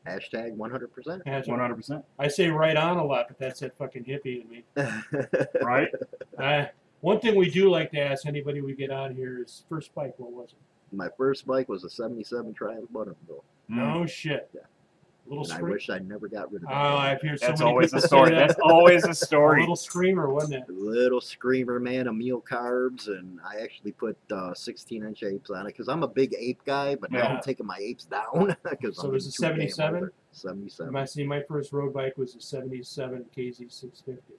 Speaker 5: Hashtag 100%.
Speaker 3: That's what-
Speaker 4: 100%.
Speaker 3: I say right on a lot, but that's that fucking hippie in me.
Speaker 4: Right?
Speaker 3: Uh, one thing we do like to ask anybody we get on here is first bike. What was it?
Speaker 5: My first bike was a 77 Triumph Buttermobile.
Speaker 4: Mm.
Speaker 3: No Oh, shit.
Speaker 5: Yeah.
Speaker 3: Little
Speaker 5: And I
Speaker 3: scream.
Speaker 5: wish I never got rid of
Speaker 3: Oh,
Speaker 5: it.
Speaker 3: I've heard so
Speaker 4: That's
Speaker 3: many
Speaker 4: always
Speaker 3: people
Speaker 4: a
Speaker 3: say
Speaker 4: story.
Speaker 3: that.
Speaker 4: That's always a
Speaker 3: A
Speaker 4: story.
Speaker 3: little screamer, wasn't it?
Speaker 5: little screamer man of meal carbs and i actually put uh, 16 inch apes on it because i'm a big ape guy but now
Speaker 4: Yeah.
Speaker 5: i'm taking my apes down because
Speaker 3: So
Speaker 5: I'm
Speaker 3: is it
Speaker 5: too damn
Speaker 3: 77?
Speaker 5: older. 77
Speaker 3: My see, my first road bike was a '77 KZ 650.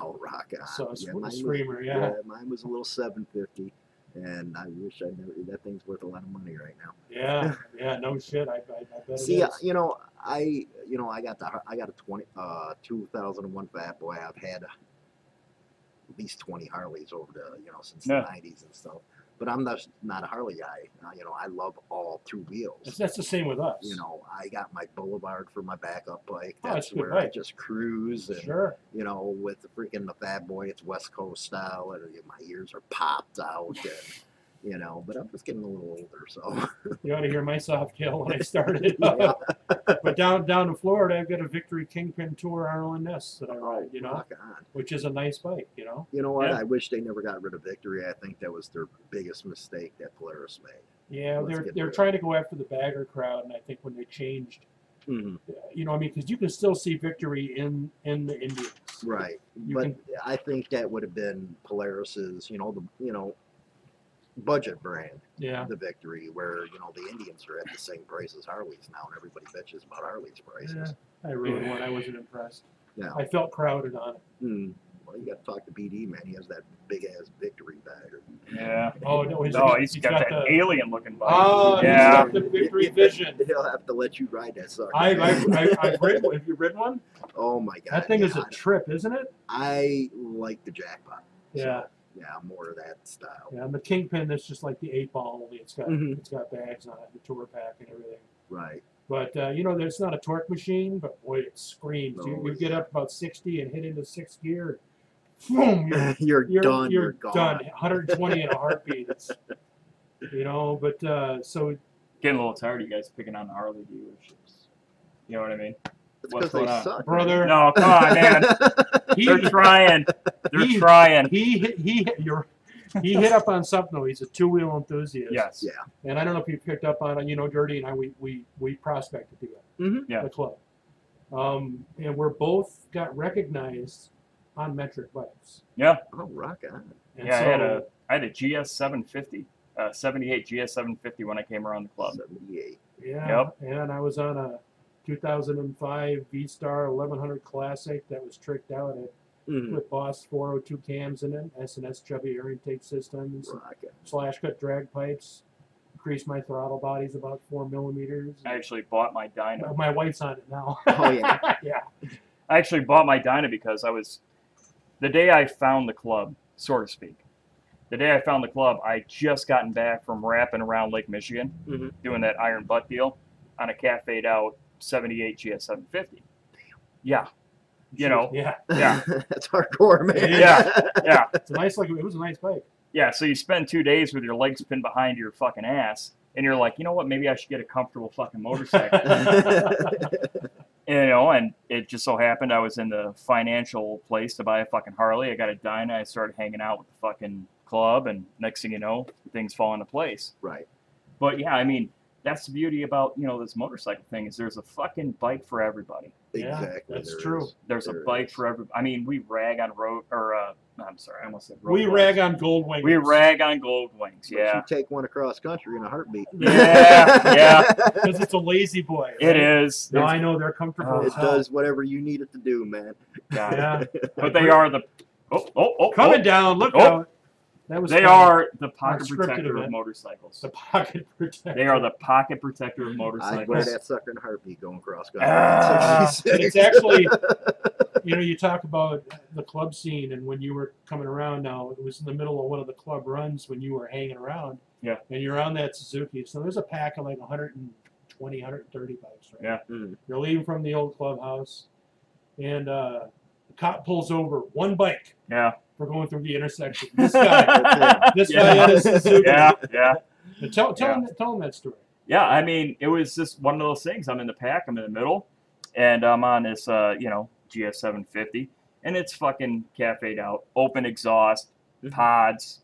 Speaker 5: oh rock on.
Speaker 3: So it's a
Speaker 5: mine
Speaker 3: little
Speaker 5: was-
Speaker 3: screamer,
Speaker 5: yeah.
Speaker 3: yeah,
Speaker 5: mine was a little 750 and i wish i never that thing's worth a lot of money right now
Speaker 3: yeah, yeah. No shit. I, I, I bet
Speaker 5: See,
Speaker 3: it
Speaker 5: uh,
Speaker 3: is.
Speaker 5: you know, I, you know, I got the, har- I got a twenty, uh, two thousand and one Fat Boy. I've had uh, at least twenty Harleys over the, you know, since
Speaker 4: Yeah.
Speaker 5: the nineties and stuff. But I'm not, not a Harley guy. Uh, you know, I love all two
Speaker 3: That's,
Speaker 5: wheels.
Speaker 3: that's the same with us.
Speaker 5: You know, I got my Boulevard for my backup bike.
Speaker 3: Oh, that's
Speaker 5: That's
Speaker 3: a good
Speaker 5: where I
Speaker 3: bike.
Speaker 5: just cruise and
Speaker 3: sure.
Speaker 5: you know, with the freaking the Fat Boy, it's West Coast style, and my ears are popped out, and you know. But I'm just getting a little older,
Speaker 3: Uh-huh.
Speaker 5: so
Speaker 3: You ought to hear my soft tail when I started.
Speaker 5: Yeah.
Speaker 3: but down down in Florida, I've got a Victory Kingpin Tour RLNS that I ride. You know,
Speaker 5: rock on.
Speaker 3: which is a nice bike. You know.
Speaker 5: You know what?
Speaker 4: Yeah.
Speaker 5: I wish they never got rid of Victory. I think that was their biggest mistake that Polaris made.
Speaker 3: Yeah,
Speaker 5: Let's
Speaker 3: they're
Speaker 5: get rid
Speaker 3: they're
Speaker 5: of
Speaker 3: trying to go after the bagger crowd, and I think when they changed, you know, I mean, because you can still see victory in in the Indians.
Speaker 5: Right.
Speaker 3: You
Speaker 5: but I think that would have been Polaris's, you know, the you know, budget brand,
Speaker 3: Yeah.
Speaker 5: the Victory, where you know the Indians are at the same price as Harley's now, and everybody bitches about Harley's prices.
Speaker 3: I rode one. I wasn't impressed.
Speaker 5: Now,
Speaker 3: I felt crowded on it.
Speaker 5: hmm, well, you got to talk to BD man. He has that big ass Victory bagger.
Speaker 4: Yeah.
Speaker 3: Oh no, he's,
Speaker 4: No, he's got that
Speaker 3: the.
Speaker 4: alien looking bike.
Speaker 3: Oh, he's
Speaker 4: yeah.
Speaker 3: got the victory vision.
Speaker 5: He'll have to let you ride that sucker.
Speaker 3: I, I,
Speaker 5: man.
Speaker 3: I, I've ridden one. Have you ridden one?
Speaker 5: oh my god,
Speaker 3: That thing
Speaker 5: yeah,
Speaker 3: is a trip, isn't it?
Speaker 5: I, I like the jackpot.
Speaker 3: Yeah.
Speaker 5: Yeah, more of that style.
Speaker 3: Yeah. And the kingpin that's just like the eight ball only. It's got
Speaker 5: Mhm.
Speaker 3: it's got bags on it, the tour pack, and everything.
Speaker 5: Right.
Speaker 3: But uh, you know, there's not a torque machine, but boy, it screams. you,
Speaker 5: Oh,
Speaker 3: you
Speaker 5: yeah.
Speaker 3: get up about 60 and hit into sixth gear. Boom! You're
Speaker 5: you're,
Speaker 3: you're
Speaker 5: done.
Speaker 3: You're,
Speaker 5: You're, gone.
Speaker 3: done. 120 in a heartbeat. It's, you know, but uh, so
Speaker 4: Getting a little tired of you guys picking on the Harley dealerships. You know what I mean?
Speaker 5: It's
Speaker 4: What's
Speaker 5: because they
Speaker 4: going on?
Speaker 5: suck.
Speaker 3: brother,
Speaker 4: No, come on, man.
Speaker 3: he,
Speaker 4: They're trying. They're
Speaker 3: He-
Speaker 4: trying.
Speaker 3: he hit- he hit- you're, he hit up on something. though. He's a two wheel enthusiast.
Speaker 4: Yes.
Speaker 5: Yeah.
Speaker 3: And I don't know if you picked up on it. You know, Dirty and I we we we prospected together.
Speaker 5: Mhm.
Speaker 4: Yeah.
Speaker 3: The club. Um, and we're both got recognized on metric bikes.
Speaker 5: Oh, rock on.
Speaker 3: And
Speaker 4: yeah,
Speaker 3: so,
Speaker 4: I had a I had a GS 750, uh, 78 GS 750 when I came around the club.
Speaker 5: 78.
Speaker 3: Yeah. And I was on a 2005 V Star 1100 Classic that was tricked out at
Speaker 4: Hmm.
Speaker 5: Mhm.
Speaker 4: Mm-hmm.
Speaker 3: with Boss 402 cams in it, S&S chubby air intake systems,
Speaker 5: Rock on.
Speaker 3: slash cut drag pipes, increased my throttle bodies about four millimeters.
Speaker 4: I actually bought my dyno.
Speaker 3: My wife's on it now.
Speaker 5: Oh, yeah.
Speaker 3: yeah.
Speaker 4: I actually bought my dyno because I was the day I found the club, so to speak. The day I found the club, I just gotten back from wrapping around Lake Michigan,
Speaker 3: Mm-hmm.
Speaker 5: Mhm.
Speaker 4: doing that iron butt deal on a cafe out 78 GS 750. Yeah, you know,
Speaker 3: Yeah.
Speaker 4: Yeah.
Speaker 5: That's hardcore, man.
Speaker 4: Yeah. yeah,
Speaker 3: It's a nice, like, it was a nice bike.
Speaker 4: yeah. So you spend two days with your legs pinned behind your fucking ass, and you're like, you know what? Maybe I should get a comfortable fucking motorcycle. you know, and it just so happened I was in the financial place to buy a fucking Harley. I got a Dyna. I started hanging out with the fucking club, and next thing you know, things fall into place.
Speaker 5: right.
Speaker 4: But yeah, I mean, that's the beauty about you know this motorcycle thing is there's a fucking bike for everybody.
Speaker 3: Yeah,
Speaker 5: exactly.
Speaker 3: that's
Speaker 5: there
Speaker 3: true.
Speaker 5: is.
Speaker 4: There's a
Speaker 5: There
Speaker 4: bike
Speaker 5: is.
Speaker 4: for every. I mean, we rag on road or uh, I'm sorry, I almost said road.
Speaker 3: We
Speaker 4: wings.
Speaker 3: rag on gold wings.
Speaker 4: We rag on gold wings.
Speaker 5: But
Speaker 4: Yeah,
Speaker 5: You take one across country in a heartbeat.
Speaker 4: Yeah, yeah.
Speaker 3: Because it's a lazy boy.
Speaker 4: it is.
Speaker 3: No,
Speaker 4: It's-
Speaker 3: I know they're comfortable.
Speaker 4: Uh,
Speaker 3: as
Speaker 5: It
Speaker 3: hell.
Speaker 5: does whatever you need it to do, man.
Speaker 4: God.
Speaker 3: Yeah.
Speaker 4: But they are the. Oh, oh, oh, oh.
Speaker 3: Coming down. Look
Speaker 4: Oh.
Speaker 3: out. That was
Speaker 4: They
Speaker 3: kinda
Speaker 4: are the pocket
Speaker 3: scripted
Speaker 4: protector of
Speaker 3: event.
Speaker 4: motorcycles.
Speaker 3: the pocket protector.
Speaker 4: They are the pocket protector of
Speaker 5: I'd wear
Speaker 4: motorcycles.
Speaker 5: that sucker in a heartbeat going across country.
Speaker 4: Ah.
Speaker 5: That's
Speaker 3: But it's
Speaker 5: 66.
Speaker 3: actually, you know, you talk about the club scene, and when you were coming around now, it was in the middle of one of the club runs when you were hanging around.
Speaker 4: Yeah.
Speaker 3: And you're on that Suzuki. So there's a pack of like 120, 130 bikes, right?
Speaker 4: Yeah.
Speaker 5: Mm.
Speaker 3: You're leaving from the old clubhouse, and uh, the cop pulls over one bike
Speaker 4: Yeah,
Speaker 3: for going through the intersection. This guy, this guy is super.
Speaker 4: yeah, yeah.
Speaker 3: But Tell, tell, him, tell him that story.
Speaker 4: yeah, I mean, it was just one of those things. I'm in the pack, I'm in the middle, and I'm on this, uh, you know, GF750, and it's fucking cafe'd out, open exhaust,
Speaker 3: Mm-hmm.
Speaker 4: pods,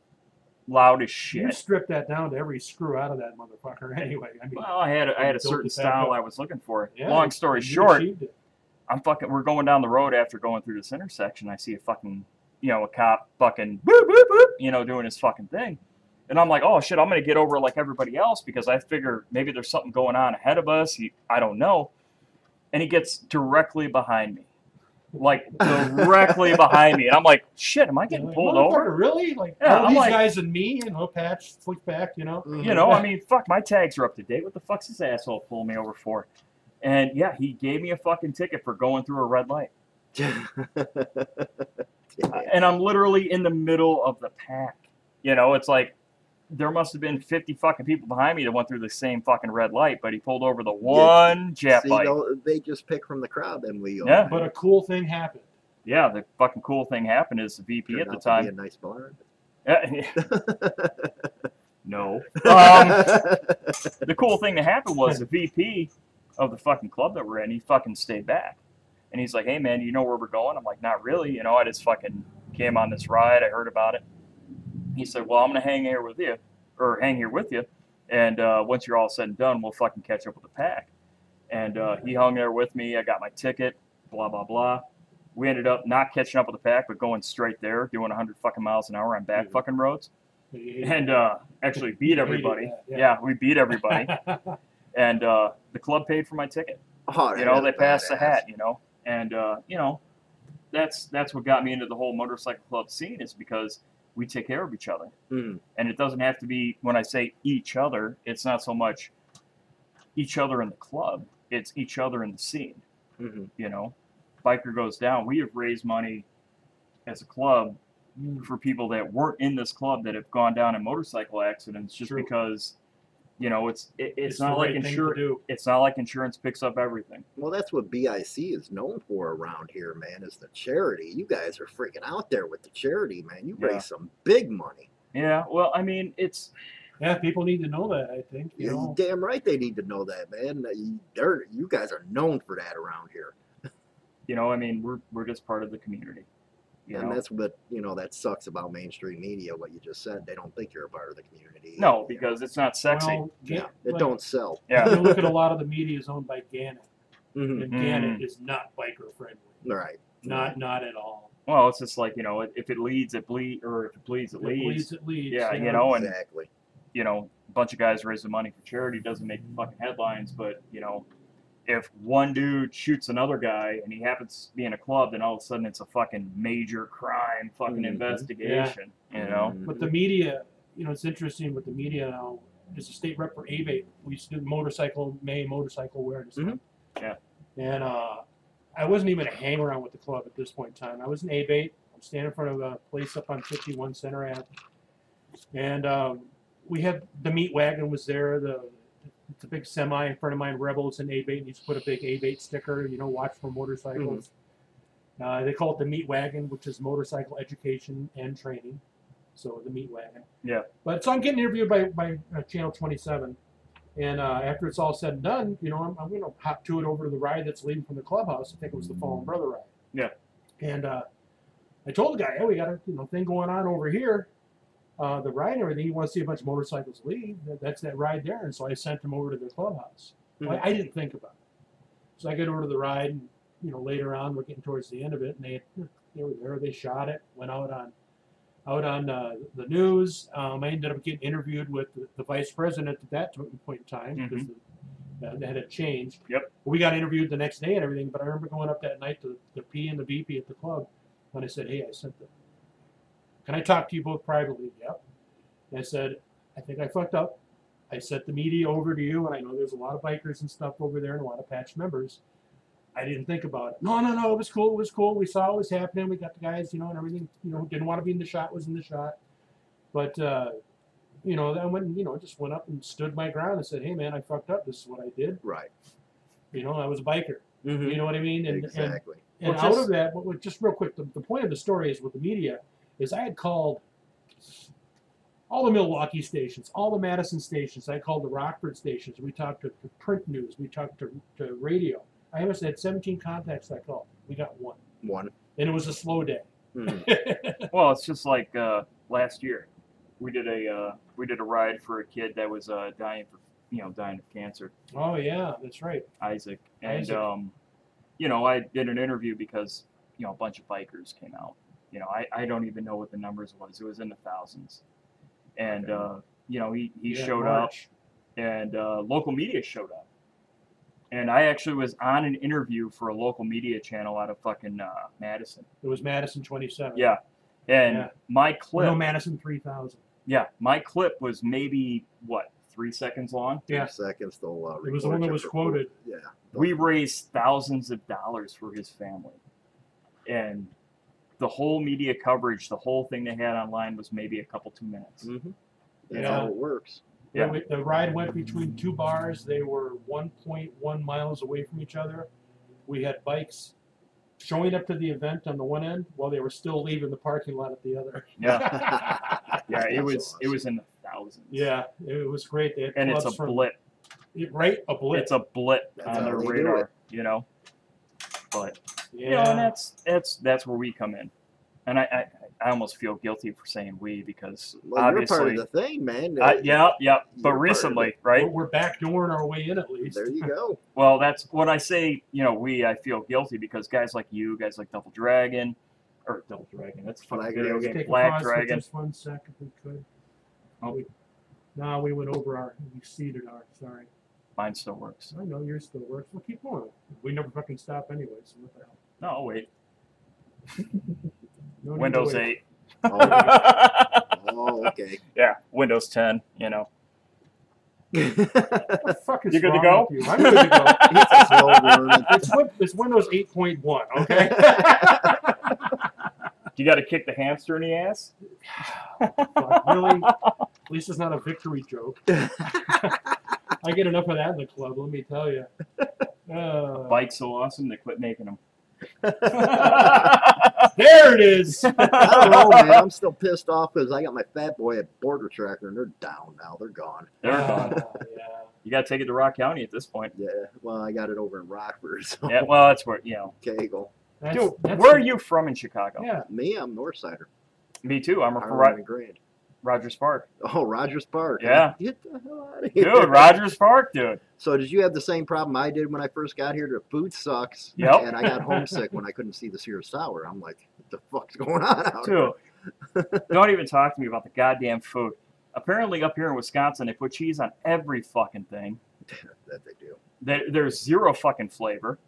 Speaker 4: loud as
Speaker 3: You
Speaker 4: shit.
Speaker 3: strip that down to every screw out of that motherfucker. Anyway, I mean,
Speaker 4: Well, I had a, I had a
Speaker 3: Built
Speaker 4: certain
Speaker 3: it back
Speaker 4: style
Speaker 3: up.
Speaker 4: I was looking for.
Speaker 3: Yeah,
Speaker 4: Long story
Speaker 3: you
Speaker 4: short,
Speaker 3: achieved it.
Speaker 4: I'm fucking. We're going down the road after going through this intersection. I see a fucking, you know, a cop fucking, boop, boop, boop, you know, doing his fucking thing, and I'm like, oh shit, I'm gonna get over like everybody else because I figure maybe there's something going on ahead of us. He, I don't know, and he gets directly behind me, like directly behind me, and I'm like, shit, am I
Speaker 3: You're
Speaker 4: getting
Speaker 3: like,
Speaker 4: pulled
Speaker 3: "Motherfucker,
Speaker 4: over?
Speaker 3: Really? Like
Speaker 4: Yeah,
Speaker 3: all
Speaker 4: I'm
Speaker 3: these
Speaker 4: like-
Speaker 3: guys and me, you know, patch, flick back, you know.
Speaker 4: You know, I mean, fuck, my tags are up to date. What the fuck's this asshole pulling me over for? And yeah, he gave me a fucking ticket for going through a red light. and I'm literally in the middle of the pack. You know, it's like there must have been 50 fucking people behind me that went through the same fucking red light, but he pulled over the one
Speaker 5: Yeah.
Speaker 4: jet
Speaker 5: See,
Speaker 4: light.
Speaker 5: though, they just pick from the crowd, then we all
Speaker 4: Yeah.
Speaker 3: But a cool thing happened.
Speaker 4: Yeah, the fucking cool thing happened is the VP
Speaker 5: turned
Speaker 4: at the
Speaker 5: out to be
Speaker 4: time.
Speaker 5: a nice barn.
Speaker 4: no. Um, the cool thing that happened was the VP of the fucking club that we're in, he fucking stayed back. And he's like, hey, man, do you know where we're going? I'm like, not really. You know, I just fucking came on this ride. I heard about it. He said, well, I'm going to hang here with you or hang here with you. And uh, once you're all said and done, we'll fucking catch up with the pack. And uh, he hung there with me. I got my ticket, blah, blah, blah. We ended up not catching up with the pack, but going straight there, doing 100 fucking miles an hour on back
Speaker 3: Mhm.
Speaker 4: fucking roads. And
Speaker 3: And
Speaker 4: uh, actually beat everybody.
Speaker 3: that,
Speaker 4: Yeah.
Speaker 3: yeah.
Speaker 4: we beat everybody. and uh, the club paid for my ticket.
Speaker 5: Oh,
Speaker 4: You know,
Speaker 5: that's
Speaker 4: they passed the
Speaker 5: badass.
Speaker 4: hat. You know, and uh, you know, that's that's what got me into the whole motorcycle club scene is because we take care of each other,
Speaker 5: Mm.
Speaker 4: and it doesn't have to be when I say each other. It's not so much each other in the club; it's each other in the scene.
Speaker 5: Mhm.
Speaker 4: You know, biker goes down. We have raised money as a club for people that weren't in this club that have gone down in motorcycle accidents just
Speaker 3: True.
Speaker 4: because you know it's it, it's,
Speaker 3: the
Speaker 4: not like
Speaker 3: right thing to
Speaker 4: insurance
Speaker 3: do.
Speaker 4: it's not like insurance picks up everything
Speaker 5: Well, that's what BIC is known for around here, man, is the charity. You guys are freaking out there with the charity, man. You
Speaker 4: Yeah.
Speaker 5: raise some big money.
Speaker 4: yeah well i mean it's
Speaker 3: Yeah, people need to know that. I think you
Speaker 5: You
Speaker 3: know.
Speaker 5: damn right they need to know that, man. That you- They're, you guys are known for that around here.
Speaker 4: you know i mean we're we're just part of the community you
Speaker 5: and
Speaker 4: know
Speaker 5: that's what, you know, that sucks about mainstream media, what you just said. They don't think you're a part of the community.
Speaker 4: no because it's not sexy
Speaker 3: Well,
Speaker 5: Yeah,
Speaker 3: Ga-
Speaker 5: it
Speaker 3: like,
Speaker 5: don't sell.
Speaker 4: yeah Mm-hmm.
Speaker 3: You look at a lot of the media is owned by Gannett,
Speaker 5: Mhm.
Speaker 3: and Gannett is not biker friendly.
Speaker 5: All right.
Speaker 3: Not not at all.
Speaker 4: well it's just like you know if it leads it bleed or if it bleeds it
Speaker 3: It leads.
Speaker 4: leads
Speaker 3: It leads.
Speaker 4: yeah you know and
Speaker 5: Exactly.
Speaker 4: you know, a bunch of guys raising money for charity doesn't make fucking headlines, but you know, if one dude shoots another guy and he happens to be in a club, then all of a sudden it's a fucking major crime, fucking
Speaker 5: Mhm.
Speaker 4: investigation. You
Speaker 5: Mm-hmm.
Speaker 4: know?
Speaker 3: But the media, you know, it's interesting with the media now. As a state rep for ABATE, we used to do motorcycle May motorcycle awareness.
Speaker 5: Mhm.
Speaker 4: Yeah.
Speaker 3: And uh, I wasn't even a hang around with the club at this point in time. I was an ABATE. I'm standing in front of a place up on 51 Center Ave. And um, we had the meat wagon was there. The it's a big semi in front of mine. Rebels and ABATE. And you just put a big ABATE sticker. You know, watch for motorcycles. Uh, they call it the meat wagon, which is motorcycle education and training. So the meat wagon.
Speaker 4: Yeah.
Speaker 3: But so I'm getting interviewed by, by uh, Channel 27. And uh, after it's all said and done, you know, I'm, I'm going to hop to it over to the ride that's leading from the clubhouse. I think it was the Fallen Brother ride.
Speaker 4: Mm-hmm. Yeah.
Speaker 3: And uh, I told the guy, hey, we got a you know, thing going on over here. Uh, the ride and everything, you want to see a bunch of motorcycles leave. That, that's that ride there. And so I sent him over to the clubhouse. Well, I didn't think about it. So I get over to the ride, and you know, later on, we're getting towards the end of it, and they they were there. They shot it, went out on out on uh, the news. Um, I ended up getting interviewed with the, the vice president at that to- point in time because the, uh, that had changed.
Speaker 4: Yep.
Speaker 3: We got interviewed the next day and everything, but I remember going up that night to the P and the VP at the club, and I said, "Hey, I sent them. Can I talk to you both privately?" Yep. And I said, "I think I fucked up." I sent the media over to you, and I know there's a lot of bikers and stuff over there and a lot of patch members. I didn't think about it. No, no, no, it was cool, it was cool. We saw what was happening. We got the guys, you know, and everything, you know, who didn't want to be in the shot was in the shot. But, uh, you know, then when, you know, just went up and stood my ground and said, hey, man, I fucked up. This is what I did.
Speaker 5: Right.
Speaker 3: You know, and I was a biker.
Speaker 5: Mhm.
Speaker 4: Mm-hmm.
Speaker 3: You know what I mean? And, and
Speaker 5: Exactly.
Speaker 3: and
Speaker 4: Well,
Speaker 3: out
Speaker 4: just-
Speaker 3: of that, what, what, just real quick, the, the point of the story is with the media is I had called all the Milwaukee stations, all the Madison stations. I called the Rockford stations. We talked to, to print news. We talked to, to radio. I almost had 17 contacts I called. We got one.
Speaker 5: One.
Speaker 3: And it was a slow day.
Speaker 5: Mhm.
Speaker 4: Well, it's just like uh, last year. We did a uh, we did a ride for a kid that was uh, dying for you know dying of cancer,
Speaker 3: oh, yeah, that's right.
Speaker 4: Isaac, and
Speaker 3: Isaac.
Speaker 4: um, you know I did an interview because you know a bunch of bikers came out. You know I, I don't even know what the numbers was. It was in the thousands, and uh, you know he he
Speaker 3: Yeah,
Speaker 4: showed up
Speaker 3: March.
Speaker 4: and uh, local media showed up. And I actually was on an interview for a local media channel out of fucking uh, Madison.
Speaker 3: It was Madison 27.
Speaker 4: Yeah, and
Speaker 3: Yeah.
Speaker 4: my
Speaker 3: Well,
Speaker 4: clip.
Speaker 3: no, Madison 3000.
Speaker 4: Yeah, my clip was maybe what three seconds long.
Speaker 3: Yeah.
Speaker 5: Seconds to uh,
Speaker 3: It was the one that was quoted.
Speaker 5: Yeah.
Speaker 4: We raised thousands of dollars for his family, and the whole media coverage, the whole thing they had online was maybe a couple two minutes.
Speaker 5: Mm-hmm. That's
Speaker 3: Yeah.
Speaker 5: how it works.
Speaker 4: Yeah.
Speaker 3: The, the ride went between two bars. They were 1.1 miles away from each other. We had bikes showing up to the event on the one end while they were still leaving the parking lot at the other.
Speaker 4: Yeah, yeah, it
Speaker 5: That's
Speaker 4: was it
Speaker 5: awesome.
Speaker 4: was in the thousands.
Speaker 3: Yeah, it was great. They had
Speaker 4: and it's a
Speaker 3: clubs from-
Speaker 4: blip.
Speaker 3: it- right? A blip.
Speaker 4: It's a blip
Speaker 5: That's
Speaker 4: on
Speaker 5: how
Speaker 4: their
Speaker 5: they do
Speaker 4: radar, you know. But
Speaker 3: yeah.
Speaker 4: you know, and that's that's that's where we come in, and I I, I almost feel guilty for saying we because
Speaker 5: Well, you're
Speaker 4: obviously,
Speaker 5: part of the thing, man.
Speaker 4: I, yeah, yeah.
Speaker 5: You're
Speaker 4: But
Speaker 5: part of
Speaker 4: recently,
Speaker 3: We're-
Speaker 4: right?
Speaker 3: We're backdooring our way in at least.
Speaker 5: There you go.
Speaker 4: Well, that's when I say, you know, we, I feel guilty because guys like you, guys like Double Dragon, or Double Dragon, that's a fucking
Speaker 5: Black
Speaker 4: video
Speaker 5: Dragon.
Speaker 4: game,
Speaker 3: Take a
Speaker 4: Black
Speaker 3: pause
Speaker 4: Dragon.
Speaker 3: for just one sec if we could.
Speaker 4: Oh.
Speaker 3: We- No, we went over our, we exceeded our, sorry.
Speaker 4: Mine still works.
Speaker 3: I know yours still works. We'll keep going. We never fucking stop anyway, so what the hell.
Speaker 4: No, I'll wait.
Speaker 3: No need to
Speaker 4: Windows
Speaker 3: wait.
Speaker 4: 8.
Speaker 5: Oh, oh, okay.
Speaker 4: yeah, Windows 10, you know.
Speaker 5: it's
Speaker 3: What the fuck is
Speaker 4: You good to
Speaker 3: wrong
Speaker 4: go?
Speaker 3: with you? I'm good to go.
Speaker 5: a slow learn.
Speaker 3: It's, win- it's Windows 8.1, okay?
Speaker 4: You got to kick the hamster in the ass?
Speaker 3: Like, really? At least it's not a victory joke. I get enough of that in the club, let me tell you. Uh,
Speaker 4: Bike's so awesome, they quit making them.
Speaker 3: there it is!
Speaker 5: I don't know, man. I'm still pissed off because I got my fat boy at Border Tracker and they're down now. They're gone.
Speaker 4: They're gone.
Speaker 3: Uh, yeah.
Speaker 4: You got to take it to Rock County at this point.
Speaker 5: Yeah. Well, I got it over in Rockford. So
Speaker 4: Yeah, well, that's where, you know.
Speaker 5: Kegel.
Speaker 3: That's,
Speaker 4: Dude,
Speaker 3: that's-
Speaker 4: where are you from in Chicago?
Speaker 3: Yeah,
Speaker 5: Me, I'm Northsider.
Speaker 4: Me too. I'm from
Speaker 5: Iron
Speaker 4: Ro-
Speaker 5: and Grand.
Speaker 4: Rogers Park.
Speaker 5: Oh, Rogers Park. huh?
Speaker 4: Yeah.
Speaker 5: Get the hell out of here.
Speaker 4: Dude, Rogers Park, dude.
Speaker 5: So did you have the same problem I did when I first got here? The food sucks.
Speaker 4: Yep.
Speaker 5: And I got homesick when I couldn't see the Sears Tower. I'm like, what the fuck's going on out here?
Speaker 4: Dude, don't even talk to me about the goddamn food. Apparently, up here in Wisconsin, they put cheese on every fucking thing.
Speaker 5: That they do.
Speaker 4: There, there's zero fucking flavor.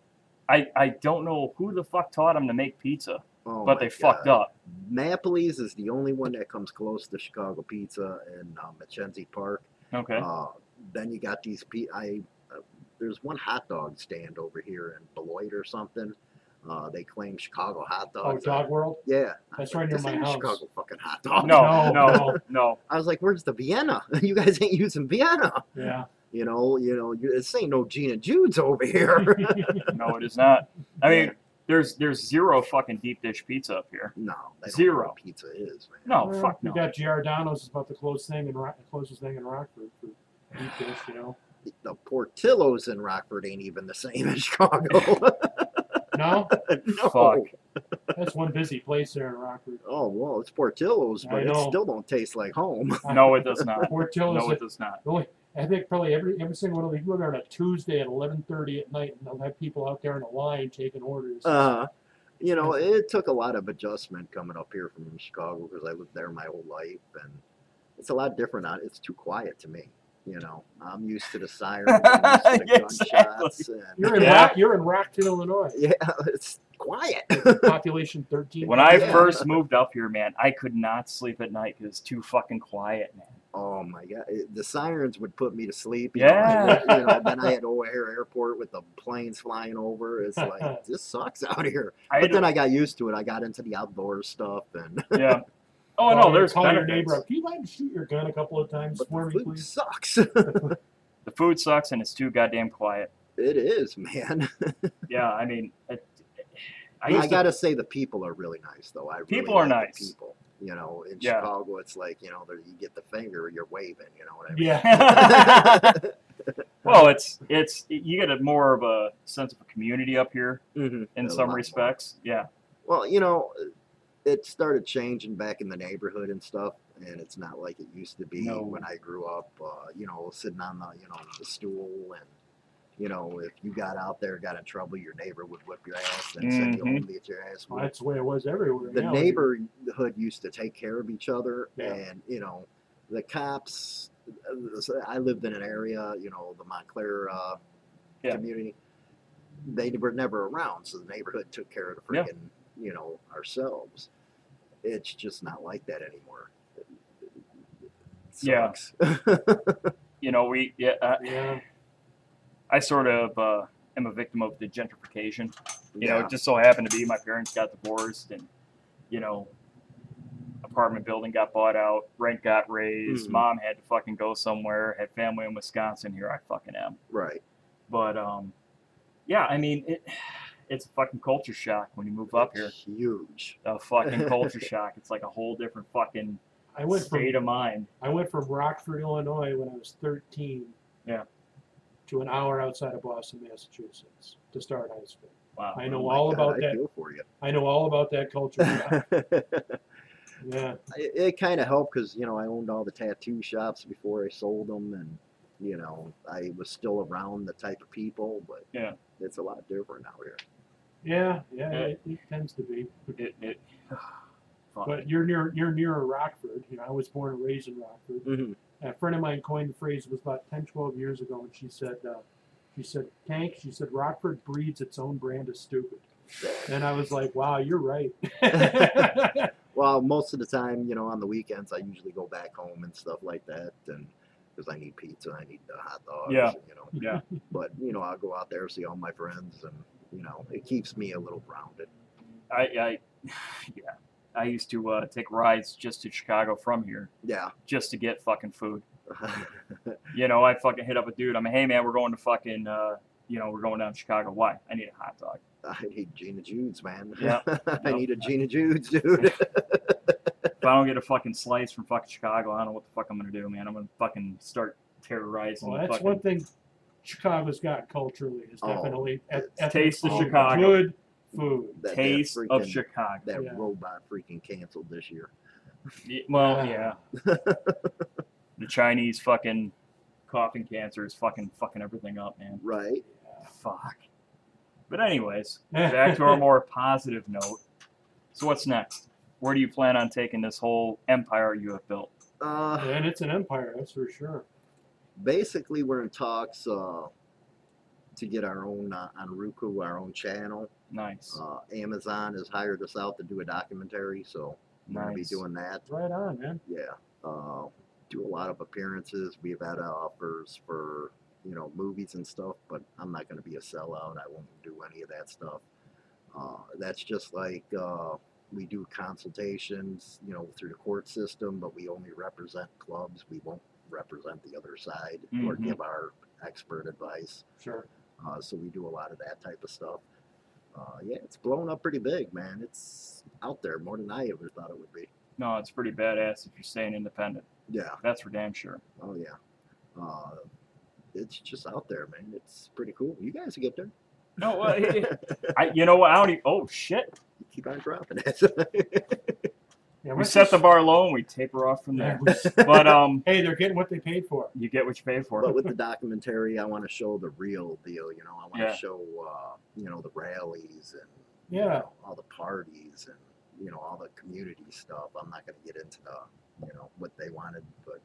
Speaker 4: I, I don't know who the fuck taught them to make pizza,
Speaker 5: Oh
Speaker 4: but
Speaker 5: my
Speaker 4: they
Speaker 5: God.
Speaker 4: fucked up.
Speaker 5: Napoli's is the only one that comes close to Chicago Pizza in uh, McKenzie Park.
Speaker 4: Okay.
Speaker 5: Uh, then you got these. Pe- I uh, there's one hot dog stand over here in Beloit or something. Uh, they claim Chicago hot
Speaker 3: oh,
Speaker 5: dogs.
Speaker 3: Dog World?
Speaker 5: Yeah,
Speaker 3: That's right near
Speaker 5: this
Speaker 3: my
Speaker 5: ain't a
Speaker 3: house.
Speaker 5: Chicago fucking hot dog.
Speaker 3: no,
Speaker 4: no, no, no.
Speaker 5: I was like, where's the Vienna? you guys ain't using Vienna.
Speaker 3: Yeah.
Speaker 5: You know, you know, you, this ain't no Gina Jude's over here.
Speaker 4: No, it is not. I mean, there's there's zero fucking deep dish pizza up here.
Speaker 5: no, that's
Speaker 4: Zero.
Speaker 5: What pizza is man.
Speaker 4: No,
Speaker 3: Well,
Speaker 4: fuck
Speaker 3: You
Speaker 4: no.
Speaker 3: got Giordano's is about the closest thing in Rock, closest thing in Rockford for deep dish, you know.
Speaker 5: The Portillo's in Rockford ain't even the same as Chicago.
Speaker 3: No,
Speaker 5: no.
Speaker 4: Fuck.
Speaker 3: that's one busy place there in Rockford.
Speaker 5: Oh well, it's Portillo's,
Speaker 3: I
Speaker 5: but it
Speaker 3: know.
Speaker 5: still don't taste like home.
Speaker 4: No, it does not.
Speaker 3: Portillo's.
Speaker 4: No, it does not.
Speaker 3: the only, I think probably every every single one of them. You go there on a Tuesday at eleven thirty at night, and they'll have people out there in a line taking orders.
Speaker 5: Uh, you know, it took a lot of adjustment coming up here from Chicago because I lived there my whole life, and it's a lot different. out- It's too quiet to me. You know, I'm used to the sirens, I'm used to the
Speaker 4: Yeah, exactly.
Speaker 5: gunshots, and
Speaker 3: you're in
Speaker 4: Yeah.
Speaker 3: Rock, you're in Rockton, Illinois.
Speaker 5: yeah, it's quiet.
Speaker 3: Population thirteen.
Speaker 4: When I
Speaker 5: Yeah.
Speaker 4: first moved up here, man, I could not sleep at night because it's too fucking quiet, man.
Speaker 5: oh my god, it- the sirens would put me to sleep. you know,
Speaker 4: Yeah.
Speaker 5: and, you know, then I had O'Hare Airport with the planes flying over. It's like this sucks out here.
Speaker 4: I
Speaker 5: But then I got used to it. I got into the outdoor stuff, and
Speaker 4: Yeah. Oh
Speaker 3: Well,
Speaker 4: no,
Speaker 3: you
Speaker 4: there's
Speaker 3: call your neighbor
Speaker 4: benefits.
Speaker 3: up. Can you mind shoot your gun a couple of times
Speaker 5: but
Speaker 3: for
Speaker 5: the
Speaker 3: me,
Speaker 5: food
Speaker 3: please?
Speaker 5: sucks.
Speaker 4: The food sucks and it's too goddamn quiet.
Speaker 5: it is, man.
Speaker 4: Yeah, I mean, it, I
Speaker 5: I,
Speaker 4: used to,
Speaker 5: gotta say the people are really nice though. I really
Speaker 4: People are
Speaker 5: like the
Speaker 4: nice.
Speaker 5: people. You know, in
Speaker 4: Yeah.
Speaker 5: Chicago, it's like you know, there you get the finger, you're waving. You know what I mean?
Speaker 3: Yeah.
Speaker 4: well, it's it's you get a more of a sense of a community up here in
Speaker 5: A lot
Speaker 4: some
Speaker 5: more.
Speaker 4: respects. Yeah,
Speaker 5: Well, you know, it started changing back in the neighborhood and stuff, and it's not like it used to be
Speaker 4: No.
Speaker 5: when I grew up. Uh, you know, sitting on the you know the stool, and you know, if you got out there, got in trouble, your neighbor would whip your ass and send you
Speaker 4: Mhm.
Speaker 5: home to get your ass
Speaker 3: Well,
Speaker 5: whipped.
Speaker 3: that's the way it was everywhere.
Speaker 5: the
Speaker 3: now.
Speaker 5: neighborhood used to take care of each other
Speaker 3: Yeah.
Speaker 5: and you know the cops i lived in an area you know the montclair uh,
Speaker 4: Yeah.
Speaker 5: community they were never around so the neighborhood took care of the
Speaker 4: Yeah.
Speaker 5: freaking you know ourselves it's just not like that anymore It- it
Speaker 4: Yeah.
Speaker 5: sucks.
Speaker 4: you know we yeah I,
Speaker 3: Yeah.
Speaker 4: I sort of uh, am a victim of the gentrification. You know,
Speaker 5: Yeah.
Speaker 4: it just so happened to be my parents got divorced, and you know, apartment building got bought out, rent got raised,
Speaker 3: Hmm.
Speaker 5: Mhm.
Speaker 4: mom had to fucking go somewhere, had family in Wisconsin. Here I fucking am.
Speaker 5: right
Speaker 4: But um, yeah, I mean, it, it's a fucking culture shock when you move up here.
Speaker 5: It's huge
Speaker 4: A fucking culture shock. It's like a whole different fucking
Speaker 3: I went from
Speaker 4: state of mind.
Speaker 3: I went from Rockford, Illinois, when I was 13.
Speaker 4: Yeah.
Speaker 3: To an hour outside of Boston, Massachusetts, to start high school.
Speaker 4: Wow.
Speaker 3: I know
Speaker 5: Oh my
Speaker 3: all
Speaker 5: God,
Speaker 3: about
Speaker 5: I
Speaker 3: that.
Speaker 5: feel for you
Speaker 3: I know all about that culture. yeah. yeah.
Speaker 5: it, it kind of helped because you know I owned all the tattoo shops before I sold them, and you know I was still around the type of people, but
Speaker 4: Yeah.
Speaker 5: it's a lot different out here.
Speaker 3: Yeah, yeah,
Speaker 4: Yeah.
Speaker 3: It, it tends to be.
Speaker 4: It, it, fuck.
Speaker 3: But you're near you're nearer Rockford. You know, I was born and raised in Rockford. A friend of mine coined the phrase it was about 10, 12 years ago, and she said, uh, she said, Tank, she said, Rockford breeds its own brand of stupid. And I was like, wow, you're right.
Speaker 5: Well, most of the time, you know, on the weekends, I usually go back home and stuff like that, and because I need pizza, I need the hot dogs,
Speaker 4: Yeah.
Speaker 5: you know.
Speaker 4: yeah.
Speaker 5: But you know, I'll go out there see all my friends, and you know, it keeps me a little grounded.
Speaker 4: I, I yeah. I used to uh, take rides just to Chicago from here
Speaker 5: Yeah.
Speaker 4: just to get fucking food. You know, I fucking hit up a dude. I'm hey man, we're going to fucking uh, you know, we're going down to Chicago. Why? I need a hot dog.
Speaker 5: I need Gina Jude's, man.
Speaker 4: Yeah.
Speaker 5: I
Speaker 4: Yep.
Speaker 5: need a Gina Jude's, dude.
Speaker 4: If I don't get a fucking slice from fucking Chicago, I don't know what the fuck I'm gonna do, man. I'm gonna fucking start terrorizing.
Speaker 3: well,
Speaker 4: the
Speaker 3: that's
Speaker 4: fucking,
Speaker 3: one thing Chicago's got culturally is
Speaker 5: Oh,
Speaker 3: definitely eth-
Speaker 5: it's
Speaker 3: ethnic
Speaker 4: taste of
Speaker 3: food,
Speaker 4: Chicago.
Speaker 3: Good food.
Speaker 5: That- that
Speaker 4: taste of
Speaker 5: freaking-
Speaker 4: Chicago.
Speaker 5: that
Speaker 3: Yeah.
Speaker 5: robot freaking canceled this year.
Speaker 4: Y- Well, yeah.
Speaker 3: Yeah.
Speaker 4: the Chinese fucking coughing cancer is fucking fucking everything up, man.
Speaker 5: Right.
Speaker 4: Fuck. But anyways, back to our more positive note. So what's next? Where do you plan on taking this whole empire you have built?
Speaker 5: Uh,
Speaker 3: and it's an empire, that's for sure.
Speaker 5: basically, we're in talks uh, to get our own uh, on Roku, our own channel.
Speaker 4: Nice.
Speaker 5: Uh, Amazon has hired us out to do a documentary, so we're gonna be
Speaker 4: Nice.
Speaker 5: doing that.
Speaker 3: Right on, man.
Speaker 5: Yeah. Uh, do a lot of appearances. We've had offers for you know movies and stuff, but I'm not gonna be a sellout. I won't do any of that stuff. Uh, that's just like uh, we do consultations, you know, through the court system, but we only represent clubs. We won't represent the other side or
Speaker 4: Mhm.
Speaker 5: give our expert advice.
Speaker 3: Sure.
Speaker 5: Uh, so we do a lot of that type of stuff. Uh, yeah, it's blown up pretty big, man. It's out there more than I ever thought it would be.
Speaker 4: No, it's pretty badass if you're staying independent.
Speaker 5: Yeah.
Speaker 4: That's for damn sure.
Speaker 5: Oh yeah. Uh, it's just out there, man. It's pretty cool. You guys get there.
Speaker 4: No, well, it- it- I, you know what? I don't even, oh shit!
Speaker 5: You keep on dropping it.
Speaker 3: Yeah,
Speaker 4: We
Speaker 3: what's
Speaker 4: set the
Speaker 3: this-
Speaker 4: bar low and we taper off from there.
Speaker 3: Yeah, we-
Speaker 4: But um,
Speaker 3: hey, they're getting what they paid for.
Speaker 4: you get what you pay for.
Speaker 5: but with the documentary, I want to show the real deal. You know, I want to
Speaker 4: Yeah.
Speaker 5: show uh, you know the rallies and you
Speaker 3: Yeah.
Speaker 5: know, all the parties and you know all the community stuff. I'm not going to get into the, you know what they wanted, but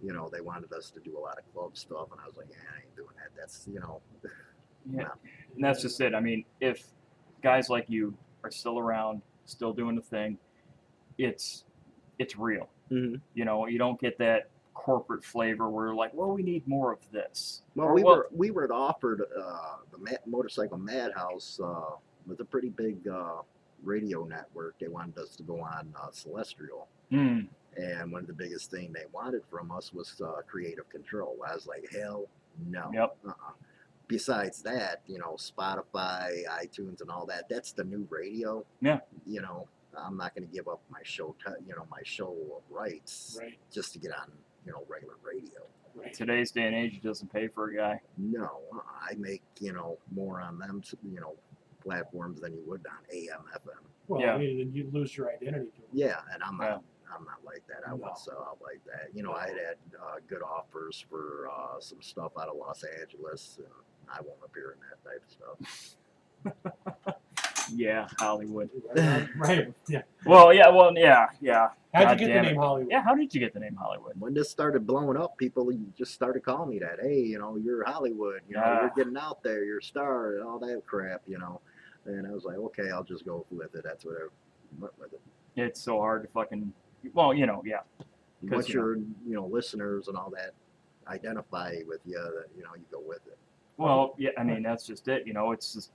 Speaker 5: you know they wanted us to do a lot of club stuff, and I was like, yeah, I ain't doing that. That's you know,
Speaker 4: Yeah. And that's just it. I mean, if guys like you are still around, still doing the thing, it's it's real.
Speaker 5: Mhm.
Speaker 4: You know, you don't get that corporate flavor where you're like, well, we need more of this.
Speaker 5: Well,
Speaker 4: Or,
Speaker 5: we were we were offered uh, the ma motorcycle madhouse uh, with a pretty big uh, radio network. They wanted us to go on uh, Celestial,
Speaker 4: Hmm,
Speaker 5: and one of the biggest thing they wanted from us was uh, creative control. I was like, hell no.
Speaker 4: Yep.
Speaker 5: Uh-uh. Besides that, you know, Spotify, iTunes, and all that—that's the new radio.
Speaker 4: Yeah.
Speaker 5: You know, I'm not going to give up my show, ti- you know, my show rights
Speaker 3: Right.
Speaker 5: just to get on, you know, regular radio.
Speaker 3: Right.
Speaker 4: Today's day and age, it doesn't pay for a guy.
Speaker 5: No, I make, you know, more on them, you know, platforms than you would on AM, FM.
Speaker 3: Well,
Speaker 4: Yeah.
Speaker 3: I mean, then you lose your identity. To it.
Speaker 5: Yeah, and I'm not, I'm not like that. I
Speaker 3: No.
Speaker 5: won't sell out like that. You know, I had had uh, good offers for uh, some stuff out of Los Angeles, and I won't appear in that type of stuff.
Speaker 4: Yeah, Hollywood.
Speaker 3: Right. right. Yeah.
Speaker 4: Well, yeah, well, yeah, yeah,
Speaker 3: How'd
Speaker 4: God
Speaker 3: you get the
Speaker 4: damn it.
Speaker 3: name Hollywood?
Speaker 4: yeah. How did you get the name Hollywood?
Speaker 5: When this started blowing up, people just started calling me that. Hey, you know, you're Hollywood. You know,
Speaker 4: Ah.
Speaker 5: you're getting out there. You're a star, and all that crap. You know, and I was like, okay, I'll just go with it. That's what I went with it.
Speaker 4: It's so hard to fucking. Well, you know, yeah, Because,
Speaker 5: Once
Speaker 4: you know-
Speaker 5: your you know listeners and all that identify with you, that you know, you go with it.
Speaker 4: Well, yeah, I mean that's just it. You know, it's just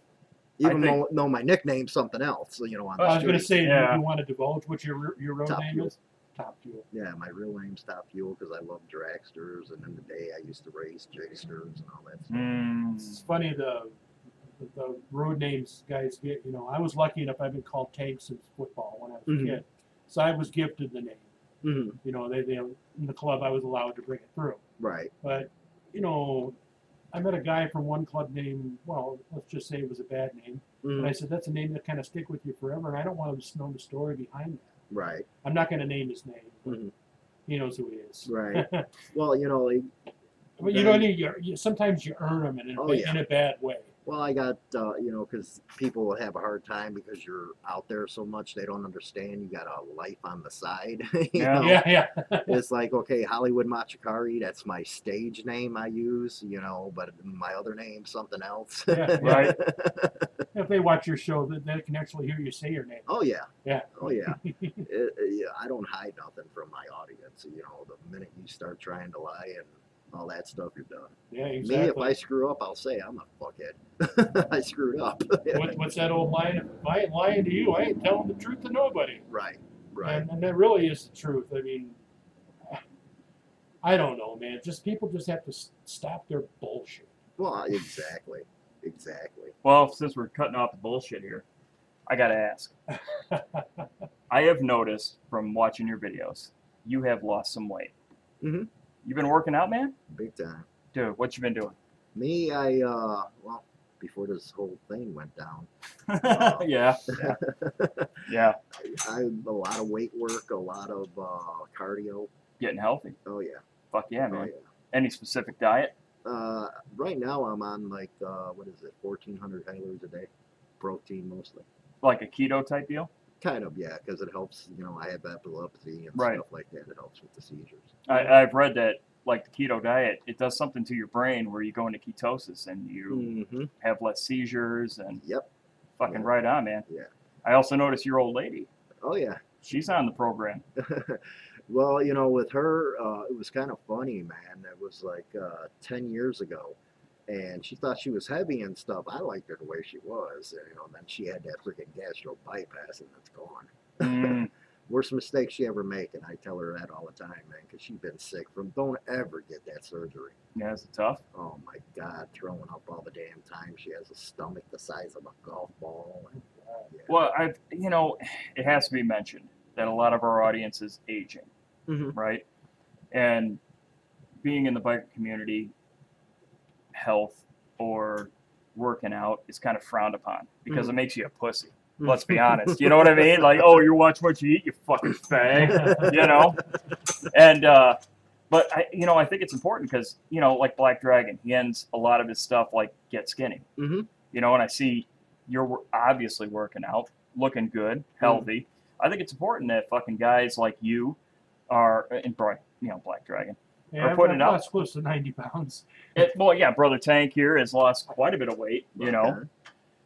Speaker 4: I
Speaker 5: Even
Speaker 4: think-
Speaker 5: though, though my nickname's something else, you know, on
Speaker 3: I
Speaker 5: the
Speaker 3: was going
Speaker 5: street.
Speaker 3: to say, do
Speaker 4: Yeah.
Speaker 3: you want to divulge what your your road
Speaker 5: Top
Speaker 3: name
Speaker 5: Fuel.
Speaker 3: is? Top Fuel.
Speaker 5: Yeah, my real name's Top Fuel because I love dragsters, and in the day I used to race jagsters and all that. Stuff.
Speaker 4: mm,
Speaker 3: It's funny the, the the road names guys get. You know, I was lucky enough. I've been called Tank since football when I was
Speaker 4: Mm-hmm.
Speaker 5: Mhm.
Speaker 3: a kid, so I was gifted the name.
Speaker 5: Mm-hmm.
Speaker 3: You know, they, they in the club I was allowed to bring it through.
Speaker 5: Right.
Speaker 3: But you know, I met a guy from one club named well, let's just say it was a bad name.
Speaker 5: Mm-hmm.
Speaker 3: And I said that's a name that kind of stick with you forever, and I don't want to know the story behind that.
Speaker 5: Right.
Speaker 3: I'm not going to name his name. but
Speaker 5: Mhm.
Speaker 3: He knows who he is.
Speaker 5: Right. well, you know, like-
Speaker 3: But you know, what I mean? you, you sometimes you earn them in a,
Speaker 5: Oh,
Speaker 3: ba-
Speaker 5: yeah.
Speaker 3: in a bad way.
Speaker 5: well, I got uh, you know because people will have a hard time because you're out there so much they don't understand you got a life on the side. you
Speaker 4: Yeah.
Speaker 5: know?
Speaker 3: Yeah, yeah.
Speaker 5: It's like okay, Hollywood Machikari, that's my stage name I use, you know, but my other name's something else.
Speaker 3: yeah.
Speaker 4: right.
Speaker 3: If they watch your show, they, they can actually hear you say your name.
Speaker 5: Oh yeah.
Speaker 3: Yeah.
Speaker 5: Oh yeah. It- yeah, I don't hide nothing from my audience. You know, the minute you start trying to lie and all that stuff, you're done.
Speaker 3: Yeah,
Speaker 5: Me, if I
Speaker 3: exactly.
Speaker 5: screw up, I'll say I'm a fuckhead. I screwed up.
Speaker 3: What, what's that old line? If I ain't lying to you, I ain't telling the truth to nobody.
Speaker 5: right. Right.
Speaker 3: And, and that really is the truth. I mean, I don't know, man. Just people just have to s- stop their bullshit.
Speaker 5: Well, exactly. Exactly.
Speaker 4: Well, since we're cutting off the bullshit here, I gotta ask. I have noticed from watching your videos, you have lost some weight.
Speaker 5: Mhm.
Speaker 4: You've been working out, man.
Speaker 5: Big time.
Speaker 4: Dude, what you been doing?
Speaker 5: Me, I uh, well, before this whole thing went down,
Speaker 4: yeah, yeah,
Speaker 5: I a lot of weight work, a lot of uh, cardio.
Speaker 4: getting healthy.
Speaker 5: Oh yeah.
Speaker 4: Fuck yeah,
Speaker 5: Oh
Speaker 4: man.
Speaker 5: yeah.
Speaker 4: Any specific diet?
Speaker 5: Uh, right now I'm on like uh, what is it, 1,400 calories a day, protein mostly.
Speaker 4: Like a keto type deal?
Speaker 5: Kind of, yeah, because it helps. You know, I have epilepsy and
Speaker 4: Right.
Speaker 5: stuff like that. It helps with the seizures.
Speaker 4: I, I've read that like the keto diet, it does something to your brain where you go into ketosis and you
Speaker 5: Mm-hmm.
Speaker 4: have less seizures and
Speaker 5: Yep.
Speaker 4: fucking
Speaker 5: Yeah.
Speaker 4: right on, man.
Speaker 5: Yeah.
Speaker 4: I also noticed your old lady.
Speaker 5: Oh yeah.
Speaker 4: She's on the program.
Speaker 5: well, you know, with her, uh, it was kind of funny, man. It was like uh, 10 years ago, and she thought she was heavy and stuff. I liked her the way she was, and, you know. And then she had that freaking gastro bypass, and it's gone.
Speaker 4: Mm,
Speaker 5: Worst mistake she ever made, and I tell her that all the time, man, because she's been sick from. Don't ever get that surgery.
Speaker 4: yeah, it's tough.
Speaker 5: Oh my God, throwing up all the damn time. She has a stomach the size of a golf ball. And, yeah.
Speaker 4: Well, I've you know, it has to be mentioned that a lot of our audience is aging,
Speaker 5: Mhm.
Speaker 4: right? And being in the biker community, health or working out is kind of frowned upon because it makes you a pussy. Let's be honest. You know what I mean? Like, oh, you watch what you eat, you fucking fag. You know. And uh, but I, you know, I think it's important because you know, like Black Dragon, he ends a lot of his stuff like get skinny.
Speaker 5: Mhm.
Speaker 4: You know, and I see you're wor- obviously working out, looking good, healthy. I think it's important that fucking guys like you are uh, and Bri- you know, Black Dragon.
Speaker 3: Yeah, I've,
Speaker 4: putting
Speaker 3: I've
Speaker 4: it out.
Speaker 3: lost close to 90 pounds.
Speaker 4: It, well, yeah, brother Tank here has lost quite a bit of weight. You know,
Speaker 5: Okay.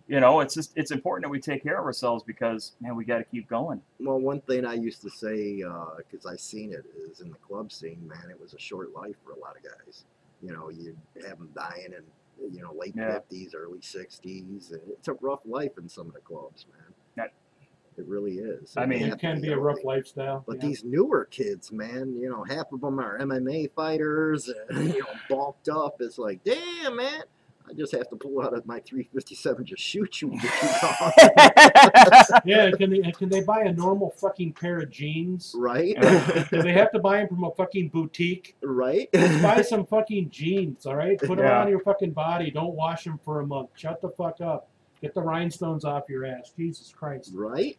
Speaker 4: you know, it's just it's important that we take care of ourselves because man, we got to keep going.
Speaker 5: Well, one thing I used to say, because I seen it, is in the club scene, man, it was a short life for a lot of guys. You know, you have them dying in, you know, late
Speaker 4: Yeah.
Speaker 5: 50s, early 60s. And it's a rough life in some of the clubs, man.
Speaker 4: That-
Speaker 5: it really is.
Speaker 4: I
Speaker 5: And
Speaker 4: mean,
Speaker 5: you
Speaker 4: it
Speaker 5: have
Speaker 3: It
Speaker 5: to
Speaker 3: can be a rough
Speaker 5: healthy.
Speaker 3: lifestyle.
Speaker 5: But
Speaker 3: yeah.
Speaker 5: these newer kids, man, you know, half of them are MMA fighters, and, you know, bulked up. It's like, damn, man, I just have to pull out of my 357 just shoot you. if you
Speaker 3: Yeah, and can they and can they buy a normal fucking pair of jeans?
Speaker 5: call. right?
Speaker 3: Do they have to buy them from a fucking boutique?
Speaker 5: right?
Speaker 3: Buy some fucking jeans, all right? Put them
Speaker 4: Yeah.
Speaker 3: on your fucking body. Don't wash them for a month. Shut the fuck up. Get the rhinestones off your ass. Jesus Christ.
Speaker 5: right?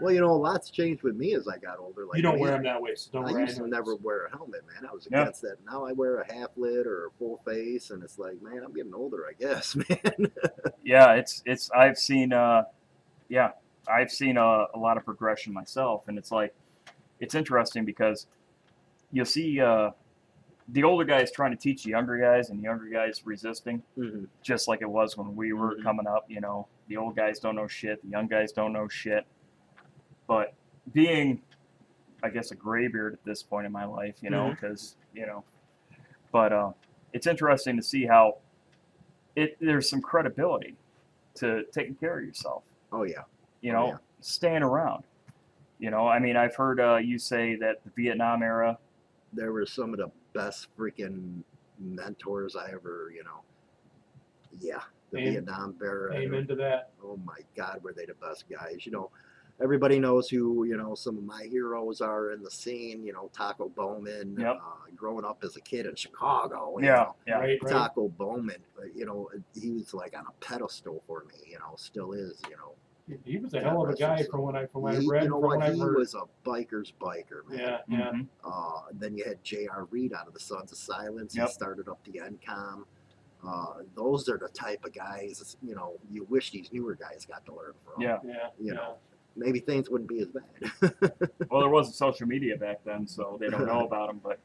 Speaker 5: Well, you know, lots changed with me as I got older. Like
Speaker 3: you don't
Speaker 5: I
Speaker 3: wear
Speaker 5: used-
Speaker 3: them that way, so don't
Speaker 5: I
Speaker 3: wear
Speaker 5: used
Speaker 3: them.
Speaker 5: to never wear a helmet, man. I was
Speaker 4: Yeah.
Speaker 5: against that. Now I wear a half lid or a full face, and it's like, man, I'm getting older, I guess, man.
Speaker 4: yeah, it's it's I've seen uh yeah, I've seen a, a lot of progression myself and it's like it's interesting because you'll see uh the older guys trying to teach the younger guys and the younger guys resisting
Speaker 3: Mm-hmm.
Speaker 4: just like it was when we were
Speaker 5: Mhm.
Speaker 4: coming up, you know. The old guys don't know shit, the young guys don't know shit. But being I guess a graybeard at this point in my life, you know, because you know but uh, it's interesting to see how it there's some credibility to taking care of yourself
Speaker 5: Oh yeah,
Speaker 4: you
Speaker 5: Oh,
Speaker 4: know
Speaker 5: yeah.
Speaker 4: staying around you know i mean i've heard uh, you say that the vietnam era
Speaker 5: there were some of the best freaking mentors I ever, you know. Yeah, the
Speaker 3: Amen.
Speaker 5: Vietnam era.
Speaker 3: Amen to that.
Speaker 5: oh my god were they the best guys you know everybody knows who you know some of my heroes are in the scene you know taco bowman
Speaker 4: Yep.
Speaker 5: uh, growing up as a kid in chicago you
Speaker 4: yeah
Speaker 5: know,
Speaker 4: yeah
Speaker 3: Right, right.
Speaker 5: taco bowman uh, you know he was like on a pedestal for me you know still is you know
Speaker 3: He- He was a hell of a guy from when I from when I
Speaker 5: he,
Speaker 3: read
Speaker 5: you know
Speaker 3: from when I
Speaker 5: what he
Speaker 3: heard.
Speaker 5: was a biker's biker man
Speaker 3: Yeah, yeah.
Speaker 4: Mhm.
Speaker 5: uh, then you had J.R. Reed out of the Sons of Silence.
Speaker 4: Yep.
Speaker 5: He started up the NCOM. Uh, those are the type of guys, you know, you wish these newer guys got to learn from.
Speaker 4: yeah
Speaker 3: Yeah,
Speaker 5: You
Speaker 3: yeah.
Speaker 5: know. Maybe things wouldn't be as bad.
Speaker 4: well there wasn't social media back then so they don't know about them but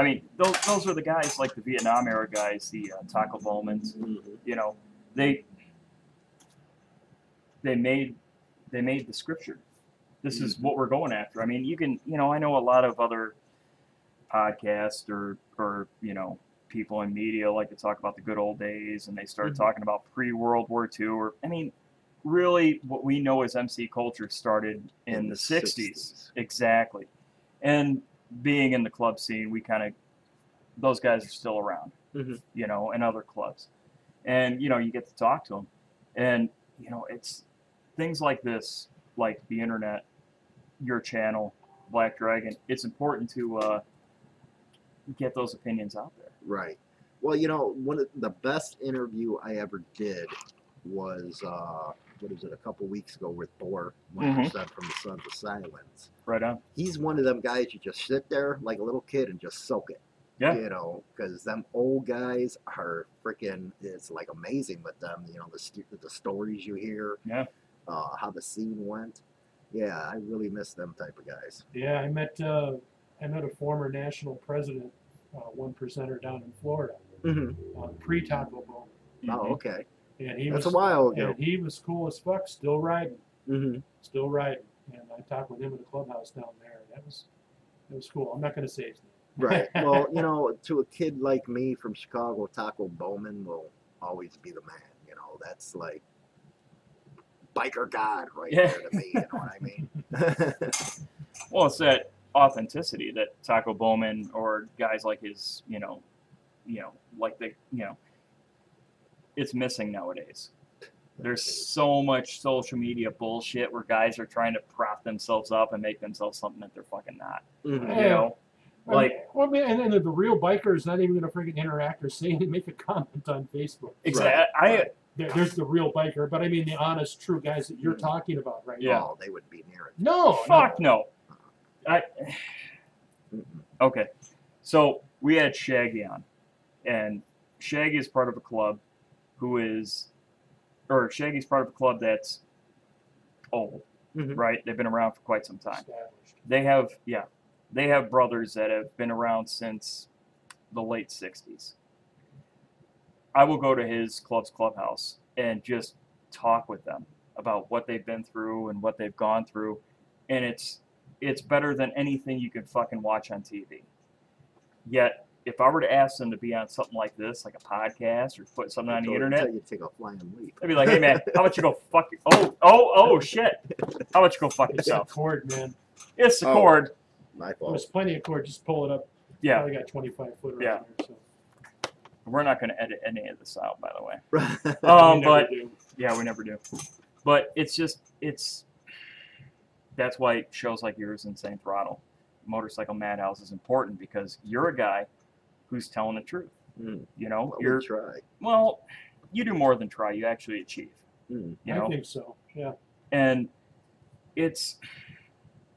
Speaker 4: i mean those, those are the guys like the vietnam era guys the uh, taco bowmans
Speaker 5: Mhm.
Speaker 4: you know they they made they made the scripture this is what we're going after i mean you can you know i know a lot of other podcasts or or you know people in media like to talk about the good old days and they start
Speaker 3: Mhm.
Speaker 4: talking about pre world war ii or i mean really what we know as mc culture started in, the, 60s. Exactly. And being in the club scene, we kind of, those guys are still around,
Speaker 5: Mhm.
Speaker 4: you know, in other clubs. And, you know, you get to talk to them. And, you know, it's things like this, like the internet, your channel, Black Dragon, it's important to uh, get those opinions out there.
Speaker 5: Right. Well, you know, one of the best interview I ever did was, uh, what is it, a couple weeks ago with Boar, 1%
Speaker 4: Mm-hmm.
Speaker 5: from the Sons of Silence.
Speaker 4: Right on.
Speaker 5: he's one of them guys you just sit there like a little kid and just soak it.
Speaker 4: Yeah.
Speaker 5: You know, because them old guys are freaking, it's like amazing with them. You know, the, st- the stories you hear.
Speaker 4: Yeah.
Speaker 5: Uh, how the scene went. Yeah, I really miss them type of guys.
Speaker 3: Yeah, I met uh, I met a former national president, uh, one percenter down in Florida, uh, pre Taco Bell,
Speaker 4: Mm-hmm.
Speaker 5: Oh, okay.
Speaker 3: and he
Speaker 5: That's a
Speaker 3: was
Speaker 5: while ago.
Speaker 3: and he was cool as fuck, still riding,
Speaker 5: Mm-hmm.
Speaker 3: still riding. And I talked with him in the clubhouse down there. That was that was cool. I'm not gonna say his name.
Speaker 5: Right. Well, you know, to a kid like me from Chicago, Taco Bowman will always be the man. You know, that's like biker god right
Speaker 4: Yeah.
Speaker 5: there to me. You know what I mean?
Speaker 4: Well, it's that authenticity that Taco Bowman or guys like his, you know, you know, like the, you know, it's missing nowadays. There's so much social media bullshit where guys are trying to prop themselves up and make themselves something that they're fucking not.
Speaker 5: Mhm.
Speaker 4: You know, like
Speaker 3: well, man, and, and the real biker is not even gonna freaking interact or say anything, make a comment on Facebook.
Speaker 4: exactly. I
Speaker 3: There, there's the real biker, but I mean the honest, true guys that you're talking about right
Speaker 4: Yeah.
Speaker 5: Oh, they would be near it.
Speaker 3: now. Oh, No,
Speaker 4: fuck no.
Speaker 5: Mm-mm.
Speaker 4: Okay. So we had Shaggy on, and Shaggy is part of a club who is, or Shaggy's part of a club that's old,
Speaker 5: Mhm.
Speaker 4: right? They've been around for quite some
Speaker 3: no.
Speaker 4: time.
Speaker 3: Established.
Speaker 4: They have, yeah, they have brothers that have been around since the late 60s. I will go to his club's clubhouse and just talk with them about what they've been through and what they've gone through and it's it's better than anything you can fucking watch on TV. Yet if I were to ask them to be on something like this, like a podcast or put something on the
Speaker 5: Totally
Speaker 4: internet,
Speaker 5: tell you to take a flying leap.
Speaker 4: they'd be like, "Hey man, how about you go fuck your- oh oh oh shit, how about you go fuck
Speaker 3: It's a
Speaker 4: yourself?"
Speaker 3: cord, man.
Speaker 4: It's the
Speaker 5: Oh.
Speaker 4: cord,
Speaker 5: My
Speaker 3: There's
Speaker 5: fault.
Speaker 3: plenty of cord. Just pull it up.
Speaker 4: yeah.
Speaker 3: Probably got 25 footer
Speaker 4: Yeah.
Speaker 3: on there. So.
Speaker 4: We're not going to edit any of this out, by the way.
Speaker 5: Right.
Speaker 4: Um,
Speaker 3: We never
Speaker 4: but
Speaker 3: do.
Speaker 4: yeah, we never do. But it's just it's that's why shows like yours and Same Throttle, Motorcycle Madhouse is important because you're a guy who's telling the truth.
Speaker 5: Mm.
Speaker 4: You know,
Speaker 5: Well, we
Speaker 4: you're
Speaker 5: try.
Speaker 4: well, you do more than try. You actually achieve.
Speaker 5: Mm.
Speaker 4: You
Speaker 3: I
Speaker 4: know,
Speaker 3: think so. Yeah.
Speaker 4: and it's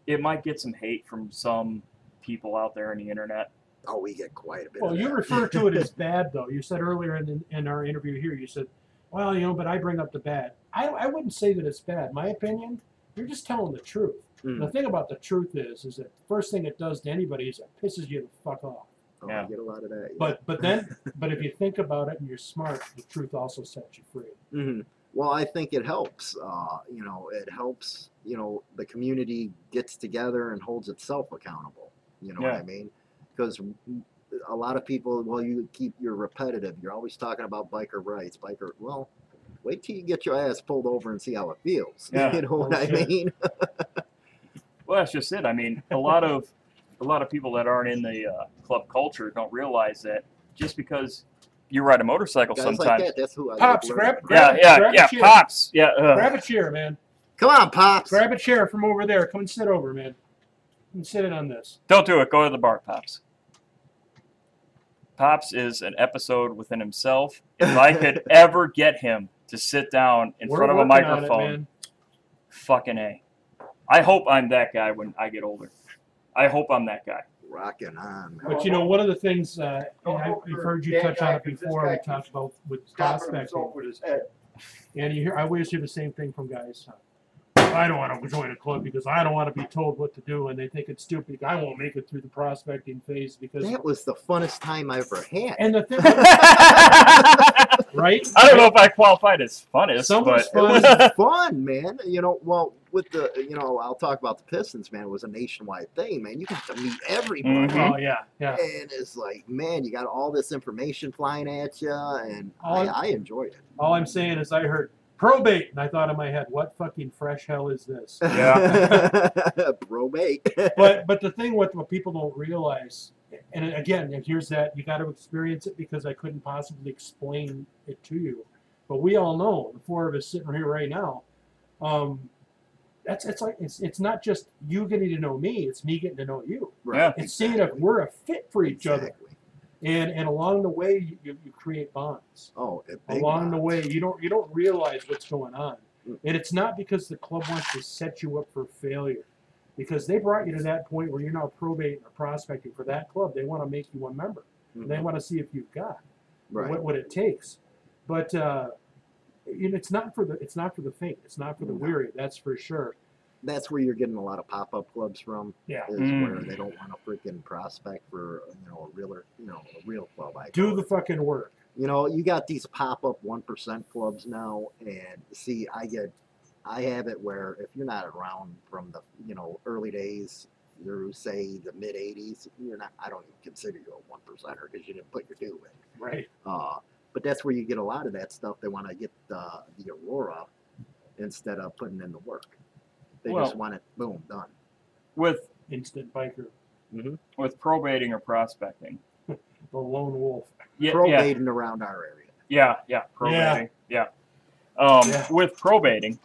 Speaker 4: it might get some hate from some people out there on the internet.
Speaker 5: Oh, we get quite a bit.
Speaker 3: Well,
Speaker 5: of
Speaker 3: you
Speaker 5: that.
Speaker 3: refer to it as bad, though. You said earlier in, in our interview here, you said, well, you know, but I bring up the bad. I, I wouldn't say that it's bad. My opinion, you're just telling the truth.
Speaker 5: Mm.
Speaker 4: Hmm.
Speaker 3: The thing about the truth is, is that the first thing it does to anybody is it pisses you the fuck off.
Speaker 5: Oh,
Speaker 4: Yeah.
Speaker 5: I get a lot of that. yeah.
Speaker 3: But but then, but if you think about it and you're smart, the truth also sets you free.
Speaker 5: Mhm. Well, I think it helps. Uh, you know, it helps. You know, the community gets together and holds itself accountable. You know what
Speaker 4: Yeah.
Speaker 5: I mean? Because a lot of people, well, you keep you're repetitive. You're always talking about biker rights, biker. Well, wait till you get your ass pulled over and see how it feels.
Speaker 4: Yeah. Oh,
Speaker 5: you know what I
Speaker 3: Okay.
Speaker 5: mean?
Speaker 4: Well, that's just it. I mean, a lot of a lot of people that aren't in the uh, club culture don't realize that just because you ride a motorcycle
Speaker 5: Guys like
Speaker 4: sometimes.
Speaker 5: that. That's who I.
Speaker 3: Pops,
Speaker 5: learn
Speaker 3: grab-
Speaker 5: from.
Speaker 4: yeah,
Speaker 3: Grab-
Speaker 4: yeah,
Speaker 3: grab a
Speaker 4: yeah.
Speaker 3: chair.
Speaker 4: Pops. Yeah. uh, ugh.
Speaker 3: Grab a chair, man.
Speaker 5: Come on, pops.
Speaker 3: Grab a chair from over there. Come and sit over, man. Come and sit in on this.
Speaker 4: Don't do it. Go to the bar, Pops. Pops is an episode within himself. If I could ever get him to sit down in
Speaker 3: We're
Speaker 4: front of a
Speaker 3: working on it,
Speaker 4: microphone,
Speaker 3: man.
Speaker 4: fucking a. I hope I'm that guy when I get older. I hope I'm that guy.
Speaker 5: Rocking on. Man.
Speaker 3: But you know, one of the things, uh, and I-
Speaker 6: Don't
Speaker 3: I've
Speaker 6: over
Speaker 3: heard you
Speaker 6: that
Speaker 3: touch on
Speaker 6: guy,
Speaker 3: it
Speaker 6: 'cause this
Speaker 3: before.
Speaker 6: guy
Speaker 3: We
Speaker 6: keeps
Speaker 3: talked about with
Speaker 6: Stopping himself
Speaker 3: prospecting,
Speaker 6: with his head.
Speaker 3: and you hear I always hear the same thing from guys. I don't want to join a club because I don't want to be told what to do, and they think it's stupid. I won't make it through the prospecting phase because.
Speaker 5: that was the funnest time I ever had.
Speaker 3: And the thing,
Speaker 4: I
Speaker 3: right?
Speaker 4: don't know if I qualified as funnest,
Speaker 3: Some
Speaker 4: but
Speaker 3: was
Speaker 5: it was fun, man. You know, well, with the, you know, I'll talk about the Pistons, man. It was a nationwide thing, man. You got to meet everybody.
Speaker 4: Mhm.
Speaker 3: Oh yeah, yeah.
Speaker 5: And it's like, man, you got all this information flying at you, and I,
Speaker 3: I'm-
Speaker 5: I enjoyed it.
Speaker 3: All I'm saying is I heard probate, and I thought in my head, what fucking fresh hell is this?
Speaker 5: Yeah. Probate.
Speaker 3: but but the thing with what people don't realize, and again, and here's that you got to experience it because I couldn't possibly explain it to you. But we all know the four of us sitting here right now. Um, that's it's like it's it's not just you getting to know me; it's me getting to know you.
Speaker 4: Yeah.
Speaker 3: It's seeing if we're a fit for each other,
Speaker 5: Exactly.
Speaker 3: and and along the way you, you, you create bonds.
Speaker 5: Oh, a big
Speaker 3: along the
Speaker 5: one.
Speaker 3: way you don't you don't realize what's going on
Speaker 5: Mm.
Speaker 3: and it's not because the club wants to set you up for failure because they brought you to that point where you're now probate or prospecting for that club they want to make you a member and they
Speaker 5: Mhm.
Speaker 3: want to see if you've got
Speaker 5: Right.
Speaker 3: what, what it takes but uh, you know, it's not for the it's not for the faint it's not for the
Speaker 5: No.
Speaker 3: weary that's for sure
Speaker 5: That's where you're getting a lot of pop up clubs from.
Speaker 3: Yeah.
Speaker 5: Is
Speaker 4: Mm.
Speaker 5: where they don't want to freaking prospect for, you know, a realer, you know, a real club. I
Speaker 3: do
Speaker 5: call
Speaker 3: the
Speaker 5: it.
Speaker 3: fucking work
Speaker 5: you know you got these pop-up 1% clubs now and see i get i have it where if you're not around from the you know early days through say the mid 80s you're not i don't even consider you a 1%er because you didn't put your due in
Speaker 3: right
Speaker 5: uh, but that's where you get a lot of that stuff they want to get the, the aurora instead of putting in the work they
Speaker 4: Well-
Speaker 5: just want it boom done
Speaker 4: with
Speaker 3: instant biker
Speaker 4: with probating or prospecting.
Speaker 3: the lone wolf
Speaker 4: Yeah, yeah,
Speaker 5: probating around our area
Speaker 4: yeah, yeah, probating. Yeah. Um,
Speaker 3: Yeah.
Speaker 4: With probating,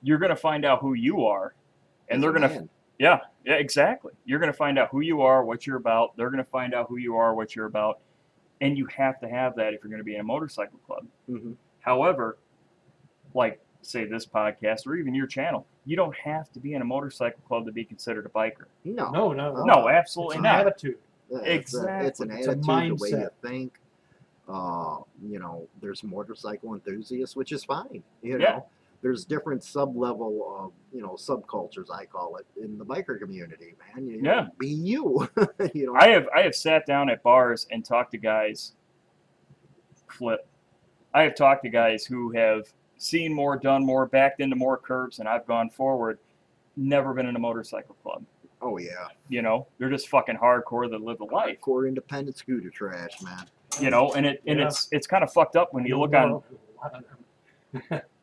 Speaker 4: you're going to find out who you are, and
Speaker 5: As
Speaker 4: they're
Speaker 5: a
Speaker 4: going to
Speaker 5: man.
Speaker 4: Yeah, yeah, exactly. You're going to find out who you are, what you're about. They're going to find out who you are, what you're about. And you have to have that if you're going to be in a motorcycle club.
Speaker 5: Mhm.
Speaker 4: However, like, say, this podcast or even your channel, you don't have to be in a motorcycle club to be considered a biker.
Speaker 5: no,
Speaker 3: no no
Speaker 5: Oh,
Speaker 3: it's
Speaker 4: no, absolutely
Speaker 3: an
Speaker 4: not.
Speaker 3: attitude
Speaker 5: Yeah, it's a- It's an
Speaker 3: Exactly.
Speaker 5: attitude,
Speaker 3: It's a
Speaker 5: the way
Speaker 3: mindset.
Speaker 5: you think. Uh, you know, there's motorcycle enthusiasts, which is fine. You know,
Speaker 4: Yeah.
Speaker 5: there's different sub level of you know subcultures, I call it, in the biker community, man. You know,
Speaker 4: Yeah.
Speaker 5: be you. you know,
Speaker 4: I have I have sat down at bars and talked to guys. Flip. I have talked to guys who have seen more, done more, backed into more curves, and I've gone forward. Never been in a motorcycle club.
Speaker 5: oh yeah,
Speaker 4: You know, they're just fucking hardcore that live the life.
Speaker 5: core independent scooter trash, man.
Speaker 4: you know and it and
Speaker 3: Yeah.
Speaker 4: it's it's kind of fucked up when you look on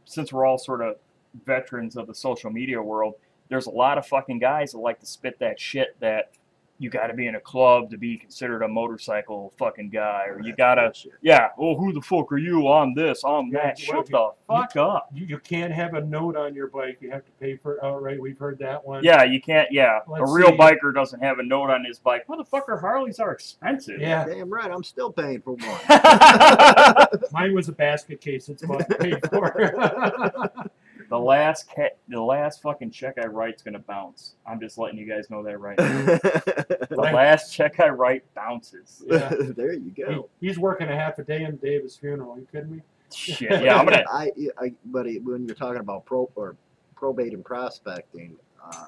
Speaker 4: since we're all sort of veterans of the social media world there's a lot of fucking guys that like to spit that shit that you got to be in a club to be considered a motorcycle fucking guy, or you gotta, yeah. Well, who the fuck are you? I'm this. I'm
Speaker 3: Yeah,
Speaker 4: that.
Speaker 3: what
Speaker 4: Shut
Speaker 3: if
Speaker 4: the
Speaker 3: you-
Speaker 4: fuck up.
Speaker 3: You, you can't have a note on your bike. You have to pay for it outright. We've heard that one.
Speaker 4: Yeah, you can't. Yeah, a
Speaker 3: Let's
Speaker 4: real
Speaker 3: see.
Speaker 4: biker doesn't have a note on his bike. Motherfucker, Harleys are expensive.
Speaker 3: Yeah,
Speaker 5: Damn right, I'm still paying for one.
Speaker 4: the
Speaker 3: mine was a basket case. It's about to pay for.
Speaker 4: last ca- the last fucking check I write's gonna bounce. I'm just letting you guys know that right. now. The
Speaker 3: Right.
Speaker 4: last check I write bounces.
Speaker 3: Yeah.
Speaker 5: there you
Speaker 3: He-
Speaker 5: go.
Speaker 3: he's working a half a day on the day of his funeral. Are you kidding me?
Speaker 4: Shit. Yeah, I'm gonna.
Speaker 5: I, I, but it- when you're talking about pro or probate and prospecting, uh,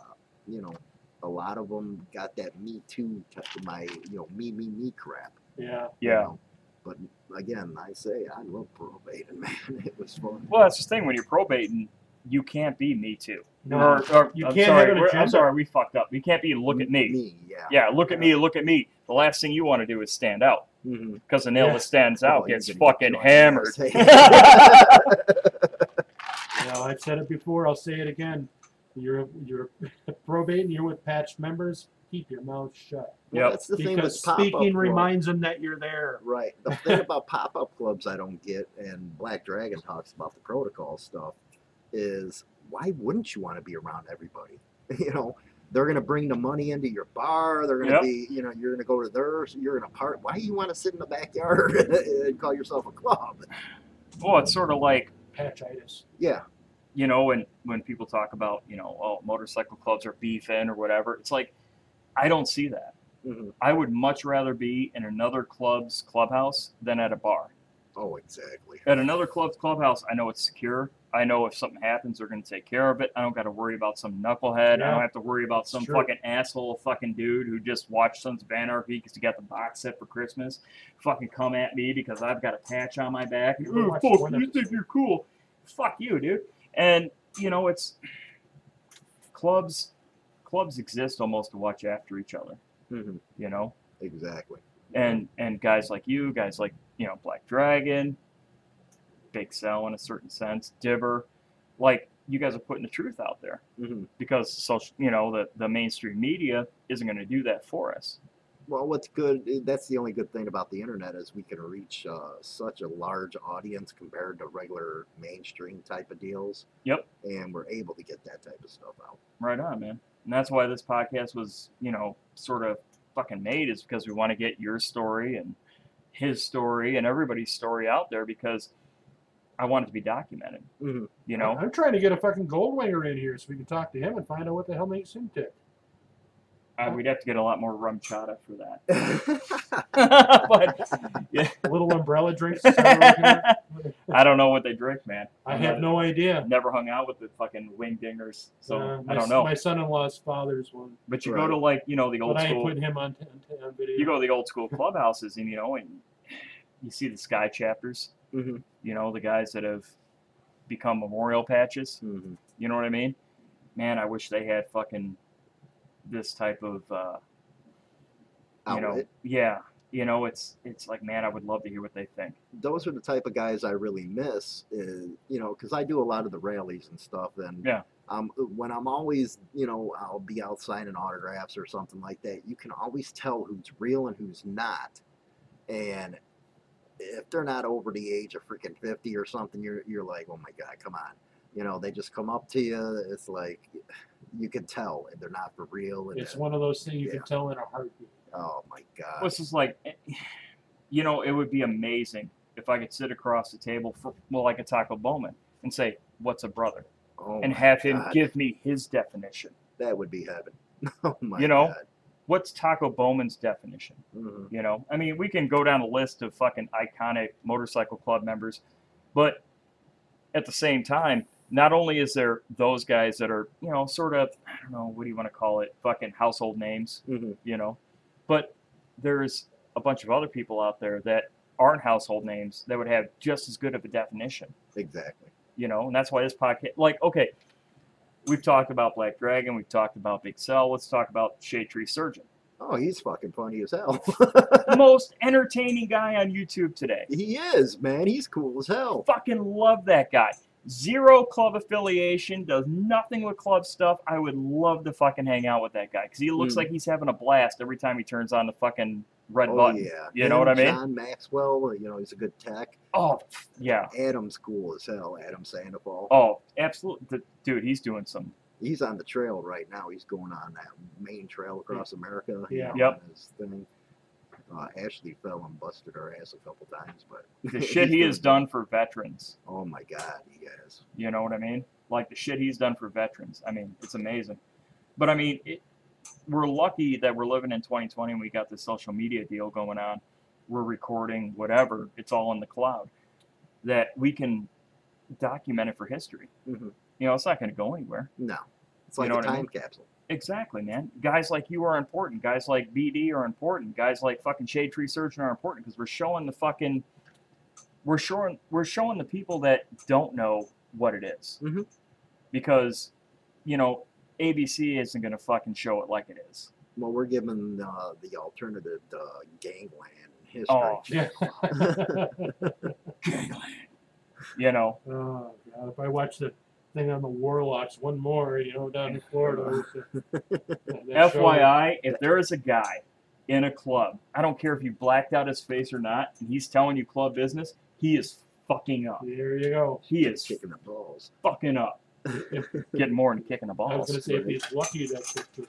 Speaker 5: you know, a lot of them got that me too, t- my you know me me me crap.
Speaker 3: Yeah.
Speaker 5: you
Speaker 4: Yeah.
Speaker 5: know. But again, I say I love probate, and man, it was fun.
Speaker 4: Well, that's the thing when you're probating, you can't be me too.
Speaker 3: No.
Speaker 4: Or, or-
Speaker 3: You
Speaker 4: I'm
Speaker 3: can't
Speaker 4: sorry,
Speaker 3: have an
Speaker 4: we're- I'm
Speaker 3: agenda.
Speaker 4: sorry, we fucked up. You can't be look at me.
Speaker 5: Me, yeah.
Speaker 4: Yeah, look at me, look at me. The last thing you want to do is stand out
Speaker 5: Mhm.
Speaker 4: because the nail
Speaker 3: Yeah.
Speaker 4: that stands
Speaker 5: Oh,
Speaker 4: out
Speaker 5: you're
Speaker 4: gets
Speaker 5: gonna get
Speaker 4: fucking
Speaker 5: joined,
Speaker 4: hammered.
Speaker 5: yes.
Speaker 3: You know, I've said it before. I'll say it again. You're you're probate and you're with patched members. Keep your mouth shut.
Speaker 5: Well,
Speaker 4: Yep.
Speaker 5: That's the thing
Speaker 3: because
Speaker 5: with pop-up
Speaker 3: speaking
Speaker 5: clubs.
Speaker 3: reminds them that you're there.
Speaker 5: Right. The thing about pop-up clubs I don't get, and Black Dragon talks about the protocol stuff, is why wouldn't you want to be around everybody? You know, they're gonna bring the money into your bar. They're gonna
Speaker 4: Yep.
Speaker 5: be, you know, you're gonna go to theirs. You're gonna part. Why do you want to sit in the backyard and call yourself a club?
Speaker 4: Well, it's sort of like
Speaker 3: Patchitis.
Speaker 5: Yeah.
Speaker 4: you know when when people talk about you know oh motorcycle clubs are beefing or whatever. It's like I don't see that.
Speaker 5: Mhm.
Speaker 4: I would much rather be in another club's clubhouse than at a bar.
Speaker 5: Oh, exactly.
Speaker 4: At another club's clubhouse, I know it's secure. I know if something happens, they're going to take care of it. I don't got to worry about some knucklehead. I
Speaker 3: Yeah.
Speaker 4: don't have to worry about some
Speaker 3: Sure.
Speaker 4: fucking asshole fucking dude who just watched Sons of Anarchy because he got the box set for Christmas. Fucking come at me because I've got a patch on my back.
Speaker 3: We
Speaker 4: "Oh,
Speaker 3: watched
Speaker 4: fuck,
Speaker 3: one
Speaker 4: you
Speaker 3: episode.
Speaker 4: think you're cool? Fuck you, dude. And you know it's clubs. Clubs exist almost to watch after each other.
Speaker 5: Mhm.
Speaker 4: You know,
Speaker 5: Exactly.
Speaker 4: and and guys like you, guys like you know Black Dragon, Big Cell in a certain sense, Dibber, like you guys are putting the truth out there
Speaker 5: hmm
Speaker 4: because social, you know, the the mainstream media isn't going to do that for us.
Speaker 5: Well, what's good, eh, that's the only good thing about the internet is we can reach uh, such a large audience compared to regular mainstream type of deals.
Speaker 4: Yep.
Speaker 5: And we're able to get that type of stuff out.
Speaker 4: Right on, man. And that's why this podcast was, you know, sort of fucking made is because we want to get your story and his story and everybody's story out there because I want it to be documented.
Speaker 5: Mhm.
Speaker 4: You know,
Speaker 3: I'm trying to get a fucking Goldwinger in here so we can talk to him and find out what the hell makes him tick.
Speaker 4: Uh, we'd have to get a lot more rum chata for that. but
Speaker 3: A little umbrella drinks. is that what we're gonna-
Speaker 4: I don't know what they drink, man.
Speaker 3: I have no idea.
Speaker 4: never hung out with the fucking wing dingers, so
Speaker 3: Uh,
Speaker 4: I
Speaker 3: my-
Speaker 4: don't know.
Speaker 3: My son-in-law's father's one,
Speaker 4: but you
Speaker 5: Right.
Speaker 4: go to like you know the
Speaker 3: but
Speaker 4: old
Speaker 3: I ain't
Speaker 4: school.
Speaker 3: putting him on, on, on video.
Speaker 4: You go to the old school clubhouses, and you know, and you see the sky chapters.
Speaker 5: Mhm.
Speaker 4: You know the guys that have become memorial patches.
Speaker 5: Mhm.
Speaker 4: You know what I mean? Man, I wish they had fucking this type of uh, you know,
Speaker 5: Outlet.
Speaker 4: yeah. You know, it's it's like, man, I would love to hear what they think.
Speaker 5: Those are the type of guys I really miss, is, you know, because I do a lot of the rallies and stuff. And
Speaker 4: Yeah.
Speaker 5: um, when I'm always, you know, I'll be out signing autographs or something like that, you can always tell who's real and who's not. And if they're not over the age of freaking 50 or something, you're, you're like, oh my God, come on. You know, they just come up to you. It's like, you can tell they're not for real. And
Speaker 3: It's one of those things you
Speaker 5: Yeah.
Speaker 3: can tell in a heartbeat.
Speaker 5: oh my God.
Speaker 4: Well, it's just like, eh, you know, it would be amazing if I could sit across the table for, well, like a Taco Bowman, and say, "What's a brother?"
Speaker 5: oh
Speaker 4: and
Speaker 5: my
Speaker 4: have him
Speaker 5: God,
Speaker 4: give me his definition.
Speaker 5: that would be heaven. Oh my
Speaker 4: You know?
Speaker 5: God.
Speaker 4: What's Taco Bowman's definition?
Speaker 5: Mhm.
Speaker 4: You know, I mean, we can go down a list of fucking iconic motorcycle club members, but at the same time, not only is there those guys that are, you know, sort of, I don't know, what do you want to call it, fucking household names,
Speaker 5: Mhm.
Speaker 4: you know, but there's a bunch of other people out there that aren't household names that would have just as good of a definition
Speaker 5: Exactly.
Speaker 4: you know, and that's why this podcast, like, okay, we've talked about Black Dragon, we've talked about Big Cell, let's talk about Shade Tree Surgeon.
Speaker 5: Oh, he's fucking funny as hell.
Speaker 4: Most entertaining guy on YouTube today.
Speaker 5: he is, man. He's cool as hell.
Speaker 4: Fucking love that guy. Zero club affiliation, does nothing with club stuff. I would love to fucking hang out with that guy because he looks
Speaker 5: Mm.
Speaker 4: like he's having a blast every time he turns on the fucking red
Speaker 5: oh,
Speaker 4: button.
Speaker 5: yeah.
Speaker 4: You know what I
Speaker 5: Him,
Speaker 4: mean?
Speaker 5: John Maxwell, uh, you know, he's a good tech.
Speaker 4: Oh, yeah.
Speaker 5: Adam's cool as hell, Adam Sandoval.
Speaker 4: Oh, absolutely. The- Dude, he's doing some.
Speaker 5: He's on the trail right now. He's going on that main trail across America. you
Speaker 3: Yeah.
Speaker 5: know,
Speaker 4: Yep.
Speaker 5: on His thing. Uh, Ashley fell and busted her ass a couple times, but
Speaker 4: The shit he
Speaker 5: doing
Speaker 4: has
Speaker 5: good.
Speaker 4: done for veterans.
Speaker 5: Oh my God, he has.
Speaker 4: You know what I mean? Like the shit he's done for veterans. I mean, it's amazing. But I mean, it, we're lucky that we're living in 2020 and we got this social media deal going on. We're recording whatever, it's all in the cloud that we can document it for history.
Speaker 5: Mhm.
Speaker 4: You know, it's not going to go anywhere.
Speaker 5: No, it's
Speaker 4: You
Speaker 5: like
Speaker 4: know
Speaker 5: a
Speaker 4: what I
Speaker 5: time
Speaker 4: mean?
Speaker 5: capsule.
Speaker 4: Exactly, man. Guys like you are important. Guys like BD are important. Guys like fucking Shade Tree Surgeon are important because we're showing the fucking we're showing we're showing the people that don't know what it is.
Speaker 3: Mm-hmm.
Speaker 5: Mhm.
Speaker 4: Because you know ABC isn't gonna fucking show it like it is.
Speaker 5: Well, we're giving uh, the alternative uh, gangland history.
Speaker 4: Oh,
Speaker 3: Yeah.
Speaker 4: you know,
Speaker 3: Oh, God. If I watch the thing on the Warlocks, one more, you know, down in Florida. with the- that- that show.
Speaker 4: FYI, if there is a guy in a club, I don't care if you blacked out his face or not, and he's telling you club business, he is fucking up.
Speaker 3: There you go.
Speaker 4: He is
Speaker 5: kicking the balls.
Speaker 4: fucking up. Getting more than kicking the
Speaker 3: I was
Speaker 4: balls.
Speaker 3: going to say, if
Speaker 5: right.
Speaker 3: he's lucky, that's it. too.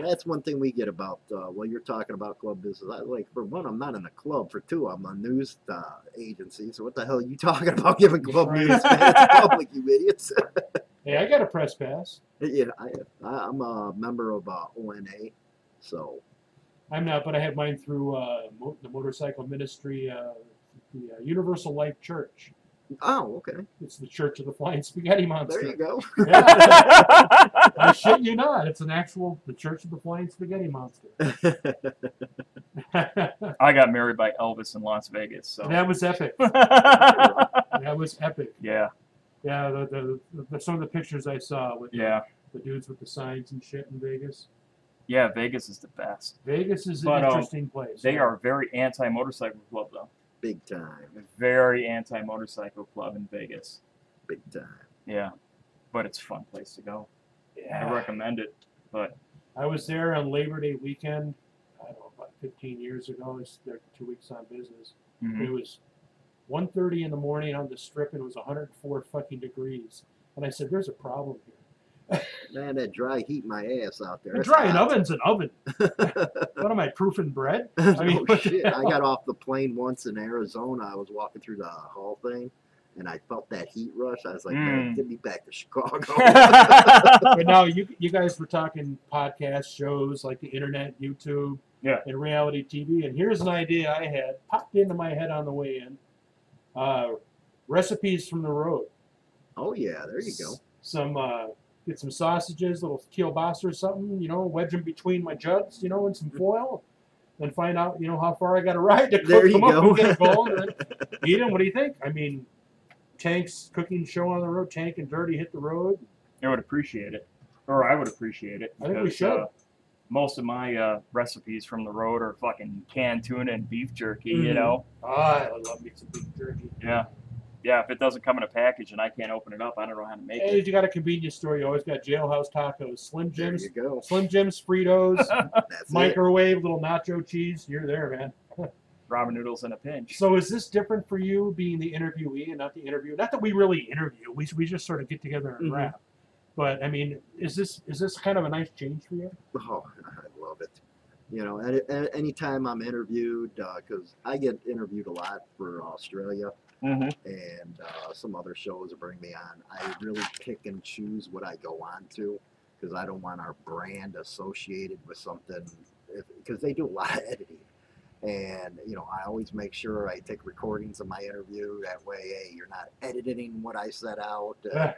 Speaker 5: That's one thing we get about uh, well, you're talking about club business. I, like for one, I'm not in a club. For two, I'm a news uh, agency. So what the hell are you talking about giving club
Speaker 3: Right.
Speaker 5: news man, to the public, you idiots?
Speaker 3: Hey, I got a press pass.
Speaker 5: yeah, I, I, I'm a member of uh, ONA, so
Speaker 3: I'm not, but I have mine through uh, mo- the Motorcycle Ministry, uh, the uh, Universal Life Church.
Speaker 5: oh okay,
Speaker 3: It's the Church of the Flying Spaghetti Monster.
Speaker 5: there you go.
Speaker 3: Yeah. I shit you not. It's an actual the Church of the Flying Spaghetti Monster. that
Speaker 4: I got married by Elvis in Las Vegas, so
Speaker 3: was epic.
Speaker 4: yeah,
Speaker 3: That was epic. Yeah, the, the, the, some of the pictures I saw with
Speaker 4: yeah,
Speaker 3: the, the dudes with the signs and shit in Vegas.
Speaker 4: yeah. Vegas is the best.
Speaker 3: Vegas is an
Speaker 4: But, um,
Speaker 3: interesting place.
Speaker 4: They are very anti-motorcycle club though.
Speaker 5: Big time,
Speaker 4: Very anti-motorcycle club in Vegas.
Speaker 5: big time.
Speaker 4: Yeah, but it's a fun place to go. I
Speaker 3: Yeah.
Speaker 4: recommend it. But
Speaker 3: I was there on Labor Day weekend. I don't know about 15 years ago. I was there for two weeks on business.
Speaker 4: mhm.
Speaker 3: It was 1.30 in the morning on the strip, and it was 104 fucking degrees. And I said, "There's a problem here."
Speaker 5: Man, that dry heat my ass out there.
Speaker 3: And
Speaker 5: It's
Speaker 3: drying
Speaker 5: hot.
Speaker 3: ovens an oven. what am I proofing bread? I mean,
Speaker 5: oh
Speaker 3: what the
Speaker 5: shit! I
Speaker 3: hell?
Speaker 5: got off the plane once in Arizona. I was walking through the hall thing, and I felt that heat rush. I was like, "Man,
Speaker 4: Mm.
Speaker 3: Hmm.
Speaker 5: get me back to Chicago."
Speaker 3: But no, you you guys were talking podcast shows like the internet, YouTube,
Speaker 4: Yeah.
Speaker 3: and reality TV. And here's an idea I had popped into my head on the way in: uh, recipes from the road.
Speaker 5: oh yeah, there you go.
Speaker 3: Some uh, get some sausages, little kielbasa or something. You know, wedge them between my jugs. You know, and
Speaker 5: Mm-hmm.
Speaker 3: some foil. And find out, you know, how far I got to ride to cook
Speaker 5: There you
Speaker 3: them up
Speaker 5: go.
Speaker 3: and get it going. And then eat them. What do you think? I mean, Tank's cooking show on the road. Tank and Dirty hit the road.
Speaker 4: I would appreciate it, or I would appreciate it.
Speaker 3: I think we
Speaker 4: because,
Speaker 3: should.
Speaker 4: uh, most of my uh, recipes from the road are fucking canned tuna and beef jerky. You
Speaker 5: Mhm.
Speaker 4: know.
Speaker 3: Ah, I love me some beef jerky.
Speaker 4: Yeah. Yeah, if it doesn't come in a package and I can't open it up, I don't know how to make
Speaker 3: Hey,
Speaker 4: it.
Speaker 3: you got a convenience store. You always got jailhouse tacos, Slim
Speaker 5: There
Speaker 3: Jims,
Speaker 5: you go.
Speaker 3: Slim Jims Fritos,
Speaker 5: That's it.
Speaker 3: microwave, little nacho cheese. You're there, man.
Speaker 4: Ramen noodles in a pinch.
Speaker 3: So is this different for you being the interviewee and not the interview? Not that we really interview. We, we just sort of get together and
Speaker 4: Mm-hmm.
Speaker 5: Mhm.
Speaker 3: rap. But I mean, is this is this kind of a nice change for you?
Speaker 5: Oh, I love it. You know, and and anytime I'm interviewed, because I get interviewed a lot for Australia
Speaker 4: hmm
Speaker 5: and uh, some other shows that bring me on, I really pick and choose what I go on to because I don't want our brand associated with something because they do a lot of editing. And you know, I always make sure I take recordings of my interview. That way, hey, you're not editing what I set out. Uh,
Speaker 3: Yeah.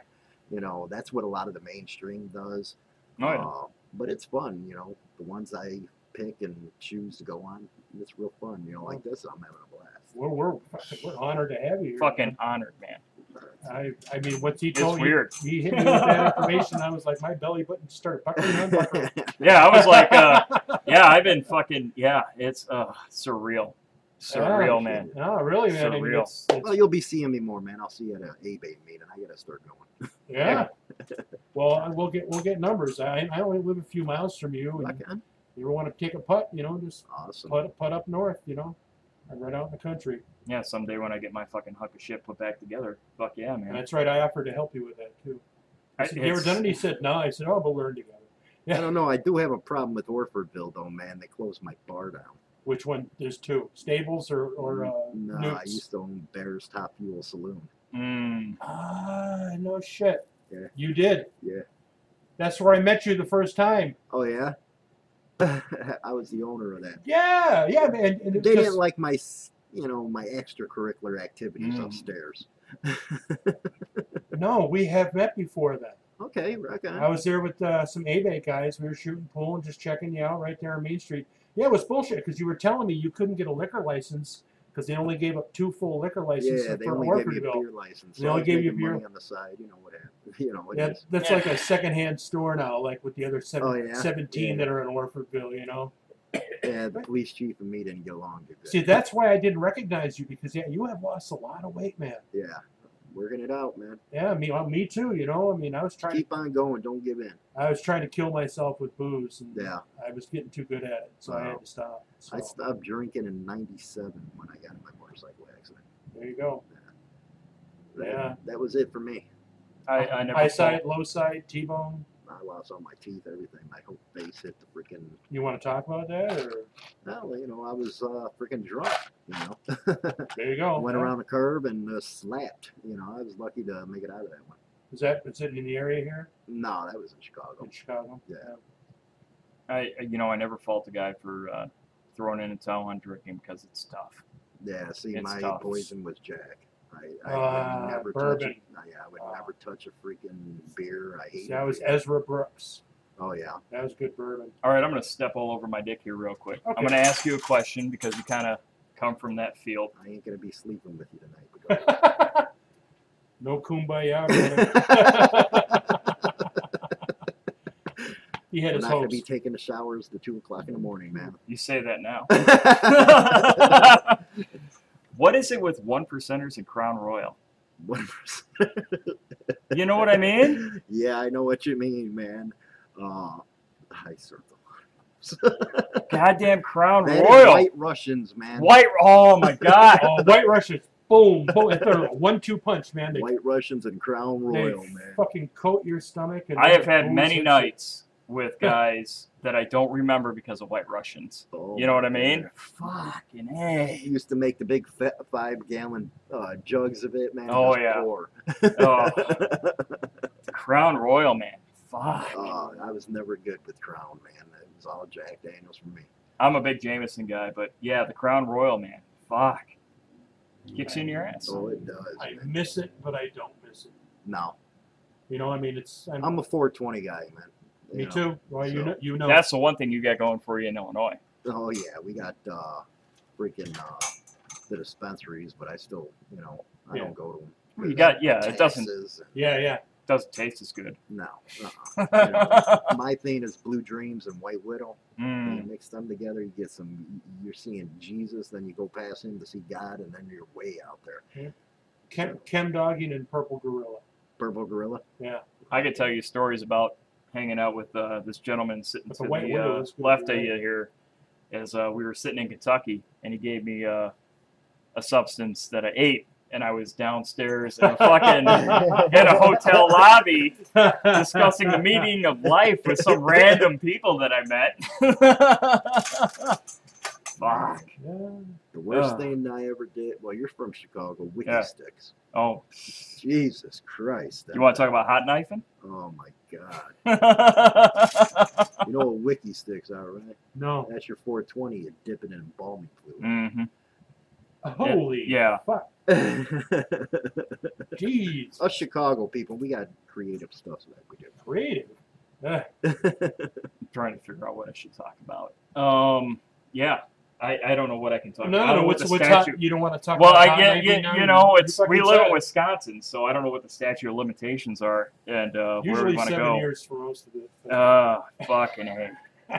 Speaker 5: you know, that's what a lot of the mainstream does.
Speaker 4: Oh, yeah.
Speaker 5: Uh, but it's fun, you know. The ones I pick and choose to go on, it's real fun. You know, like this, I'm having a blast.
Speaker 3: We're we're, we're honored to have you. Here,
Speaker 4: Fucking honored, man.
Speaker 3: man. I, I mean, what's he
Speaker 4: It's
Speaker 3: told Oh, you?
Speaker 4: weird.
Speaker 3: He hit me with that information. I was like, my belly button started buckling and unbuckling.
Speaker 4: uh, Yeah, I was like, uh, yeah, I've been fucking, yeah, it's uh, surreal. Surreal, man.
Speaker 3: Oh, really, man. And
Speaker 4: Surreal.
Speaker 3: it's- it's-
Speaker 5: Well, you'll be seeing me more, man. I'll see you at a A-Bay meeting. I gotta start going.
Speaker 3: yeah. well, I- we'll get we'll get numbers. I, I only live a few miles from you, and
Speaker 5: Okay.
Speaker 3: you ever want to take a putt, you know, just
Speaker 5: Awesome.
Speaker 3: putt putt up north, you know, and right out in the country.
Speaker 4: Yeah, someday when I get my fucking hunk of shit put back together, fuck yeah,
Speaker 3: And
Speaker 4: man.
Speaker 3: that's right. I offered to help you with that too. I said,
Speaker 4: I-
Speaker 3: "You ever
Speaker 4: it's-
Speaker 3: done it?" He said, "No." I said, "Oh, we'll learn together."
Speaker 5: I don't know. I do have a problem with Orfordville, though, man. They closed my bar down.
Speaker 3: Which one? There's two stables or or uh,
Speaker 5: no, I
Speaker 3: nukes?
Speaker 5: used to own Bear's Top Fuel Saloon.
Speaker 4: Mm,
Speaker 3: Ah, no shit.
Speaker 5: Yeah.
Speaker 3: You did.
Speaker 5: Yeah.
Speaker 3: That's where I met you the first time.
Speaker 5: Oh yeah, I was the owner of that.
Speaker 3: Yeah, yeah, man. And
Speaker 5: They
Speaker 3: it
Speaker 5: didn't
Speaker 3: just-
Speaker 5: like my, s- you know, my extracurricular activities
Speaker 4: Mm.
Speaker 5: upstairs.
Speaker 3: no, we have met before then.
Speaker 5: Okay, rock on.
Speaker 3: I was there with uh, some A-Bay guys. We were shooting pool and just checking you out right there on Main Street. Yeah, it was bullshit because you were telling me you couldn't get a liquor license because they only gave up two full liquor licenses
Speaker 5: yeah, they
Speaker 3: for
Speaker 5: only gave me a
Speaker 3: Orfordville.
Speaker 5: beer license.
Speaker 3: They
Speaker 5: so I
Speaker 3: only
Speaker 5: was
Speaker 3: gave you a
Speaker 5: making
Speaker 3: beer-
Speaker 5: money on the side. You know what happened? You know what
Speaker 3: That, that's
Speaker 4: Yeah.
Speaker 3: like a secondhand store now, like with the other seven,
Speaker 5: Oh, yeah?
Speaker 3: 17
Speaker 5: Yeah.
Speaker 3: that are in Orfordville, you know?
Speaker 5: Yeah, the police chief and me didn't get along too good.
Speaker 3: See, that's why I didn't recognize you because, yeah, you have lost a lot of weight, man.
Speaker 5: yeah, working it out, man.
Speaker 3: Yeah, me, well, me too, you know? I mean, I was trying
Speaker 5: Keep on going. Don't give in.
Speaker 3: I was trying to kill myself with booze, and
Speaker 5: Yeah.
Speaker 3: I was getting too good at it, so I had to stop. So
Speaker 5: I stopped drinking in '97 when I got in my motorcycle accident.
Speaker 3: there you go.
Speaker 5: That,
Speaker 3: Yeah.
Speaker 5: that was it for me.
Speaker 4: I, I never
Speaker 3: High
Speaker 4: saw-
Speaker 3: side, low side, T-bone.
Speaker 5: I lost all my teeth, everything. My whole face hit the freaking.
Speaker 3: You want to talk about that, or
Speaker 5: Well, you know, I was uh, freaking drunk. You know,
Speaker 3: there you go.
Speaker 5: went around the curb and uh, slapped. You know, I was lucky to make it out of that one.
Speaker 3: Is that is it in the area here
Speaker 5: No, that was in Chicago.
Speaker 3: in Chicago?
Speaker 5: Oh. Yeah.
Speaker 4: I, you know, I never fault a guy for uh, throwing in a towel on drinking because it's tough.
Speaker 5: Yeah, see,
Speaker 4: It's
Speaker 5: my
Speaker 4: tough.
Speaker 5: poison was Jack. I, I
Speaker 3: Ah,
Speaker 5: would never touch.
Speaker 3: bourbon.
Speaker 5: it. yeah, I would
Speaker 3: Ah.
Speaker 5: never touch a freaking beer. I hate.
Speaker 3: See, that was Ezra Brooks.
Speaker 5: Oh yeah.
Speaker 3: That was good bourbon.
Speaker 4: All right, I'm gonna step all over my dick here real quick.
Speaker 3: Okay.
Speaker 4: I'm gonna ask you a question because you kind of come from that field.
Speaker 5: I ain't gonna be sleeping with you tonight. But go ahead.
Speaker 3: no kumbaya. brother. he had
Speaker 5: I'm
Speaker 3: his
Speaker 5: not gonna be
Speaker 3: hopes.
Speaker 5: taking the showers to two o'clock in the morning, man.
Speaker 4: You say that now. what is it with one percenters and Crown Royal?
Speaker 5: One percent.
Speaker 4: You know what I mean?
Speaker 5: yeah, I know what you mean, man. Uh, I served
Speaker 4: Goddamn Crown
Speaker 5: Man,
Speaker 4: Royal.
Speaker 5: White Russians, man.
Speaker 4: White. Oh my God.
Speaker 3: Oh, White Russians. Boom, boom. It's a one-two punch, man. They
Speaker 5: White Russians and Crown
Speaker 3: They
Speaker 5: Royal, man.
Speaker 3: fucking coat your stomach. And
Speaker 4: I have
Speaker 3: then
Speaker 4: had
Speaker 3: booze hits
Speaker 4: many
Speaker 3: you.
Speaker 4: nights with guys that I don't remember because of White Russians.
Speaker 5: Oh,
Speaker 4: You know what I mean?
Speaker 5: man.
Speaker 4: Fucking
Speaker 5: They
Speaker 4: a.
Speaker 5: used to make the big fa- five gallon uh, jugs of it, man.
Speaker 4: Oh,
Speaker 5: just
Speaker 4: yeah.
Speaker 5: pour.
Speaker 4: Oh. Crown Royal, man. Fuck.
Speaker 5: Uh, I was never good with Crown, man. It was all Jack Daniels for me.
Speaker 4: I'm a big Jameson guy, but yeah, the Crown Royal, man. Fuck. Kicks you in your ass.
Speaker 5: Oh, it does.
Speaker 3: I
Speaker 5: man.
Speaker 3: miss it, but I don't miss it.
Speaker 5: No,
Speaker 3: You know, I mean, it's. I'm,
Speaker 5: I'm a 420 guy, man. You
Speaker 3: me
Speaker 5: know?
Speaker 3: too. Well, you
Speaker 5: so-
Speaker 3: know, you know.
Speaker 4: That's the one thing you got going for you in Illinois.
Speaker 5: Oh yeah, we got uh, freaking uh, the dispensaries, but I still, you know, I
Speaker 3: Yeah.
Speaker 5: don't go to them.
Speaker 4: You got yeah, it doesn't
Speaker 3: yeah, yeah.
Speaker 4: doesn't taste as good.
Speaker 5: No. uh-uh. You know,
Speaker 4: mm,
Speaker 5: my thing is Blue Dreams and White Widow.
Speaker 4: Hmm.
Speaker 5: You mix them together, you get some. You're seeing Jesus, then you go past him to see God, and then you're way out there.
Speaker 3: Chem, chem dogging and purple gorilla.
Speaker 5: Purple Gorilla.
Speaker 3: Yeah.
Speaker 4: I could tell you stories about hanging out with uh, this gentleman sitting
Speaker 3: With
Speaker 4: to
Speaker 3: the white
Speaker 4: the
Speaker 3: window,
Speaker 4: uh,
Speaker 3: that's good,
Speaker 4: left of
Speaker 3: right?
Speaker 4: you here. As uh, we were sitting in Kentucky, and he gave me uh, a substance that I ate, and I was downstairs in a fucking in a hotel lobby discussing the meaning of life with some random people that I met. Fuck.
Speaker 3: Yeah.
Speaker 5: The worst
Speaker 4: Ah.
Speaker 5: thing I ever did. Well, you're from Chicago. Wiki
Speaker 4: Yeah.
Speaker 5: sticks.
Speaker 4: Oh,
Speaker 5: Jesus Christ.
Speaker 4: you want to talk about hot knifing?
Speaker 5: Oh my God. You know what wiki sticks are, right?
Speaker 3: No.
Speaker 5: That's your 420. You dip it in embalming fluid.
Speaker 4: hmm
Speaker 3: Holy.
Speaker 4: Yeah.
Speaker 3: Fuck.
Speaker 4: Hmm.
Speaker 3: Jeez.
Speaker 5: Us Chicago people, we got creative stuff that we do.
Speaker 3: Creative. Ugh.
Speaker 4: trying to figure out what I should talk about. Um, yeah, I, I don't know what I can talk
Speaker 3: No,
Speaker 4: about. I
Speaker 3: no,
Speaker 4: don't know
Speaker 3: what's
Speaker 4: the
Speaker 3: what's
Speaker 4: statute.
Speaker 3: hot? You don't want to talk
Speaker 4: well,
Speaker 3: about
Speaker 4: I
Speaker 3: hot
Speaker 4: get you,
Speaker 3: 99?
Speaker 4: you know, it's
Speaker 3: fucking
Speaker 4: we live
Speaker 3: said
Speaker 4: in
Speaker 3: it.
Speaker 4: Wisconsin, so I don't know what the statute of limitations are and uh, where we
Speaker 3: Usually
Speaker 4: want to
Speaker 3: seven
Speaker 4: go.
Speaker 3: years for most of it. but-
Speaker 4: Uh, fucking hey.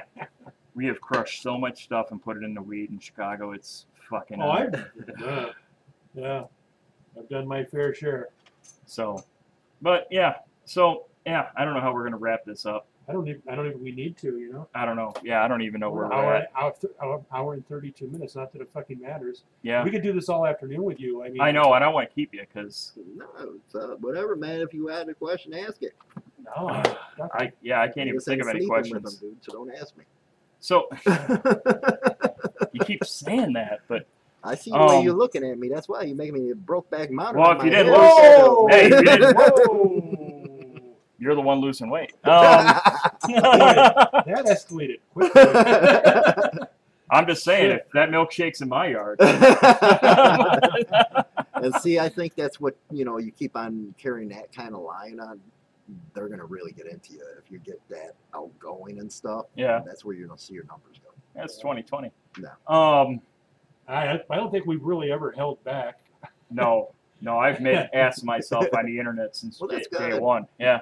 Speaker 4: we have crushed so much stuff and put it in the weed in Chicago. It's fucking
Speaker 3: Oh,
Speaker 4: up.
Speaker 3: I've yeah. yeah, I've done my fair share.
Speaker 4: So, but yeah, so yeah, I don't know how we're gonna wrap this up.
Speaker 3: I don't even I don't even we need to, you know.
Speaker 4: I don't know. Yeah, I don't even know where
Speaker 3: An
Speaker 4: we're
Speaker 3: hour,
Speaker 4: at.
Speaker 3: hour, hour, hour and thirty two minutes. Not that it fucking matters.
Speaker 4: Yeah,
Speaker 3: We could do this all afternoon with you. I mean,
Speaker 4: I know. I don't want to keep you because
Speaker 5: No, it's, uh, whatever, man. If you had a question, ask it. Oh,
Speaker 3: No, nothing.
Speaker 4: I yeah I can't even
Speaker 5: Just
Speaker 4: think
Speaker 5: ain't
Speaker 4: of any
Speaker 5: sleeping with
Speaker 4: questions.
Speaker 5: 'em, dude, so don't ask me.
Speaker 4: So you keep saying that, but
Speaker 5: I see the way
Speaker 4: Um,
Speaker 5: you're looking at me. That's why you're making me a broke back mountain.
Speaker 4: Well,
Speaker 5: on
Speaker 4: if you
Speaker 5: my
Speaker 4: didn't
Speaker 5: head.
Speaker 4: lose-
Speaker 5: Shadow.
Speaker 4: Hey, if you didn't-
Speaker 1: Uhum.
Speaker 3: Whoa!
Speaker 4: you're the one losing weight. Um,
Speaker 3: that escalated quickly.
Speaker 4: I'm just saying, if that milkshake's in my yard, um.
Speaker 5: and see, I think that's what you know. You keep on carrying that kind of line on, they're gonna really get into you if you get that outgoing and stuff.
Speaker 4: Yeah.
Speaker 5: that's where you're gonna see your numbers go.
Speaker 4: that's 2020.
Speaker 5: No.
Speaker 4: Um,
Speaker 3: I, I don't think we've really ever held back.
Speaker 4: no, no, I've made ass myself on the internet since
Speaker 5: Well, that's
Speaker 4: day- day
Speaker 5: good.
Speaker 4: one. Yeah,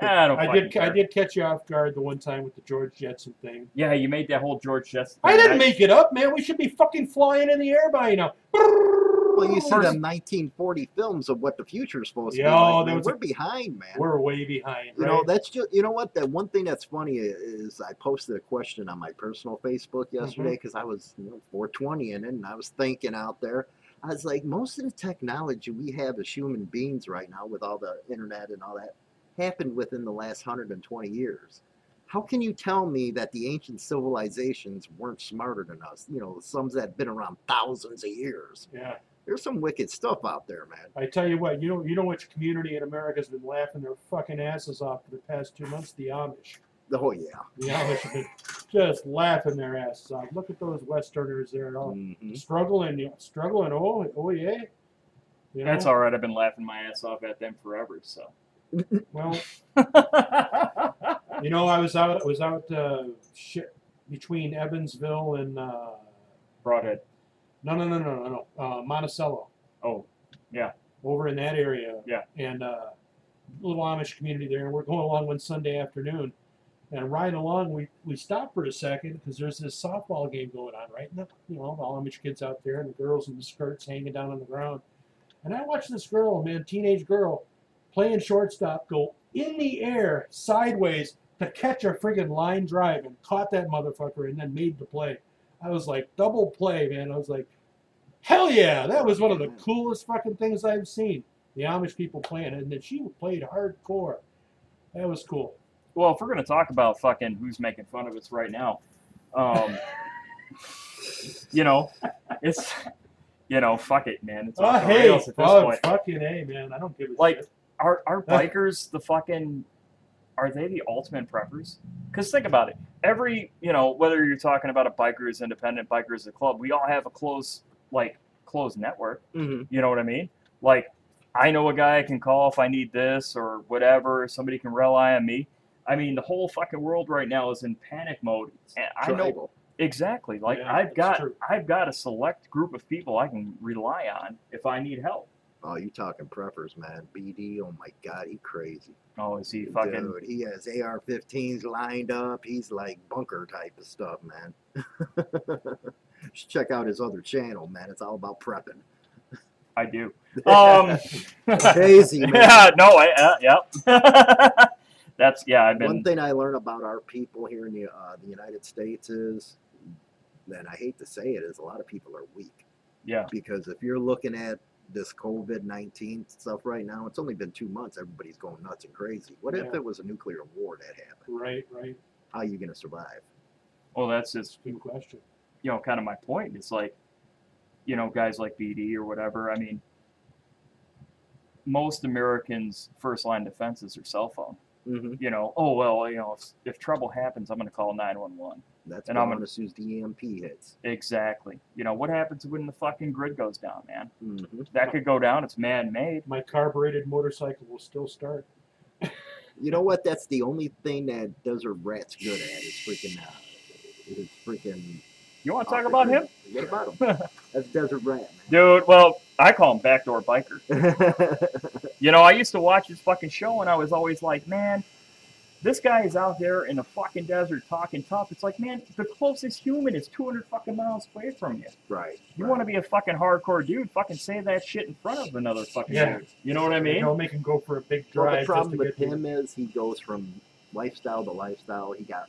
Speaker 4: I don't.
Speaker 3: I
Speaker 4: fucking
Speaker 3: did
Speaker 4: care.
Speaker 3: I did catch you off guard the one time with the George Jetson thing.
Speaker 4: Yeah, you made that whole George Jetson.
Speaker 3: I didn't make it up, man. We should be fucking flying in the air by now.
Speaker 5: Well, you see
Speaker 4: First-
Speaker 5: them 1940 films of what the future is supposed to
Speaker 3: Yeah,
Speaker 5: be like.
Speaker 3: there
Speaker 5: Man,
Speaker 3: was a-
Speaker 5: we're behind, man.
Speaker 3: We're way behind.
Speaker 5: You
Speaker 3: right?
Speaker 5: know, that's just, you know what? That one thing that's funny i- is I posted a question on my personal Facebook
Speaker 4: Mm-hmm.
Speaker 5: yesterday because I was you know, 420 in it and I was thinking out there. I was like, most of the technology we have as human beings right now with all the internet and all that happened within the last 120 years. How can you tell me that the ancient civilizations weren't smarter than us? You know, some that have been around thousands of years.
Speaker 3: yeah.
Speaker 5: There's some wicked stuff out there, man.
Speaker 3: I tell you what, you know, you know which community in America's been laughing their fucking asses off for the past two months? The Amish.
Speaker 5: Oh, yeah.
Speaker 3: The Amish have been just laughing their asses off. Look at those Westerners there, all
Speaker 4: Mm-hmm.
Speaker 5: Mhm.
Speaker 3: struggling, struggling. Oh, oh yeah. You know?
Speaker 4: That's all right. I've been laughing my ass off at them forever. So.
Speaker 3: Well, you know, I was out, I was out uh, shit between Evansville and uh,
Speaker 4: Broadhead.
Speaker 3: no, no, no, no, no, no, uh, Monticello.
Speaker 4: Oh,
Speaker 3: over in that area.
Speaker 4: Yeah.
Speaker 3: And uh, little Amish community there. And we're going along one Sunday afternoon. And riding along, we, we stopped for a second because there's this softball game going on, right? And the, you know, all the Amish kids out there and the girls in the skirts hanging down on the ground. And I watched this girl, man, teenage girl, playing shortstop, go in the air sideways to catch a friggin' line drive and caught that motherfucker and then made the play. I was like, double play, man. I was like, hell yeah, that was one of the coolest fucking things I've seen. The Amish people playing, and then she played hardcore. That was cool.
Speaker 4: Well, if we're gonna talk about fucking who's making fun of us right now, um, you know, it's you know, fuck it, man. It's off
Speaker 3: Oh,
Speaker 4: the
Speaker 3: hey,
Speaker 4: rails at this
Speaker 3: oh,
Speaker 4: point.
Speaker 3: fucking hey, man. I don't give a
Speaker 4: Like,
Speaker 3: shit.
Speaker 4: Are are bikers the fucking? Are they the ultimate preppers? Because think about it. Every you know, whether you're talking about a biker who's independent, biker who's a club, we all have a close like close network.
Speaker 5: Mhm.
Speaker 3: Mm-hmm.
Speaker 4: You know what I mean? Like, I know a guy I can call if I need this or whatever. Somebody can rely on me. I mean, the whole fucking world right now is in panic mode. And I know
Speaker 5: Tribal.
Speaker 4: exactly. Like,
Speaker 3: Yeah,
Speaker 4: I've
Speaker 3: that's
Speaker 4: got
Speaker 3: true.
Speaker 4: I've got a select group of people I can rely on if I need help.
Speaker 5: Oh, you talking preppers, man. BD, oh my god, he crazy.
Speaker 4: Oh, is he fucking?
Speaker 5: Dude, he has AR-15s lined up. He's like bunker type of stuff, man. Should check out his other channel, man. It's all about prepping.
Speaker 4: I do. Um,
Speaker 5: Crazy, man.
Speaker 4: yeah. No. I. Uh, yep. That's yeah. I've been.
Speaker 5: One thing I learned about our people here in the, uh, the United States is, and I hate to say it, is a lot of people are weak.
Speaker 4: Yeah.
Speaker 5: Because if you're looking at this COVID-19 stuff right now, it's only been two months. Everybody's going nuts and crazy. What if
Speaker 3: Yeah.
Speaker 5: it was a nuclear war that happened?
Speaker 3: Right, right.
Speaker 5: How are you going to survive?
Speaker 4: Well, that's just
Speaker 3: Good question.
Speaker 4: you know kind of my point. It's like, you know, guys like BD or whatever. I mean, most Americans' first line defense is their cell phone.
Speaker 5: Mm-hmm.
Speaker 4: You know. Oh well. You know, if, if trouble happens, I'm going to call nine one one.
Speaker 5: That's
Speaker 4: And
Speaker 5: and what
Speaker 4: I'm
Speaker 5: I'm
Speaker 4: gonna-
Speaker 5: gonna use the EMP hits.
Speaker 4: Exactly. You know what happens when the fucking grid goes down, man?
Speaker 5: Mm-hmm.
Speaker 4: That could go down. It's man made.
Speaker 3: My carbureted motorcycle will still start.
Speaker 5: You know what? That's the only thing that those are rats good at is freaking. Uh, is freaking.
Speaker 4: You want to talk
Speaker 5: off the
Speaker 4: about
Speaker 5: grid.
Speaker 4: him?
Speaker 5: Forget about him. That's Desert Rat,
Speaker 4: Dude, well, I call him backdoor biker.
Speaker 5: man.
Speaker 4: You know, I used to watch his fucking show and I was always like, man, This guy is out there in the fucking desert talking tough. It's like, man, the closest human is 200 fucking miles away from you.
Speaker 5: Right.
Speaker 4: You
Speaker 5: right.
Speaker 4: want to be a fucking hardcore dude? Fucking say that shit in front of another fucking
Speaker 3: Yeah.
Speaker 4: dude. You know what I
Speaker 3: You
Speaker 4: mean?
Speaker 3: know, make him go for a big
Speaker 5: Well,
Speaker 3: drive
Speaker 5: the problem
Speaker 3: just
Speaker 5: with
Speaker 3: to get to-
Speaker 5: him is he goes from lifestyle to lifestyle. He got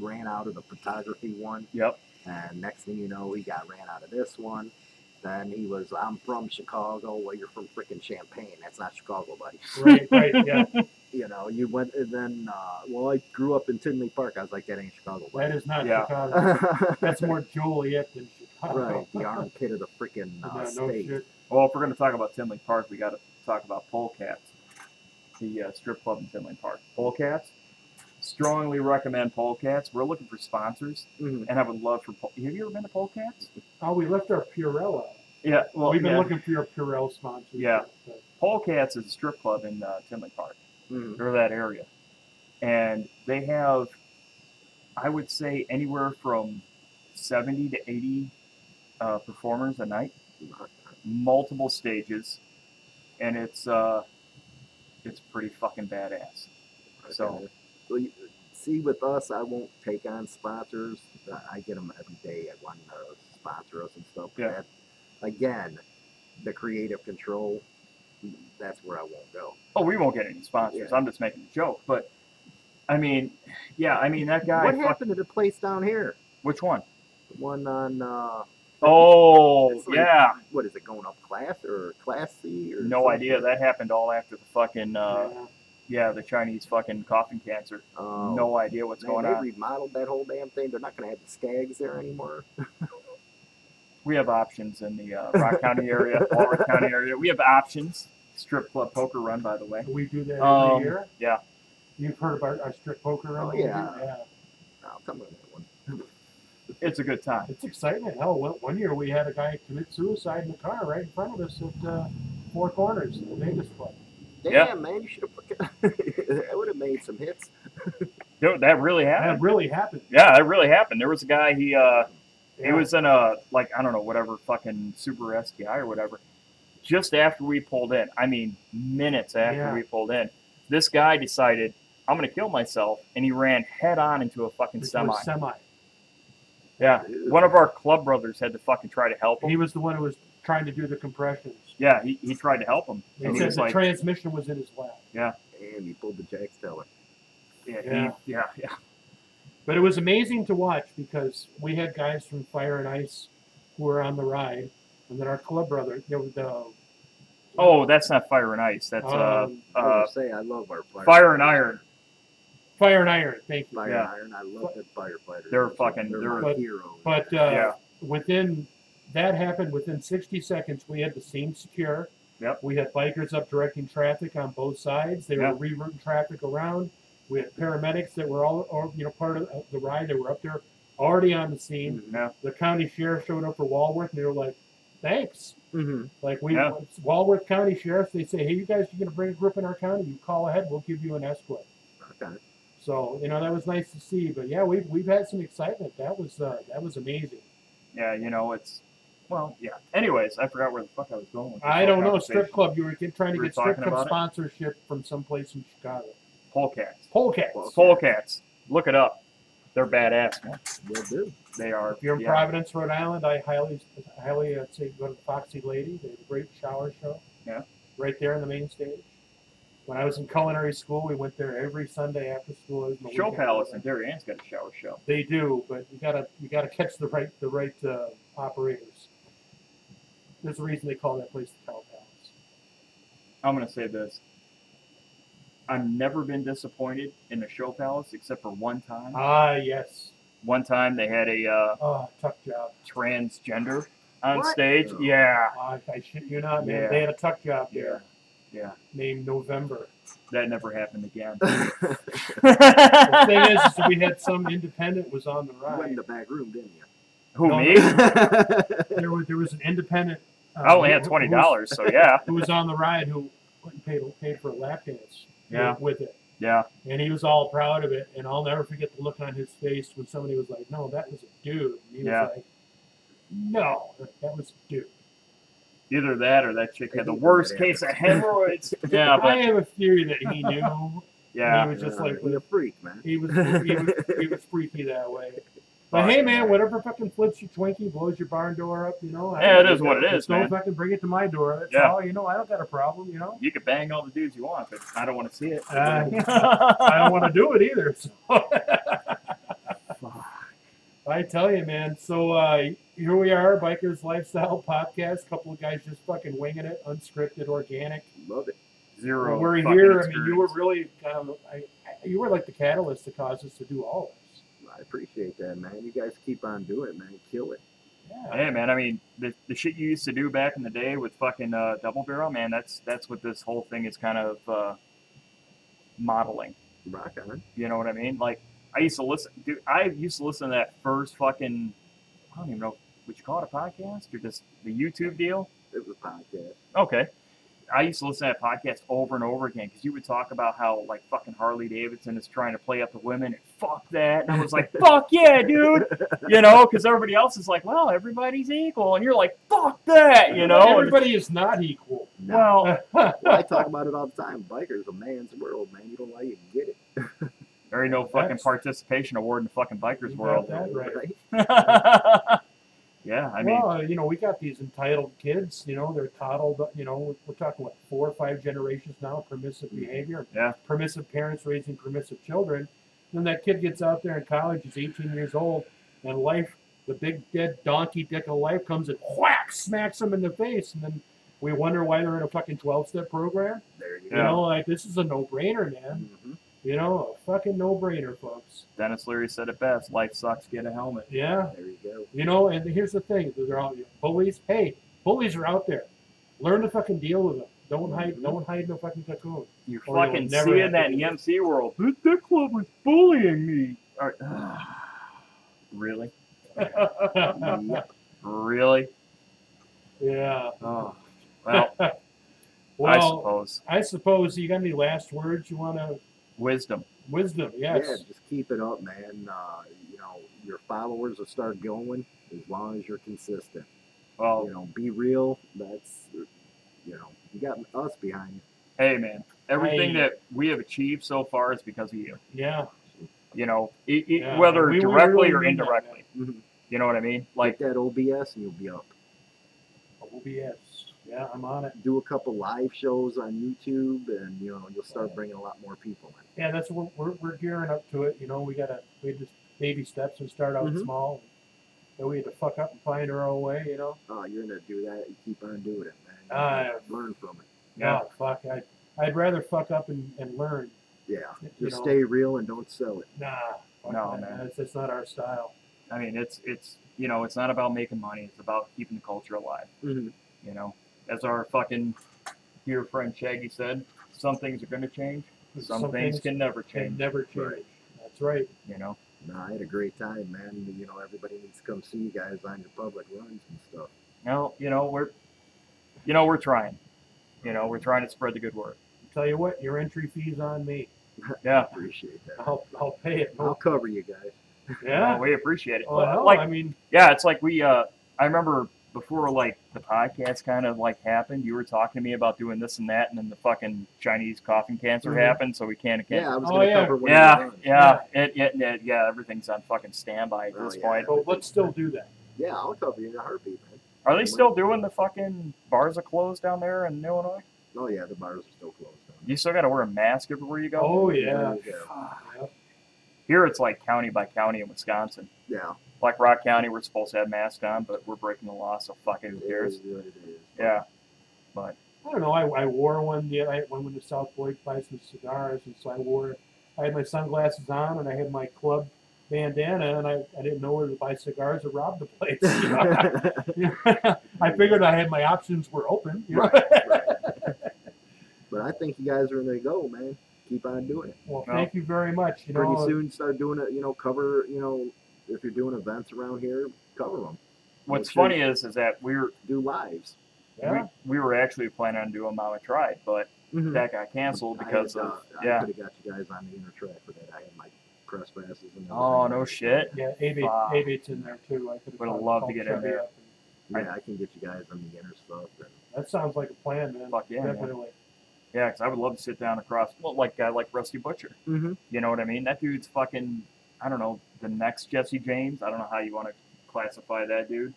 Speaker 5: ran out of the photography one,
Speaker 4: Yep.
Speaker 5: and next thing you know, he got ran out of this one. Then he was, I'm from Chicago. Well, you're from freaking Champagne. That's not Chicago, buddy.
Speaker 3: Right, right, yeah.
Speaker 5: You know, you went and then, uh, well, I grew up in Tinley Park. I was like, that ain't Chicago,
Speaker 3: That
Speaker 5: buddy.
Speaker 3: is not
Speaker 4: Yeah.
Speaker 3: Chicago. That's more Joliet than Chicago.
Speaker 5: right. The armpit of the freaking
Speaker 3: Yeah,
Speaker 4: Ah,
Speaker 5: uh,
Speaker 3: no
Speaker 5: state.
Speaker 3: shit.
Speaker 4: Well, if we're going to talk about Tinley Park, we got to talk about Polecats, the uh, strip club in Tinley Park. Polecats, strongly recommend Polecats. We're looking for sponsors,
Speaker 5: Mhm.
Speaker 4: and I would love for. Pole- Have you ever been to Polecats?
Speaker 3: Oh, we left our Purell out.
Speaker 4: Yeah, well,
Speaker 3: We've been
Speaker 4: yeah.
Speaker 3: looking for your Purell sponsor.
Speaker 4: Yeah. Polecats is a strip club in uh, Tinley Park.
Speaker 5: Mhm.
Speaker 4: or that area. And they have, I would say, anywhere from 70 to 80 uh, performers a night, multiple stages, and it's uh, it's pretty fucking badass. So-
Speaker 5: Well, you- see, with us, I won't take on sponsors. Uh, I- I get them every day. I want to sponsor us and stuff. but
Speaker 4: Yeah.
Speaker 5: that- again, the creative control. That's where I won't go.
Speaker 4: Oh, we won't get any sponsors.
Speaker 5: Yeah.
Speaker 4: I'm just making a joke, but I mean, yeah, I mean that guy.
Speaker 5: what
Speaker 4: fuck-
Speaker 5: happened to the place down here?
Speaker 4: which one?
Speaker 5: The one on uh,
Speaker 4: Oh,
Speaker 5: It's like-
Speaker 4: yeah.
Speaker 5: what is it going up class or class C or
Speaker 4: No
Speaker 5: something?
Speaker 4: idea. That happened all after the fucking uh,
Speaker 3: Yeah.
Speaker 4: yeah, the Chinese fucking coffin cancer.
Speaker 5: Oh,
Speaker 4: No idea what's
Speaker 5: man,
Speaker 4: going
Speaker 5: they
Speaker 4: on.
Speaker 5: remodeled that whole damn thing. They're not going to have the skags there anymore.
Speaker 4: we have options in the uh, Rock County area, Walworth County area. We have options. Strip club poker run, by the way.
Speaker 3: We do that every
Speaker 4: Um,
Speaker 3: year.
Speaker 4: yeah.
Speaker 3: You've heard about our strip poker run?
Speaker 5: Oh,
Speaker 3: that we do?
Speaker 5: yeah.
Speaker 3: yeah.
Speaker 5: No, come on, that one.
Speaker 4: It's a good time.
Speaker 3: It's exciting. Hell, one one year we had a guy commit suicide in the car right in front of us at uh, Four Corners, the Vegas Club.
Speaker 5: Damn,
Speaker 4: Yeah.
Speaker 5: man, you should have fucking. I would have made some hits.
Speaker 4: Dude, that really
Speaker 3: That
Speaker 4: happened.
Speaker 3: really happened.
Speaker 4: Yeah, that really happened. There was a guy. He uh, he
Speaker 3: Yeah.
Speaker 4: was in a like I don't know whatever fucking super STI or whatever. Just after we pulled in, I mean minutes after
Speaker 3: Yeah.
Speaker 4: we pulled in, this guy decided I'm gonna kill myself, and he ran head on into a fucking
Speaker 3: It was
Speaker 4: semi.
Speaker 3: semi.
Speaker 4: Yeah,
Speaker 5: Ew.
Speaker 4: one of our club brothers had to fucking try to help
Speaker 3: He
Speaker 4: him.
Speaker 3: was the one who was trying to do the compressions.
Speaker 4: Yeah, he, he tried to help him,
Speaker 3: He
Speaker 4: and he
Speaker 3: said
Speaker 4: was
Speaker 3: the
Speaker 4: like,
Speaker 3: transmission was in his lap.
Speaker 5: And he pulled the Jack Teller.
Speaker 4: yeah, he-
Speaker 3: Yeah.
Speaker 4: yeah, yeah.
Speaker 3: But it was amazing to watch because we had guys from Fire and Ice who were on the ride, and then our club brother, there was the
Speaker 4: Oh, that's not fire and ice. That's uh,
Speaker 3: um,
Speaker 5: I
Speaker 4: uh,
Speaker 5: would say I love our
Speaker 3: Oh.
Speaker 5: firefighters.
Speaker 4: fire and iron.
Speaker 3: Fire and Iron. Thank you.
Speaker 5: Fire
Speaker 4: yeah.
Speaker 5: and iron. I love the firefighters.
Speaker 4: They're fucking-
Speaker 5: They're,
Speaker 4: they're-
Speaker 5: my heroes.
Speaker 3: But uh,
Speaker 4: Yeah.
Speaker 3: within that happened within 60 seconds, we had the scene secure.
Speaker 4: Yep.
Speaker 3: We had bikers up directing traffic on both sides. They
Speaker 4: Yeah.
Speaker 3: were rerouting traffic around. We had paramedics that were all, all you know, part of of the ride. They were up there already on the scene.
Speaker 4: Yeah.
Speaker 3: The county sheriff showed up for Walworth, and they were like, "Thanks."
Speaker 5: Mhm.
Speaker 3: Like we,
Speaker 4: Mm-hmm. Yeah.
Speaker 3: Walworth County Sheriff, they say, "Hey, you guys, you're gonna bring a group in our county. You call ahead. We'll give you an escort."
Speaker 5: Okay.
Speaker 3: So you know that was nice to see. But yeah, we've we've had some excitement. That was uh, that was amazing.
Speaker 4: Yeah, you know it's. Well, yeah. Anyways, I forgot where the fuck I was going. With this
Speaker 3: I
Speaker 4: whole
Speaker 3: don't know.
Speaker 4: conversation.
Speaker 3: Strip club. You were get, trying to
Speaker 4: We were
Speaker 3: get strip
Speaker 4: talking
Speaker 3: club
Speaker 4: about it.
Speaker 3: sponsorship from someplace in Chicago.
Speaker 4: Polecats.
Speaker 3: Polecats.
Speaker 5: Well,
Speaker 4: Polecats. Look it up. They're badass. Man.
Speaker 5: Will do.
Speaker 4: They are.
Speaker 3: if you're in
Speaker 4: yeah.
Speaker 3: Providence, Rhode Island, I highly, highly uh, say go to the Foxy Lady. They have a great shower show.
Speaker 4: Yeah.
Speaker 3: Right there on the main stage. When I was in culinary school, we went there every Sunday after school. It was my
Speaker 4: Show
Speaker 3: weekend
Speaker 4: Palace in
Speaker 3: program.
Speaker 4: Derry Ann's got a shower show.
Speaker 3: They do, but you gotta you gotta catch the right the right uh, operators. There's a reason they call that place the Cow Palace.
Speaker 4: I'm gonna say this. I've never been disappointed in the Show Palace except for one time.
Speaker 3: Ah, yes.
Speaker 4: One time they had a uh,
Speaker 3: Oh, tough job.
Speaker 4: transgender on
Speaker 5: What?
Speaker 4: stage. Yeah.
Speaker 3: Ah, I shit you not, man.
Speaker 4: Yeah.
Speaker 3: They had a tuck job there.
Speaker 4: Yeah. Yeah.
Speaker 3: named November.
Speaker 4: That never happened again.
Speaker 3: The thing is, is we had some independent was on the
Speaker 5: You went in
Speaker 3: ride.
Speaker 5: the back room, didn't you?
Speaker 4: Who
Speaker 3: No,
Speaker 4: me?
Speaker 3: There was there was an independent. Uh,
Speaker 4: I only had
Speaker 3: who-
Speaker 4: Oh, twenty dollars, so yeah,
Speaker 3: Who, was- who was on the ride? Who paid paid for a lap dance?
Speaker 4: Yeah.
Speaker 3: With it,
Speaker 4: yeah.
Speaker 3: and he was all proud of it. And I'll never forget the look on his face when somebody was like, "No, that was a dude." And he
Speaker 4: Yeah.
Speaker 3: was like, "No, that was a dude."
Speaker 4: Either that or that chick
Speaker 5: I
Speaker 4: had the
Speaker 5: think
Speaker 4: worst
Speaker 5: that
Speaker 4: case of
Speaker 5: happened.
Speaker 4: hemorrhoids. Yeah,
Speaker 3: I
Speaker 4: but
Speaker 3: have a theory that he knew.
Speaker 4: Yeah.
Speaker 3: He was just
Speaker 5: Uh,
Speaker 3: like
Speaker 5: you're a freak, man.
Speaker 3: he was he was, he was freaky that way. But hey, man, whatever fucking flips your Twinkie, blows your barn door up, you know. I
Speaker 4: Yeah, it
Speaker 3: don't
Speaker 4: is what
Speaker 3: care.
Speaker 4: it is,
Speaker 3: Just Don't
Speaker 4: man.
Speaker 3: fucking bring it to my door. That's
Speaker 4: Yeah.
Speaker 3: all. You know, I don't got a problem. You know,
Speaker 4: You could bang all the dudes you want, but I don't want to see it.
Speaker 3: Uh, I don't want to do it either. So. I tell you, man. So uh, here we are, Bikers Lifestyle Podcast. Couple of guys just fucking winging it, unscripted, organic.
Speaker 5: Love it.
Speaker 4: Zero.
Speaker 3: we're
Speaker 4: fucking
Speaker 3: here. I mean, you were
Speaker 4: experience.
Speaker 3: really, um, I, I- you were like the catalyst to cause us to do all this.
Speaker 5: I appreciate that, man. You guys keep on doing, it, man. Kill it.
Speaker 3: Yeah.
Speaker 4: Hey man, I mean the, the shit you used to do back in the day with fucking uh, double barrel, man. That's that's what this whole thing is kind of uh, modeling.
Speaker 5: Rock on.
Speaker 4: You know what I mean? Like I used to listen, dude. I used to listen to that first fucking. I don't even know would you call it a podcast or just the YouTube deal.
Speaker 5: It was a podcast.
Speaker 4: Okay. I used to listen to that podcast over and over again because you would talk about how like fucking Harley Davidson is trying to play up the women and fuck that, and I was like, fuck yeah, dude, you know, because everybody else is like, well, everybody's equal, and you're like, fuck that, you know. And-
Speaker 3: everybody is not equal.
Speaker 5: No.
Speaker 4: Well,
Speaker 5: Well, I talk about it all the time. Biker's a man's world, man. You don't like it, get it.
Speaker 4: there ain't no fucking
Speaker 3: That's-
Speaker 4: participation award in the fucking bikers
Speaker 3: You got
Speaker 4: world.
Speaker 3: that right.
Speaker 4: yeah, I mean,
Speaker 3: well, you know, we got these entitled kids. You know, they're coddled. You know, we're talking what four or five generations now, permissive behavior.
Speaker 4: Mm-hmm. Yeah.
Speaker 3: Permissive parents raising permissive children. Then that kid gets out there in college, is 18 years old, and life, the big dead donkey dick of life comes and whack smacks him in the face, and then we wonder why they're in a fucking 12-step program.
Speaker 5: There you
Speaker 3: You
Speaker 4: Yeah.
Speaker 3: know, like this is a no-brainer, man.
Speaker 5: go. Mhm.
Speaker 3: You know, a fucking no-brainer, folks.
Speaker 4: Dennis Leary said it best: "Life sucks. Get a helmet."
Speaker 3: Yeah.
Speaker 5: There you go.
Speaker 3: You know, and here's the thing: they're out bullies. Hey, bullies are out there. Learn to fucking deal with them. Don't hide. Don't hide in a fucking cocoon.
Speaker 4: You're
Speaker 3: Or you'll
Speaker 4: fucking
Speaker 3: never
Speaker 4: seeing
Speaker 3: have
Speaker 4: that
Speaker 3: to
Speaker 4: in
Speaker 3: do
Speaker 4: the
Speaker 3: it.
Speaker 4: MC world. This dick club was bullying me. All
Speaker 5: Uh,
Speaker 4: right. really,
Speaker 5: Yep.
Speaker 4: really?
Speaker 3: yeah.
Speaker 4: Oh, well,
Speaker 3: Well,
Speaker 4: I suppose
Speaker 3: I suppose you got any last words you want to
Speaker 4: wisdom.
Speaker 3: wisdom? Yes.
Speaker 5: Yeah, just keep it up, man. Uh, you know, your followers will start going as long as you're consistent.
Speaker 4: Well,
Speaker 5: You know, be real. That's, you know, you got us behind you.
Speaker 4: hey man, everything
Speaker 3: I-
Speaker 4: that we have achieved so far is because of you.
Speaker 3: Yeah.
Speaker 4: You know, e- e-
Speaker 3: Yeah,
Speaker 4: whether
Speaker 3: we- we really
Speaker 4: directly or
Speaker 3: mean that, Mm-hmm.
Speaker 4: indirectly.
Speaker 5: Mhm.
Speaker 4: You know what I mean? Like,
Speaker 5: Like that OBS and you'll be up.
Speaker 3: OBS. Yeah, I'm on it.
Speaker 5: Do a couple live shows on YouTube and, you know, you'll start bringing a lot more people in.
Speaker 3: Yeah, that's what we're, we're gearing up to it. You know, we gotta we just baby steps and start out
Speaker 5: Mhm.
Speaker 3: small. Then we had to fuck up and find our own way. You know.
Speaker 5: Oh, you're going to do that. You keep on doing it, man. You
Speaker 3: Uh,
Speaker 5: Learn from it.
Speaker 4: yeah,
Speaker 3: No, Oh, fuck. I I'd rather fuck up and, and learn.
Speaker 5: Yeah.
Speaker 3: you
Speaker 5: Just
Speaker 3: know.
Speaker 5: stay real and don't sell it.
Speaker 3: Nah. fuck
Speaker 4: No,
Speaker 3: that,
Speaker 4: man.
Speaker 3: That's, that's not our style.
Speaker 4: I mean, it's it's you know, it's not about making money. It's about keeping the culture alive.
Speaker 3: Mm-hmm.
Speaker 5: Mhm.
Speaker 4: You know, as our fucking dear friend Shaggy said, some things are going to change. Some, things, can never
Speaker 3: can
Speaker 4: change.
Speaker 3: never change.
Speaker 5: Right.
Speaker 3: That's right.
Speaker 4: You know,
Speaker 5: No, I had a great time, man. You know, everybody needs to come see you guys on your public runs and stuff.
Speaker 4: now you know we're, you know we're trying. You know, we're trying to spread the good word.
Speaker 3: Tell you what, your entry fee's on me.
Speaker 4: Yeah,
Speaker 5: Appreciate that.
Speaker 3: I'll, I'll pay it.
Speaker 5: I'll cover you guys.
Speaker 4: no,
Speaker 3: Yeah.
Speaker 4: we appreciate it.
Speaker 3: Well, hell,
Speaker 4: like,
Speaker 3: I mean,
Speaker 4: yeah, it's like we. uh I remember before like the podcast kind of like happened. You were talking to me about doing this and that, and then the fucking Chinese coughing cancer
Speaker 3: Mhm.
Speaker 4: happened, so we can't again.
Speaker 5: Yeah, I was
Speaker 3: Oh,
Speaker 5: gonna
Speaker 3: yeah.
Speaker 5: cover one of
Speaker 4: Yeah,
Speaker 5: your runs.
Speaker 4: yeah, it, it, it- yeah, everything's on fucking standby at
Speaker 5: Oh,
Speaker 4: this
Speaker 5: yeah.
Speaker 4: point.
Speaker 3: but let's still do that.
Speaker 5: Yeah, I'll cover you in a heartbeat, man.
Speaker 4: Are they still doing the fucking bars are closed down there in Illinois?
Speaker 5: Oh yeah, the bars are still closed.
Speaker 4: You still got to wear a mask everywhere you go.
Speaker 3: Oh yeah.
Speaker 5: There you go.
Speaker 3: Yep.
Speaker 4: Here it's like county by county in Wisconsin.
Speaker 5: Yeah.
Speaker 4: Like Rock County, we're supposed to have masks on, but we're breaking the law, so fucking who
Speaker 5: it is
Speaker 4: cares?
Speaker 5: what it is.
Speaker 4: Yeah, but
Speaker 3: I don't know. I, I wore one the I went to South Boyd to buy some cigars, and so I wore. I had my sunglasses on, and I had my club bandana, and I, I didn't know whether to buy cigars or rob the place. you know? I figured I had my options were open. You know?
Speaker 5: right, right. But I think you guys are gonna go, man. Keep on doing it.
Speaker 3: Well,
Speaker 4: No.
Speaker 3: thank you very much. You
Speaker 5: Pretty
Speaker 3: know,
Speaker 5: soon, start doing it. You know, cover. You know, if you're doing events around here, cover them.
Speaker 4: what's funny is is that we're
Speaker 5: Do lives.
Speaker 3: yeah.
Speaker 4: we, we were actually planning on doing Mama Tried, but
Speaker 5: Mhm.
Speaker 4: that got canceled because
Speaker 5: I had,
Speaker 4: of
Speaker 5: uh, I
Speaker 4: yeah.
Speaker 5: could have got you guys on the inner track for that. I had my press passes and everything.
Speaker 4: Oh no shit!
Speaker 3: Yeah, Abate,
Speaker 4: Fuck.
Speaker 3: Abate's in there too. I could
Speaker 4: Would've loved to get in there.
Speaker 5: Yeah, I can get you guys on the inner stuff. And
Speaker 3: That sounds like a plan, man.
Speaker 4: Fuck yeah, man.
Speaker 3: definitely.
Speaker 4: Yeah, because I would love to sit down across, well, like guy like Rusty Butcher.
Speaker 3: Mm-hmm.
Speaker 5: Mhm.
Speaker 4: You know what I mean? That dude's fucking, I don't know, the next Jesse James. I don't know how you want to classify that dude,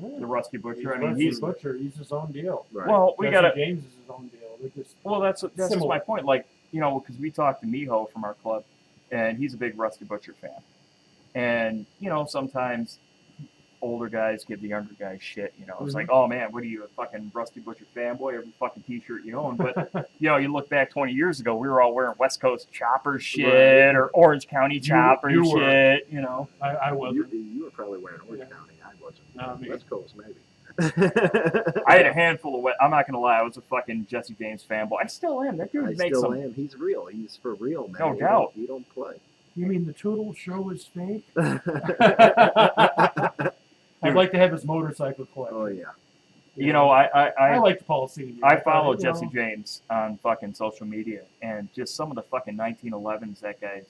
Speaker 3: Yeah.
Speaker 4: the Rusty Butcher. I
Speaker 3: He's
Speaker 4: mean,
Speaker 3: Rusty
Speaker 4: he's
Speaker 3: Butcher. He's his own deal.
Speaker 5: Right.
Speaker 4: well, we
Speaker 3: Jesse
Speaker 4: gotta.
Speaker 3: James is his own deal. They're just
Speaker 4: Well, that's that's just my
Speaker 3: Similar.
Speaker 4: point. Like, you know, because we talked to Miho from our club, and he's a big Rusty Butcher fan, and you know, sometimes older guys give the younger guys shit. You know, it's like, oh man, what are you a fucking Rusty Butcher fanboy? Every fucking T-shirt you own, but you know, you look back 20 years ago, we were all wearing West Coast chopper shit or Orange County chopper
Speaker 3: you were.
Speaker 4: shit. You know,
Speaker 3: I, I
Speaker 5: you,
Speaker 3: wasn't.
Speaker 5: you were probably wearing Orange
Speaker 3: Yeah.
Speaker 5: County. I wasn't.
Speaker 3: Not me.
Speaker 5: West Coast, maybe.
Speaker 4: I had a handful of. Wet, I'm not gonna lie, I was a fucking Jesse James fanboy. I still am. That dude
Speaker 5: I
Speaker 4: makes
Speaker 5: still
Speaker 4: some.
Speaker 5: am. He's real. He's for real, man.
Speaker 4: No
Speaker 5: He
Speaker 4: doubt.
Speaker 5: Don't, he don't play.
Speaker 3: You mean the Tootle show is fake?
Speaker 5: oh
Speaker 3: I'd like to have his motorcycle collection.
Speaker 5: yeah.
Speaker 4: Uh, You know, I I, I,
Speaker 3: I liked Paul Senior.
Speaker 4: I follow
Speaker 3: You know,
Speaker 4: Jesse James on fucking social media, and just some of the fucking 1911s that guy's.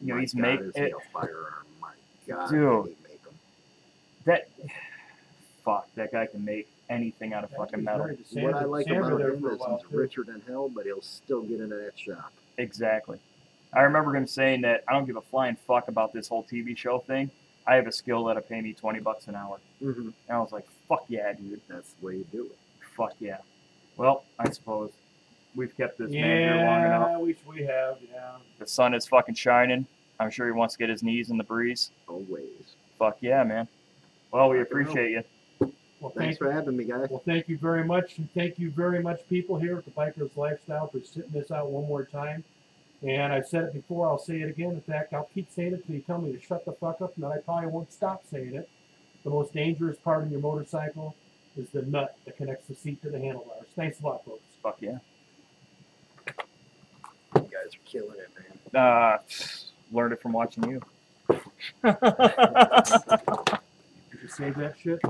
Speaker 4: You know,
Speaker 5: My
Speaker 4: he's
Speaker 5: God,
Speaker 4: make
Speaker 5: is he
Speaker 4: it,
Speaker 5: a firearm. My God,
Speaker 4: Dude.
Speaker 5: can he make 'em?
Speaker 4: that. Fuck, that guy can make anything out of
Speaker 3: that
Speaker 4: fucking
Speaker 3: dude's
Speaker 4: metal.
Speaker 3: married to
Speaker 5: What
Speaker 3: Sandra-
Speaker 5: I like
Speaker 3: Sandra
Speaker 5: about
Speaker 3: there
Speaker 5: him
Speaker 3: for a
Speaker 5: is
Speaker 3: while,
Speaker 5: he's
Speaker 3: too.
Speaker 5: richer than hell, but he'll still get into that shop.
Speaker 4: Exactly. I remember him saying that I don't give a flying fuck about this whole TV show thing. I have a skill that'll pay me 20 bucks an hour.
Speaker 5: Mm-hmm.
Speaker 4: And I was like, fuck yeah, dude.
Speaker 5: That's the way you do it.
Speaker 4: Fuck yeah. Well, I suppose we've kept this man here long enough.
Speaker 3: Yeah, we, we have. Yeah.
Speaker 4: The sun is fucking shining. I'm sure he wants to get his knees in the breeze.
Speaker 5: Always.
Speaker 4: Fuck yeah, man. Well, we
Speaker 5: Rock and roll.
Speaker 4: appreciate you.
Speaker 3: Well,
Speaker 5: Thanks
Speaker 3: thank
Speaker 5: for having me, guys.
Speaker 3: Well, thank you very much, and thank you very much, people here at the Biker's Lifestyle, for sitting this out one more time. And I've said it before, I'll say it again. In fact, I'll keep saying it till you tell me to shut the fuck up, and then I probably won't stop saying it. The most dangerous part of your motorcycle is the nut that connects the seat to the handlebars. Thanks a lot, folks.
Speaker 4: Fuck yeah.
Speaker 5: You guys are killing it, man.
Speaker 4: Uh, learned it from watching you.
Speaker 3: Did you save that shit?